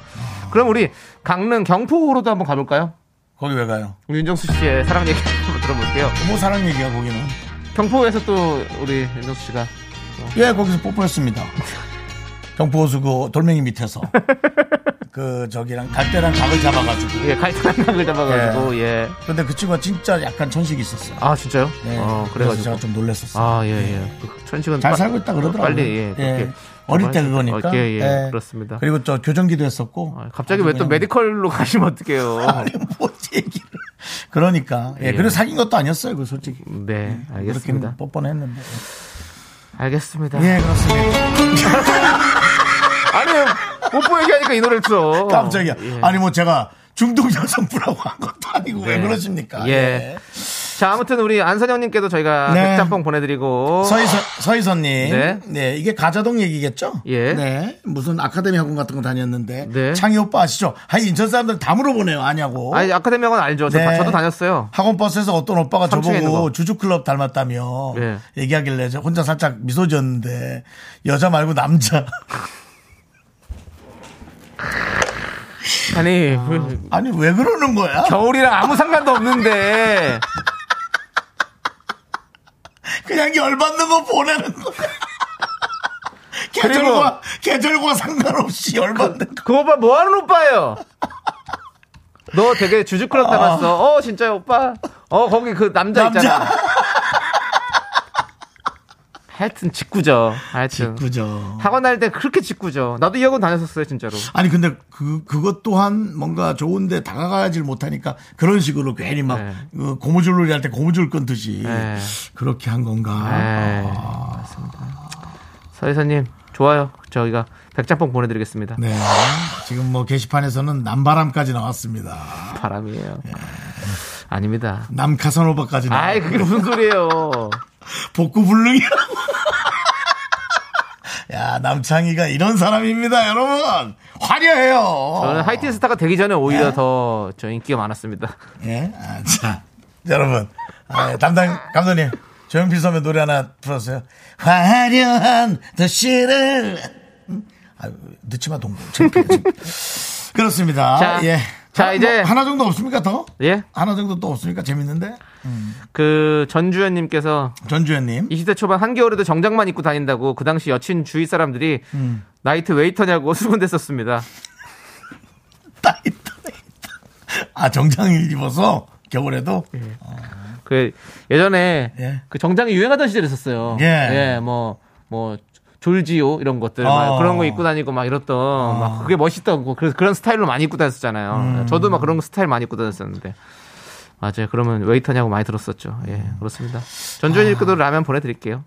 [SPEAKER 2] 그럼 우리 강릉 경포호로도 한번 가볼까요?
[SPEAKER 1] 거기 왜 가요?
[SPEAKER 2] 우리 윤정수 씨의 사랑 얘기 [laughs] 한번 들어볼게요.
[SPEAKER 1] 부모 사랑 얘기야 거기는.
[SPEAKER 2] 경포호에서 또 우리 윤정수 씨가
[SPEAKER 1] 예, 거기서
[SPEAKER 2] [laughs]
[SPEAKER 1] 뽀뽀했습니다. 경포호수 그 돌멩이 밑에서 [laughs] 그 저기랑 갈대랑 각을 잡아가지고.
[SPEAKER 2] 예, 갈등각을 잡아가지고 예.
[SPEAKER 1] 근데 그 친구가 진짜 약간 천식이 있었어요.
[SPEAKER 2] 아 진짜요?
[SPEAKER 1] 예.
[SPEAKER 2] 어,
[SPEAKER 1] 그래서
[SPEAKER 2] 그래가지고
[SPEAKER 1] 제가 좀 놀랐었어요.
[SPEAKER 2] 아, 예, 예. 그 천식은
[SPEAKER 1] 잘
[SPEAKER 2] 빠-
[SPEAKER 1] 살고 있다 그러더라고요.
[SPEAKER 2] 빨리, 예. 그렇게
[SPEAKER 1] 어릴 때
[SPEAKER 2] 좀
[SPEAKER 1] 그거니까.
[SPEAKER 2] 어, 예, 예. 그렇습니다.
[SPEAKER 1] 그리고 저 교정기도 했었고.
[SPEAKER 2] 아, 갑자기 왜 또
[SPEAKER 1] 아주 그냥
[SPEAKER 2] 메디컬로 [laughs] 가시면 어떡해요.
[SPEAKER 1] [laughs] 아니 뭐지 얘기를. 그러니까. 예,
[SPEAKER 2] 예.
[SPEAKER 1] 그리고 사귄 것도 아니었어요, 그 솔직히.
[SPEAKER 2] 네,
[SPEAKER 1] 그렇게는
[SPEAKER 2] 알겠습니다.
[SPEAKER 1] 뻔뻔했는데.
[SPEAKER 2] 알겠습니다.
[SPEAKER 1] 예, 그렇습니다.
[SPEAKER 2] 아니, 뽀뽀 얘기하니까 이 노래를 틀어.
[SPEAKER 1] [laughs] 깜짝이야.
[SPEAKER 2] 예.
[SPEAKER 1] 아니 뭐 제가 중동 여성부라고 한 것도 아니고 왜
[SPEAKER 2] 네.
[SPEAKER 1] 그러십니까?
[SPEAKER 2] 예. 자, 아무튼 우리 안선영님께도 저희가
[SPEAKER 1] 네.
[SPEAKER 2] 백짬뽕 보내드리고.
[SPEAKER 1] 서희선, 서희선님.
[SPEAKER 2] 네.
[SPEAKER 1] 네. 이게 가자동 얘기겠죠?
[SPEAKER 2] 예.
[SPEAKER 1] 네. 무슨 아카데미 학원 같은 거 다녔는데.
[SPEAKER 2] 네.
[SPEAKER 1] 창희 오빠 아시죠? 아니, 인천 사람들 다 물어보네요. 아냐고.
[SPEAKER 2] 아니, 아카데미 학원 알죠? 저,
[SPEAKER 1] 네.
[SPEAKER 2] 도 다녔어요.
[SPEAKER 1] 학원 버스에서 어떤 오빠가
[SPEAKER 2] 3층에 있는 거.
[SPEAKER 1] 저보고 주주클럽 닮았다며
[SPEAKER 2] 예.
[SPEAKER 1] 얘기하길래 저 혼자 살짝 미소 지었는데 여자 말고 남자. [laughs]
[SPEAKER 2] 아니, 그-
[SPEAKER 1] 아니, 왜 그러는 거야?
[SPEAKER 2] 겨울이랑 아무 상관도 없는데.
[SPEAKER 1] 그냥 열받는 거 보내는 거야. 계절과, 계절과 상관없이 열받는 거.
[SPEAKER 2] 그 오빠 뭐 하는 오빠예요? 너 되게 주주클럽 닮았어. 어, 진짜 오빠. 어, 거기 그 남자,
[SPEAKER 1] 남자.
[SPEAKER 2] 있잖아. 하여튼 직구죠. 하여튼.
[SPEAKER 1] 그죠.
[SPEAKER 2] 학원 다닐 때 그렇게 직구죠. 나도 이 학원 다녔었어요, 진짜로.
[SPEAKER 1] 아니 근데 그 그것 또한 뭔가 좋은데 다가가질 못하니까 그런 식으로 괜히 막
[SPEAKER 2] 네.
[SPEAKER 1] 그 고무줄놀이 할 때 고무줄 끊듯이
[SPEAKER 2] 네.
[SPEAKER 1] 그렇게 한 건가? 아.
[SPEAKER 2] 네, 서이사님, 좋아요. 저희가 백짬뽕 보내드리겠습니다.
[SPEAKER 1] 네. 지금 뭐 게시판에서는 남바람까지 나왔습니다.
[SPEAKER 2] 바람이에요. 아닙니다.
[SPEAKER 1] 남카사노바까지 나.
[SPEAKER 2] 아이, 그게 무슨 소리예요.
[SPEAKER 1] 복구 불능이라고. [laughs] 야 남창희가 이런 사람입니다, 여러분. 화려해요.
[SPEAKER 2] 저는 하이틴 스타가 되기 전에 오히려 더 저 인기가 많았습니다.
[SPEAKER 1] 예. 아, 자, 여러분. 아, 담당 감독님. 조용필 선배 노래 하나 불러주세요. 화려한 도시를. 아, 늦지마 동공. 창피해, 창피해. 그렇습니다.
[SPEAKER 2] 자,
[SPEAKER 1] 예.
[SPEAKER 2] 자, 이제
[SPEAKER 1] 뭐 하나 정도 없습니까 더?
[SPEAKER 2] 예?
[SPEAKER 1] 하나 정도 또 없으니까 재밌는데
[SPEAKER 2] 그 전주현 님께서
[SPEAKER 1] 전주현님
[SPEAKER 2] 20대 초반 한겨울에도 정장만 입고 다닌다고 그 당시 여친 주위 사람들이
[SPEAKER 1] 음.
[SPEAKER 2] 나이트 웨이터냐고 [laughs] 수군댔었습니다.
[SPEAKER 1] 따이따 아 정장을 입어서 겨울에도
[SPEAKER 2] 예. 그 예전에
[SPEAKER 1] 예.
[SPEAKER 2] 그 정장이 유행하던 시절이 있었어요.
[SPEAKER 1] 예.
[SPEAKER 2] 뭐, 뭐, 졸지요 이런 것들 막
[SPEAKER 1] 어.
[SPEAKER 2] 그런 거 입고 다니고 막 이랬던 막 그게 멋있다고 그래서 그런 스타일로 많이 입고
[SPEAKER 1] 음.
[SPEAKER 2] 다녔었잖아요. 예, 저도 막 그런 스타일 많이 입고 다녔었는데 맞아요. 그러면 웨이터냐고 많이 들었었죠. 예, 그렇습니다.
[SPEAKER 1] 아.
[SPEAKER 2] 전주현 일기도 라면 보내드릴게요.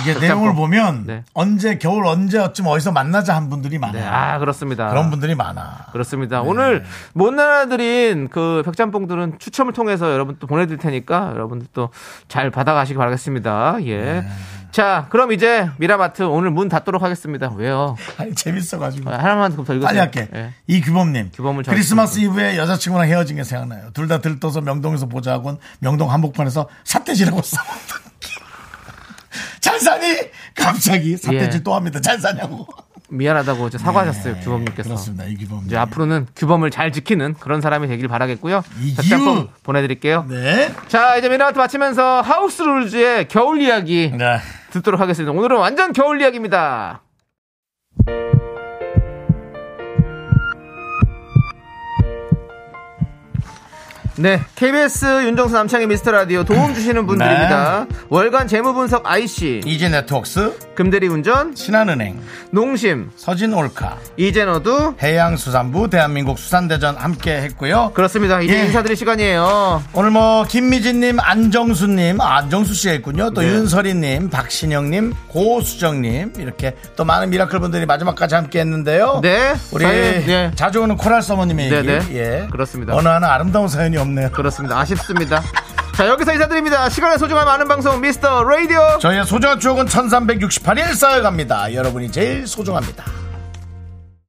[SPEAKER 1] 이게 내용을 보면
[SPEAKER 2] 아, 네.
[SPEAKER 1] 언제 겨울 언제 어쯤 어디서 만나자 한 분들이 많아요.
[SPEAKER 2] 네, 아 그렇습니다.
[SPEAKER 1] 그런 분들이 많아.
[SPEAKER 2] 그렇습니다.
[SPEAKER 1] 네.
[SPEAKER 2] 오늘 못 나눠드린 그 백짬뽕들은 추첨을 통해서 여러분 또 보내드릴 테니까 여러분들 또 잘 받아가시기 바라겠습니다. 예.
[SPEAKER 1] 네.
[SPEAKER 2] 자, 그럼 이제 미라마트 오늘 문 닫도록 하겠습니다. 왜요?
[SPEAKER 1] 아니, 재밌어가지고.
[SPEAKER 2] 하나만 더 읽으세요.
[SPEAKER 1] 빨리 할게.
[SPEAKER 2] 예.
[SPEAKER 1] 이규범님.
[SPEAKER 2] 규범을 잘
[SPEAKER 1] 크리스마스 이브에 여자친구랑 헤어진 게 생각나요. 둘 다 들떠서 명동에서 보자곤 명동 한복판에서 삿대질하고 [laughs] 싸웠던 기- 잘 사니? 갑자기 삿대질
[SPEAKER 2] 예.
[SPEAKER 1] 또 합니다. 잘 사냐고.
[SPEAKER 2] 미안하다고 이제 사과하셨어요,
[SPEAKER 1] 예,
[SPEAKER 2] 규범님께서.
[SPEAKER 1] 그렇습니다. 이규범님.
[SPEAKER 2] 이제 앞으로는 규범을 잘 지키는 그런 사람이 되길 바라겠고요.
[SPEAKER 1] 이유.
[SPEAKER 2] 백짬뽕 보내드릴게요.
[SPEAKER 1] 네.
[SPEAKER 2] 자, 이제 미라마트 마치면서 하우스 룰즈의 겨울 이야기
[SPEAKER 1] 네.
[SPEAKER 2] 듣도록 하겠습니다. 오늘은 완전 겨울 이야기입니다. 네, KBS 윤정수 남창의 미스터 라디오 도움 주시는 분들입니다. 월간 재무 분석 IC,
[SPEAKER 1] 이지 네트웍스,
[SPEAKER 2] 금대리 운전,
[SPEAKER 1] 신한은행,
[SPEAKER 2] 농심,
[SPEAKER 1] 서진 올카,
[SPEAKER 2] 이젠어두
[SPEAKER 1] 해양수산부 대한민국 수산대전 함께 했고요.
[SPEAKER 2] 그렇습니다. 이제
[SPEAKER 1] 예.
[SPEAKER 2] 인사드릴 시간이에요.
[SPEAKER 1] 오늘 뭐 김미진님, 안정수님, 아, 안정수 씨가 있군요. 또
[SPEAKER 2] 네.
[SPEAKER 1] 윤설이님, 박신영님, 고수정님 이렇게 또 많은 미라클 분들이 마지막까지 함께했는데요.
[SPEAKER 2] 네.
[SPEAKER 1] 우리
[SPEAKER 2] 사연, 예.
[SPEAKER 1] 자주 오는 코랄 서머님의
[SPEAKER 2] 네,
[SPEAKER 1] 얘기.
[SPEAKER 2] 네.
[SPEAKER 1] 예.
[SPEAKER 2] 그렇습니다.
[SPEAKER 1] 어느 하나 아름다운 사연이 없네요.
[SPEAKER 2] 그렇습니다. 아쉽습니다. 자, 여기서 인사드립니다. 시간의 소중함 아는 방송 미스터 라디오.
[SPEAKER 1] 저희의 소중한 추억은 1368일 쌓여갑니다. 여러분이 제일 소중합니다.